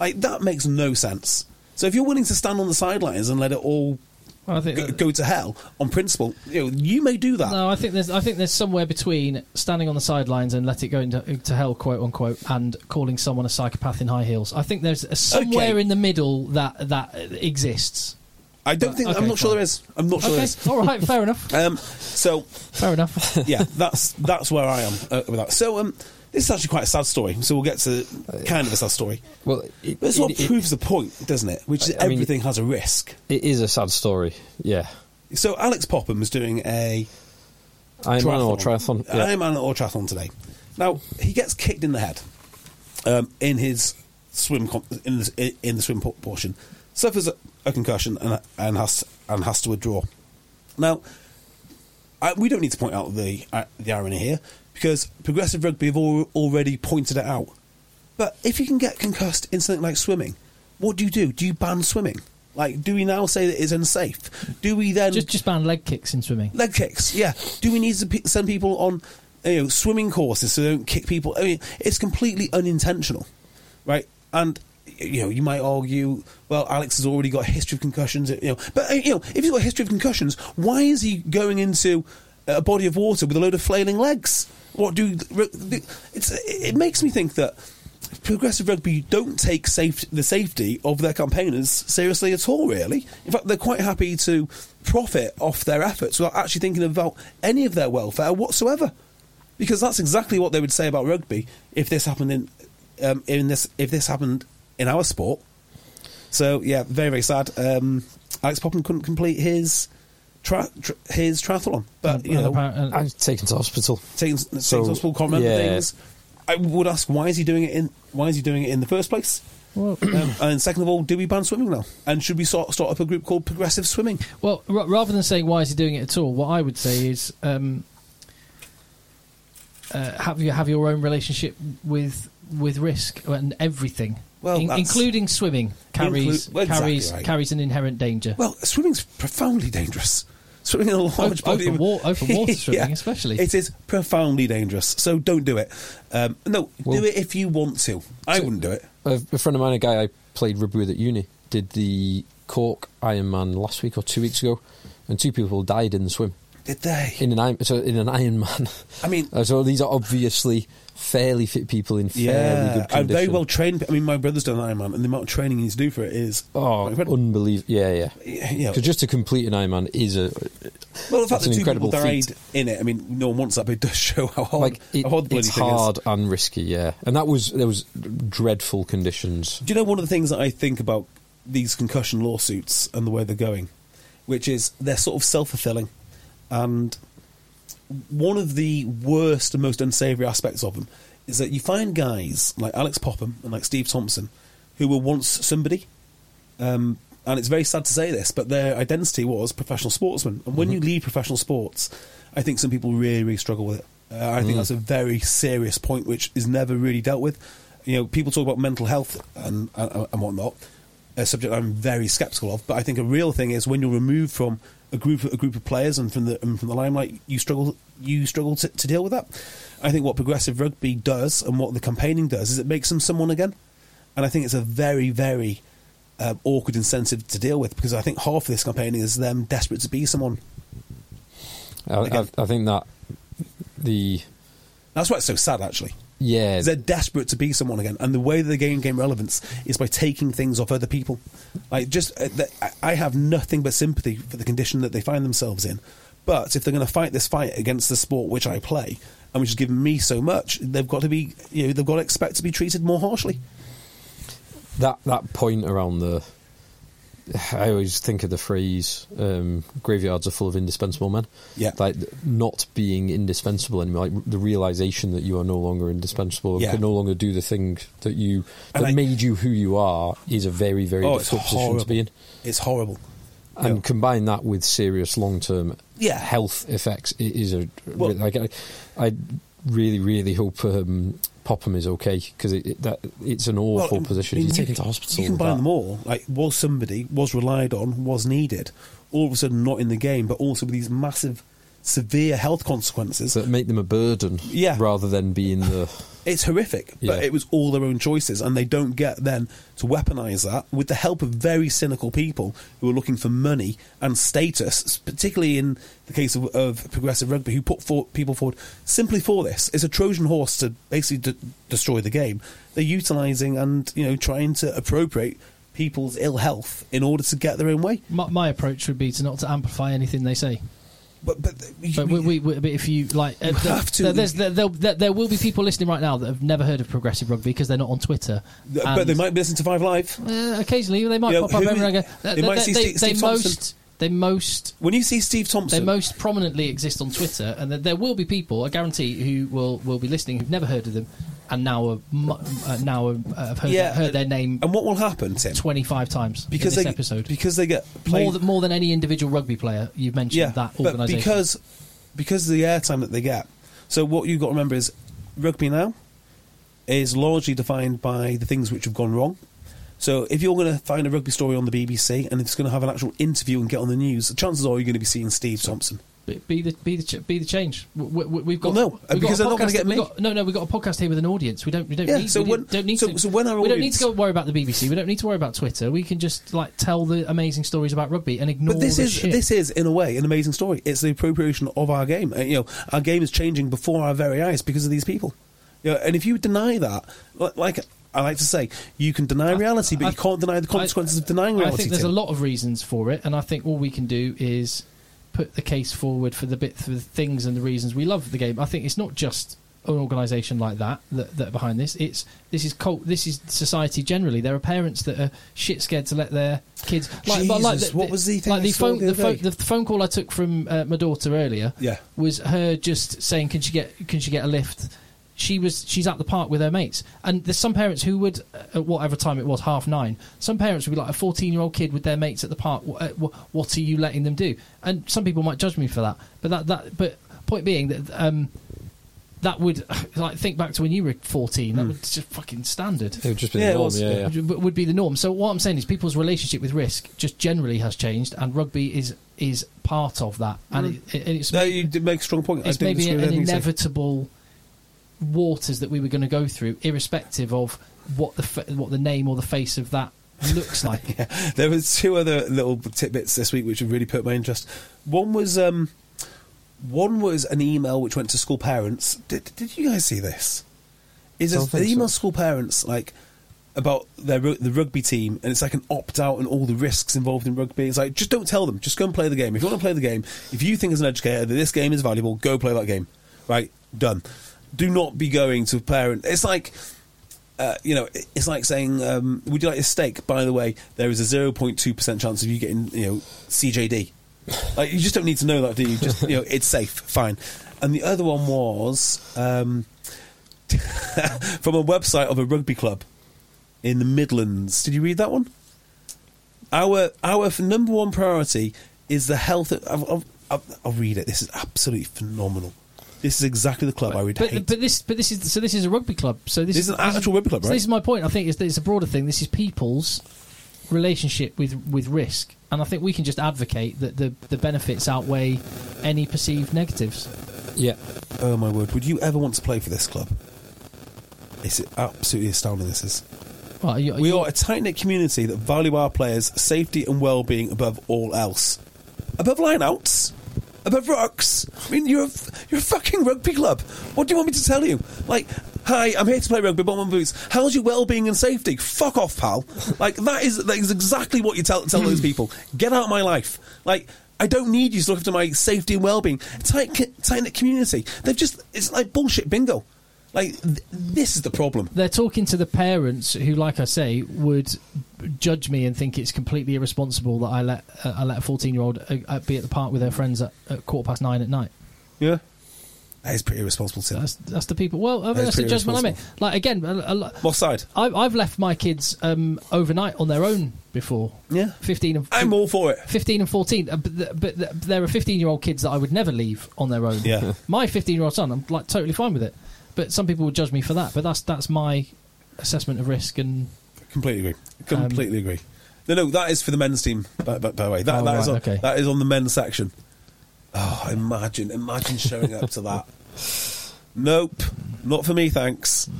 Speaker 3: Like that makes no sense. So if you're willing to stand on the sidelines and let it all
Speaker 1: Well, I think
Speaker 3: go,
Speaker 1: that-
Speaker 3: go to hell on principle. You, know, you may do that.
Speaker 1: No, I think there's I think there's somewhere between standing on the sidelines and let it go into to hell, quote unquote, and calling someone a psychopath in high heels. I think there's a- somewhere
Speaker 3: Okay.
Speaker 1: in the middle that that exists.
Speaker 3: I don't think.
Speaker 1: Okay,
Speaker 3: I'm not sure
Speaker 1: fine.
Speaker 3: there is. I'm not sure
Speaker 1: Okay,
Speaker 3: there is.
Speaker 1: all right, fair enough,
Speaker 3: Um, so
Speaker 1: fair enough.
Speaker 3: yeah, that's that's where I am uh, with that. So um, this is actually quite a sad story. So we'll get to kind of a sad story.
Speaker 2: Well, it,
Speaker 3: But it's what
Speaker 2: it- it-
Speaker 3: proves the point, doesn't it? Which is
Speaker 2: I- I mean-
Speaker 3: everything has a risk.
Speaker 2: it is a sad story. Yeah,
Speaker 3: So Alex Popham was doing a
Speaker 2: Iron Man or triathlon. Yeah.
Speaker 3: Ironman or triathlon today. Now he gets kicked in the head um, in his swim com- in, the, in the swim por- portion, suffers a, a concussion and, and has and has to withdraw. Now I, we don't need to point out the uh, the irony here because progressive rugby have al- already pointed it out. But if you can get concussed in something like swimming, what do you do? Do you ban swimming? Like, do we now say that it's unsafe? Do we then
Speaker 1: just just ban leg kicks in swimming.
Speaker 3: leg kicks. Yeah. Do we need to pe- send people on you know swimming courses so they don't kick people? I mean, it's completely unintentional, right? And you know, you might argue, well, Alex has already got a history of concussions. You know, but uh, you know, if he's got a history of concussions, why is he going into a body of water with a load of flailing legs? What do it's? It makes me think that progressive rugby don't take safe, the safety of their campaigners seriously at all, really. In fact, they're quite happy to profit off their efforts without actually thinking about any of their welfare whatsoever. Because that's exactly what they would say about rugby if this happened in, um, in this if this happened in our sport. So yeah, very very sad. Um, Alex Popham couldn't complete his tra- tra- his triathlon, but you
Speaker 1: Mm, And
Speaker 3: know,
Speaker 1: apparent- and-
Speaker 2: I'm taken to hospital.
Speaker 3: taking
Speaker 2: So,
Speaker 3: taking possible can't remember
Speaker 2: yeah.
Speaker 3: things. I would ask why is he doing it in why is he doing it in the first place?
Speaker 1: well,
Speaker 3: Um, and second of all, do we ban swimming now? And should we sort, start up a group called Progressive Swimming?
Speaker 1: Well, r- rather than saying why is he doing it at all, what I would say is um, uh, have you have your own relationship with with risk and everything,
Speaker 3: Well,
Speaker 1: In-
Speaker 3: that's-
Speaker 1: including swimming carries
Speaker 3: Inclu- well, exactly
Speaker 1: carries
Speaker 3: right.
Speaker 1: carries an inherent danger.
Speaker 3: Well, swimming's profoundly dangerous. Swimming in a large
Speaker 1: Open-
Speaker 3: body,
Speaker 1: open
Speaker 3: of-
Speaker 1: wa- open water swimming especially.
Speaker 3: it is profoundly dangerous. So don't do it. Um, no,
Speaker 2: Well-
Speaker 3: do it if you want to. I wouldn't do it.
Speaker 2: A, a friend of mine, a guy I played rugby with at uni, did the Cork Ironman last week or two weeks ago, and two people died in the swim.
Speaker 3: Did they?
Speaker 2: in an iron, so in an Iron Man.
Speaker 3: I mean-
Speaker 2: Uh, so these are obviously fairly fit people in fairly
Speaker 3: yeah,
Speaker 2: good
Speaker 3: I'm
Speaker 2: condition.
Speaker 3: very well trained. I mean, my brother's done Ironman, and the amount of training he's do for it is
Speaker 2: Oh,
Speaker 3: incredible.
Speaker 2: unbelievable! Yeah, yeah.
Speaker 3: Yeah.
Speaker 2: Because just to complete an Ironman is a
Speaker 3: Well,
Speaker 2: That's
Speaker 3: the fact that
Speaker 2: an
Speaker 3: two
Speaker 2: incredible
Speaker 3: people died
Speaker 2: feat.
Speaker 3: in it, I mean, no one wants that, but it does show how hard,
Speaker 2: like it-
Speaker 3: how hard the bloody
Speaker 2: it's
Speaker 3: thing
Speaker 2: hard
Speaker 3: is.
Speaker 2: and risky. Yeah, and that was there was dreadful conditions.
Speaker 3: Do you know one of the things that I think about these concussion lawsuits and the way they're going, which is they're sort of self fulfilling, and one of the worst and most unsavoury aspects of them is that you find guys like Alex Popham and like Steve Thompson, who were once somebody, um, and it's very sad to say this, but their identity was professional sportsman. And when you leave professional sports, I think some people really, really struggle with it. Uh, I think that's a very serious point which is never really dealt with. You know, people talk about mental health and and, and whatnot, a subject I'm very sceptical of. But I think a real thing is when you're removed from a group, a group of players, and from the and from the limelight, you struggle, you struggle to, to deal with that. I think what progressive rugby does and what the campaigning does is it makes them someone again, and I think it's a very, very um, awkward incentive to deal with because I think half of this campaigning is them desperate to be someone.
Speaker 2: I, I,
Speaker 3: Again.
Speaker 2: I think that the
Speaker 3: That's why it's so sad, actually.
Speaker 2: yeah
Speaker 3: 'Cause They're desperate to be someone again, and the way that they gain game relevance is by taking things off other people. Like, just uh, th- I- I have nothing but sympathy for the condition that they find themselves in. But if they're going to fight this fight against the sport which I play and which has given me so much, they've got to be, you know, they've got to expect to be treated more harshly.
Speaker 2: that that point around the I always think of the phrase um, "graveyards are full of indispensable men."
Speaker 3: Yeah.
Speaker 2: like not being indispensable anymore, like the realization that you are no longer indispensable and
Speaker 3: Yeah.
Speaker 2: can no longer do the thing that you that
Speaker 3: And I-
Speaker 2: made you who you are is a very very
Speaker 3: Oh, it's
Speaker 2: difficult position
Speaker 3: horrible.
Speaker 2: to be in.
Speaker 3: It's horrible.
Speaker 2: And
Speaker 3: Yeah.
Speaker 2: combine that with serious long term
Speaker 3: Yeah.
Speaker 2: health effects, it is a
Speaker 3: Well-
Speaker 2: like I, I really really hope um, Popham is okay because it, it, that it's an awful
Speaker 3: Well,
Speaker 2: position.
Speaker 3: I mean,
Speaker 2: He's
Speaker 3: you
Speaker 2: taken to
Speaker 3: can-
Speaker 2: hospital.
Speaker 3: You can
Speaker 2: with
Speaker 3: buy
Speaker 2: that.
Speaker 3: them all. Like, was somebody, was relied on, was needed. All of a sudden, not in the game, but also with these massive, severe health consequences.
Speaker 2: that make them a burden
Speaker 3: Yeah.
Speaker 2: rather than being the
Speaker 3: It's horrific, but
Speaker 2: Yeah.
Speaker 3: it was all their own choices, and they don't get then to weaponize that with the help of very cynical people who are looking for money and status, particularly in the case of, of progressive rugby, who put for, people forward simply for this. It's a Trojan horse to basically d- destroy the game. They're utilizing and you know trying to appropriate people's ill health in order to get their own way.
Speaker 1: My, my approach would be to not to amplify anything they say.
Speaker 3: But but,
Speaker 1: But, we, we, we, but if you like, uh, there-
Speaker 3: have to-
Speaker 1: there- there's- there, there'll- there, there will be people listening right now that have never heard of progressive rugby because they're not on Twitter.
Speaker 3: but
Speaker 1: And-
Speaker 3: they might be listening to Five Live.
Speaker 1: Uh, occasionally, they might
Speaker 3: Yeah,
Speaker 1: pop up
Speaker 3: who-
Speaker 1: everywhere and go.
Speaker 3: they
Speaker 1: They,
Speaker 3: might
Speaker 1: they-
Speaker 3: see
Speaker 1: they-
Speaker 3: Steve-
Speaker 1: they
Speaker 3: Steve Thompson.
Speaker 1: most, they most,
Speaker 3: When you see Steve
Speaker 1: they
Speaker 3: Thompson,
Speaker 1: most prominently exist on Twitter, and there- there will be people, I guarantee, who will, will be listening who've never heard of them, and now are mu- uh, now are, uh, have heard, heard their name
Speaker 3: And what will happen, Tim?
Speaker 1: twenty five times
Speaker 3: Because
Speaker 1: in this
Speaker 3: they
Speaker 1: episode.
Speaker 3: because they get played,
Speaker 1: more than, more than any individual rugby player you've mentioned
Speaker 3: yeah,
Speaker 1: that
Speaker 3: but
Speaker 1: organisation.
Speaker 3: because because of the airtime that they get. So what you've got to remember is rugby now is largely defined by the things which have gone wrong. So if you're going to find a rugby story on the BBC and it's going to have an actual interview and get on the news, chances are you're going to be seeing Steve Thompson.
Speaker 1: Be- be the be the ch- be the change. We, we, we've got
Speaker 3: Well, no,
Speaker 1: we've
Speaker 3: because
Speaker 1: got
Speaker 3: they're
Speaker 1: a
Speaker 3: not gonna
Speaker 1: podcast-
Speaker 3: get
Speaker 1: we've
Speaker 3: me.
Speaker 1: Got, no, no, we've got a podcast here with an audience. We don't we don't
Speaker 3: Yeah,
Speaker 1: need,
Speaker 3: so
Speaker 1: we
Speaker 3: when-
Speaker 1: don't need
Speaker 3: so-
Speaker 1: to,
Speaker 3: so when our
Speaker 1: we don't need
Speaker 3: audience-
Speaker 1: to go worry about the BBC. We don't need to worry about Twitter. We can just like tell the amazing stories about rugby and ignore
Speaker 3: But this
Speaker 1: the
Speaker 3: is
Speaker 1: shit.
Speaker 3: this is in a way an amazing story. It's the appropriation of our game. Uh, you know, our game is changing before our very eyes because of these people. You know, and if you deny that, li- like I like to say, you can deny reality, but
Speaker 1: I-
Speaker 3: you can't deny the consequences of denying reality.
Speaker 1: I think there's
Speaker 3: Tim.
Speaker 1: a lot of reasons for it, and I think all we can do is put the case forward for the bit for the things and the reasons we love the game. I think it's not just an organisation like that, that that are behind this. It's this is cult. This is society generally. There are parents that are shit scared to let their kids. but
Speaker 3: Jesus, what was the thing
Speaker 1: Like
Speaker 3: I
Speaker 1: the
Speaker 3: saw
Speaker 1: phone,
Speaker 3: the
Speaker 1: the
Speaker 3: other
Speaker 1: phone,
Speaker 3: day?
Speaker 1: the phone call I took from uh, my daughter earlier.
Speaker 3: Yeah.
Speaker 1: was her just saying, "Can she get? Can she get a lift?" She was she's at the park with her mates, and there's some parents who would, uh, at whatever time it was, half nine. Some parents would be like a 14 year old kid with their mates at the park. What, uh, wh- what are you letting them do? And some people might judge me for that, but that that but point being that um, that would like think back to when you were 14. That would just fucking standard
Speaker 2: It would just be
Speaker 3: Yeah,
Speaker 2: the
Speaker 3: it
Speaker 2: norm,
Speaker 3: was-
Speaker 2: yeah, yeah.
Speaker 1: which w- would be the norm. So what I'm saying is people's relationship with risk just generally has changed, and rugby is is part of that, and it, it, it's
Speaker 3: Mm. No,
Speaker 1: may-
Speaker 3: you did make a strong point.
Speaker 1: it's
Speaker 3: I didn't
Speaker 1: maybe
Speaker 3: disagree
Speaker 1: an
Speaker 3: with anything you said.
Speaker 1: inevitable waters that we were going to go through, irrespective of what the fa- what the name or the face of that looks like.
Speaker 3: Yeah. There was two other little tidbits this week which have really piqued my interest. One was um, one was an email which went to school parents. Did, did you guys see this? Is
Speaker 2: Don't
Speaker 3: this, they
Speaker 2: think so.
Speaker 3: email school parents like about their ru- the rugby team and it's like an opt out and all the risks involved in rugby. It's like just don't tell them. Just go and play the game. If you want to play the game, if you think as an educator that this game is valuable, go play that game. Right, done. Do not be going to parent. It's like uh, you know, it- it's like saying, um, "Would you like a steak?" By the way, there is a zero point two percent chance of you getting, you know, CJD. Like you just don't need to know that, do you? Just you know, it's safe, fine. And the other one was um, from a website of a rugby club in the Midlands. Did you read that one? Our our f- number one priority is the health. Of, of, of, I'll read it. This is absolutely phenomenal. This is exactly the club I would hate.
Speaker 1: But, but this, but this is so. This is a rugby club. So this,
Speaker 3: This is an actual rugby club,
Speaker 1: so
Speaker 3: right?
Speaker 1: This is my point. I think it's, it's a broader thing. This is people's relationship with with risk, and I think we can just advocate that the the benefits outweigh any perceived negatives.
Speaker 2: Yeah.
Speaker 3: Oh my word! Would you ever want to play for this club? It's absolutely astounding. This is.
Speaker 1: Well, you,
Speaker 3: We
Speaker 1: you-
Speaker 3: are a tight knit community that value our players' safety and well being above all else, above lineouts, above rocks. I mean, you're a, you're a fucking rugby club. What do you want me to tell you? Like, hi, I'm here to play rugby, but my boots. How's your well being and safety? Fuck off, pal. Like that is that is exactly what you tell tell those people. Get out of my life. Like. I don't need you to look after my safety and well-being. Tight, tight knit community. They've just—it's like bullshit bingo. Like th- this is the problem.
Speaker 1: they're talking to the parents who, like I say, would judge me and think it's completely irresponsible that I let uh, I let a fourteen year old uh, uh, be at the park with her friends at, at quarter past nine at night.
Speaker 3: Yeah. That is pretty irresponsible, Tim.
Speaker 1: That's that's the people. Well, I mean,
Speaker 3: That's
Speaker 1: that's the
Speaker 3: pretty
Speaker 1: judgment I make.
Speaker 3: irresponsible.
Speaker 1: Like again, a, a, lot-
Speaker 3: what side?
Speaker 1: I've, I've left my kids um, overnight on their own before.
Speaker 3: Yeah.
Speaker 1: 15 and
Speaker 3: I'm all for it.
Speaker 1: 15 and 14. Uh, But, th- but th- there are 15 year old kids that I would never leave on their own.
Speaker 3: Yeah.
Speaker 1: My 15 year old son, I'm like totally fine with it. But some people would judge me for that. But that's that's my assessment of risk and
Speaker 3: Completely agree. Completely agree. No, no, that is for the men's team. By, by, by the way, that,
Speaker 1: Oh,
Speaker 3: that is
Speaker 1: right,
Speaker 3: on,
Speaker 1: okay.
Speaker 3: that is on the men's section. Oh, imagine, imagine showing up to that. nope, not for me, thanks.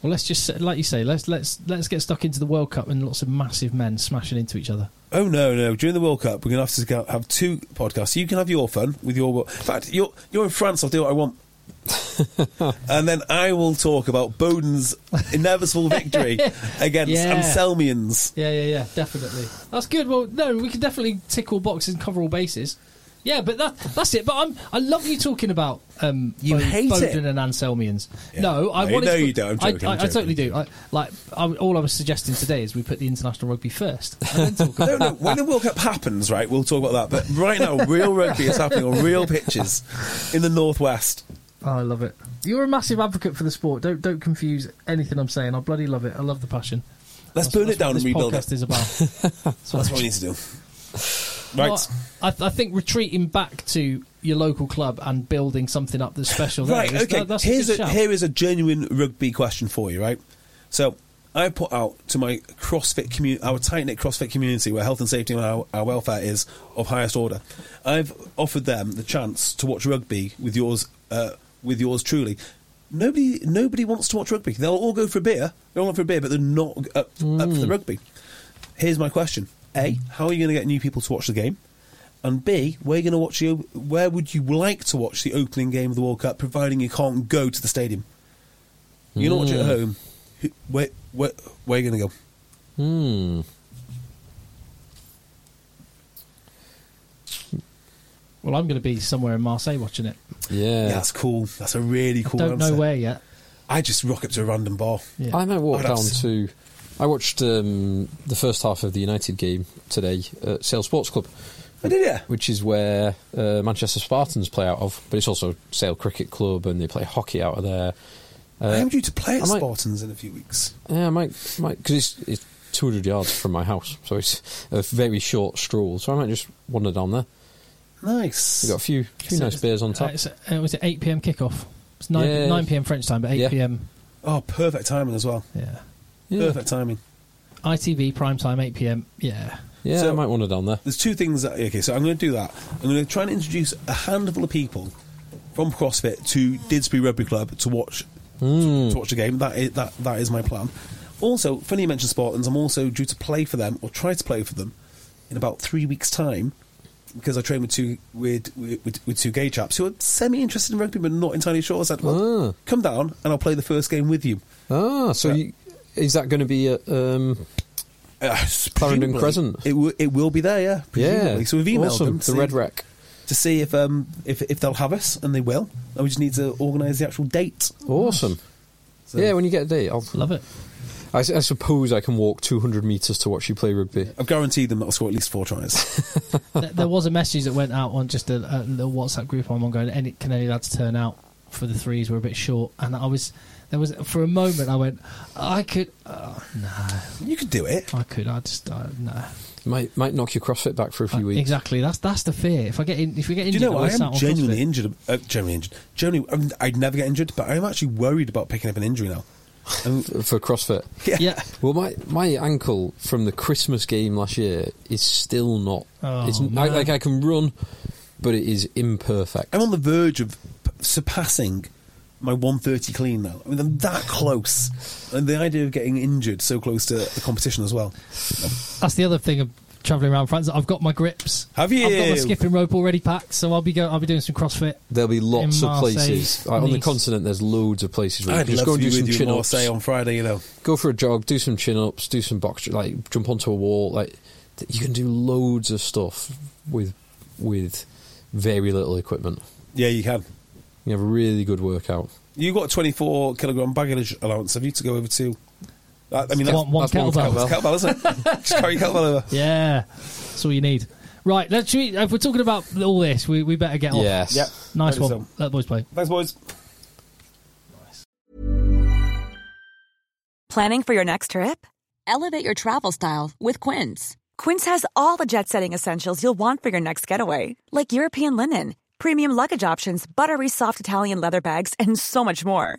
Speaker 1: Well, let's just say- like you say, let's let's let's get stuck into the World Cup and lots of massive men smashing into each other.
Speaker 3: Oh no, no! During the World Cup, we're going to have to go- have two podcasts. You can have your fun with your. In fact, you're you're in France. I'll do what I want, and then I will talk about Bowden's inevitable victory against
Speaker 1: Yeah.
Speaker 3: Anselmians.
Speaker 1: Yeah, yeah, yeah, definitely. That's good. Well, no, we can definitely tick all boxes and cover all bases. Yeah, but that that's it. But I'm I love you talking about um
Speaker 3: You hate it.
Speaker 1: Bowden and Anselmians.
Speaker 3: Yeah.
Speaker 1: No, I
Speaker 3: No,
Speaker 1: wanted
Speaker 3: no,
Speaker 1: to,
Speaker 3: you don't. I'm joking,
Speaker 1: I,
Speaker 3: I'm
Speaker 1: I, I totally do. I, like I, all I was suggesting today is we put the international rugby first. And then talk
Speaker 3: No,
Speaker 1: about
Speaker 3: no. When the World Cup happens, right, we'll talk about that. But right now, real rugby is happening on real pitches in the northwest.
Speaker 1: oh, I love it. You're a massive advocate for the sport. Don't don't confuse anything I'm saying. I bloody love it. I love the passion.
Speaker 3: Let's
Speaker 1: That's-
Speaker 3: burn
Speaker 1: that's
Speaker 3: it down
Speaker 1: what
Speaker 3: and rebuild
Speaker 1: this
Speaker 3: it.
Speaker 1: podcast is about.
Speaker 3: That's what we need to do. Right.
Speaker 1: Well, I, I think retreating back to your local club and building something up that's special. there
Speaker 3: Right,
Speaker 1: is-
Speaker 3: okay.
Speaker 1: that- that's
Speaker 3: Here's
Speaker 1: a, good
Speaker 3: a,
Speaker 1: shout.
Speaker 3: here is a genuine rugby question for you, right? So I put out to my CrossFit community, our tight knit CrossFit community, where health and safety and our, our welfare is of highest order. I've offered them the chance to watch rugby with yours, uh, with yours truly. Nobody, nobody wants to watch rugby. They'll all go for a beer. They'll go for a beer, but they're not up, up
Speaker 1: Mm.
Speaker 3: for the rugby. Here's my question: A, how are you going to get new people to watch the game? And B, where are you going to watch the, o- Where would you like to watch the opening game of the World Cup, providing you can't go to the stadium? You can watch it at home. Who- Where, where, where are you going to go?
Speaker 2: Hmm.
Speaker 1: Well, I'm going to be somewhere in Marseille watching it.
Speaker 2: Yeah.
Speaker 3: Yeah, that's cool. That's a really cool
Speaker 1: Don't
Speaker 3: answer.
Speaker 1: know where yet.
Speaker 3: I just rock up to a random bar.
Speaker 1: Yeah.
Speaker 2: I might walk
Speaker 3: I'd have
Speaker 2: down
Speaker 3: s-
Speaker 2: to. I watched um, the first half of the United game today at Sale Sports Club,
Speaker 3: I did, yeah.
Speaker 2: which is where uh, Manchester Spartans play out of, but it's also Sale Cricket Club and they play hockey out of there.
Speaker 3: I'm due to play at
Speaker 2: Uh, I might-
Speaker 3: Spartans in a few weeks.
Speaker 2: Yeah, I might, might because it's, it's 200 yards from my house, so it's a very short stroll. So I might just wander down there.
Speaker 3: Nice.
Speaker 2: We've got a few, few
Speaker 1: So
Speaker 2: nice
Speaker 1: it's-
Speaker 2: beers on
Speaker 1: Uh,
Speaker 2: tap.
Speaker 1: it's, uh, was it 8 p.m. kickoff? It's 9,
Speaker 2: Yeah.
Speaker 1: 9 p.m. French time, but 8
Speaker 2: Yeah.
Speaker 1: p.m.
Speaker 3: oh, perfect timing as well.
Speaker 1: Yeah.
Speaker 2: Yeah,
Speaker 3: Perfect timing.
Speaker 1: ITV prime time, 8 p.m. Yeah.
Speaker 2: yeah
Speaker 3: So-
Speaker 2: I might wander down there.
Speaker 3: There's two things that. Okay, so I'm going to do that. I'm going to try and introduce a handful of people from CrossFit to Didsbury Rugby Club to watch
Speaker 2: Hmm.
Speaker 3: to, to watch a game. That is that that is my plan. Also, funny you mentioned Spartans. I'm also due to play for them or try to play for them in about three weeks' time because I train with two with with, with two gay chaps who are semi interested in rugby but not entirely sure. I said, well, come down and I'll play the first game with you.
Speaker 2: Ah, so you, is that going to be at um,
Speaker 3: Uh,
Speaker 2: Clarendon
Speaker 3: presumably,
Speaker 2: Crescent?
Speaker 3: It, w- it will be there, yeah.
Speaker 2: yeah?
Speaker 3: presumably. So we've emailed
Speaker 2: awesome,
Speaker 3: them. to
Speaker 2: the
Speaker 3: see-
Speaker 2: Red Wreck.
Speaker 3: to see if um if, if they'll have us, and they will. And we just need to organise the actual date.
Speaker 2: Awesome.
Speaker 3: So-
Speaker 2: yeah, when you get a date, I'll,
Speaker 1: Love it.
Speaker 2: I, s- I suppose I can walk 200 metres to watch you play rugby.
Speaker 3: I've guaranteed them that I'll score at least four tries.
Speaker 1: there, there was a message that went out on just a, a little WhatsApp group I'm on going, any, can any lads turn out for the threes? We're a bit short. And I was, there was, for a moment, I went, I could, oh, no,
Speaker 3: you could do it.
Speaker 1: I could, I just, I, no.
Speaker 2: Might might knock your CrossFit back for a few
Speaker 1: Uh,
Speaker 2: weeks.
Speaker 1: Exactly. That's that's the fear. If I get in, if we get
Speaker 3: Do
Speaker 1: injured,
Speaker 3: you know what?
Speaker 1: we're
Speaker 3: I
Speaker 1: sat
Speaker 3: am
Speaker 1: on
Speaker 3: genuinely
Speaker 1: CrossFit.
Speaker 3: injured. Uh, genuinely injured. Genuinely, um, I'd never get injured, but I'm actually worried about picking up an injury now. Um,
Speaker 2: For CrossFit.
Speaker 3: yeah.
Speaker 1: Yeah.
Speaker 2: Well, my, my ankle from the Christmas game last year is still not.
Speaker 1: Oh,
Speaker 2: it's, I,
Speaker 1: man.
Speaker 2: like I can run, but it is imperfect.
Speaker 3: I'm on the verge of p- surpassing my 130 clean now. I mean, I'm that close, and the idea of getting injured so close to the competition as well.
Speaker 1: That's the other thing of traveling around France. I've got my grips.
Speaker 3: Have you?
Speaker 1: I've got my skipping rope already packed, so I'll be going. I'll be doing some CrossFit.
Speaker 2: There'll be lots
Speaker 1: In
Speaker 2: of
Speaker 1: Marseille,
Speaker 2: places like, on the
Speaker 1: Nice.
Speaker 2: continent. There's loads of places where you
Speaker 3: I'd
Speaker 2: can
Speaker 3: love
Speaker 2: just go and
Speaker 3: to
Speaker 2: do
Speaker 3: be
Speaker 2: some
Speaker 3: with you in
Speaker 2: chin ups,
Speaker 3: Marseille on Friday, you know.
Speaker 2: go for a jog, do some chin ups, do some box, like jump onto a wall. Like th- you can do loads of stuff with with very little equipment.
Speaker 3: Yeah, you can.
Speaker 2: You have a really good workout.
Speaker 3: You got a 24 kilogram baggage allowance. Have you to go over to? I I mean, that's,
Speaker 1: One, one
Speaker 2: that's one
Speaker 1: kettlebell.
Speaker 3: that's kettlebell, isn't it? Just carry your kettlebell over.
Speaker 1: Yeah, that's all you need. Right, let's. should we- If we're talking about all this, we, we better get off.
Speaker 2: Yes.
Speaker 3: Yep.
Speaker 1: Nice
Speaker 3: That is
Speaker 1: one.
Speaker 3: all.
Speaker 1: Let the boys play.
Speaker 3: Thanks, boys.
Speaker 5: Planning for your next trip? Elevate your travel style with Quince. Quince has all the jet setting essentials you'll want for your next getaway, like European linen, premium luggage options, buttery soft Italian leather bags, and so much more.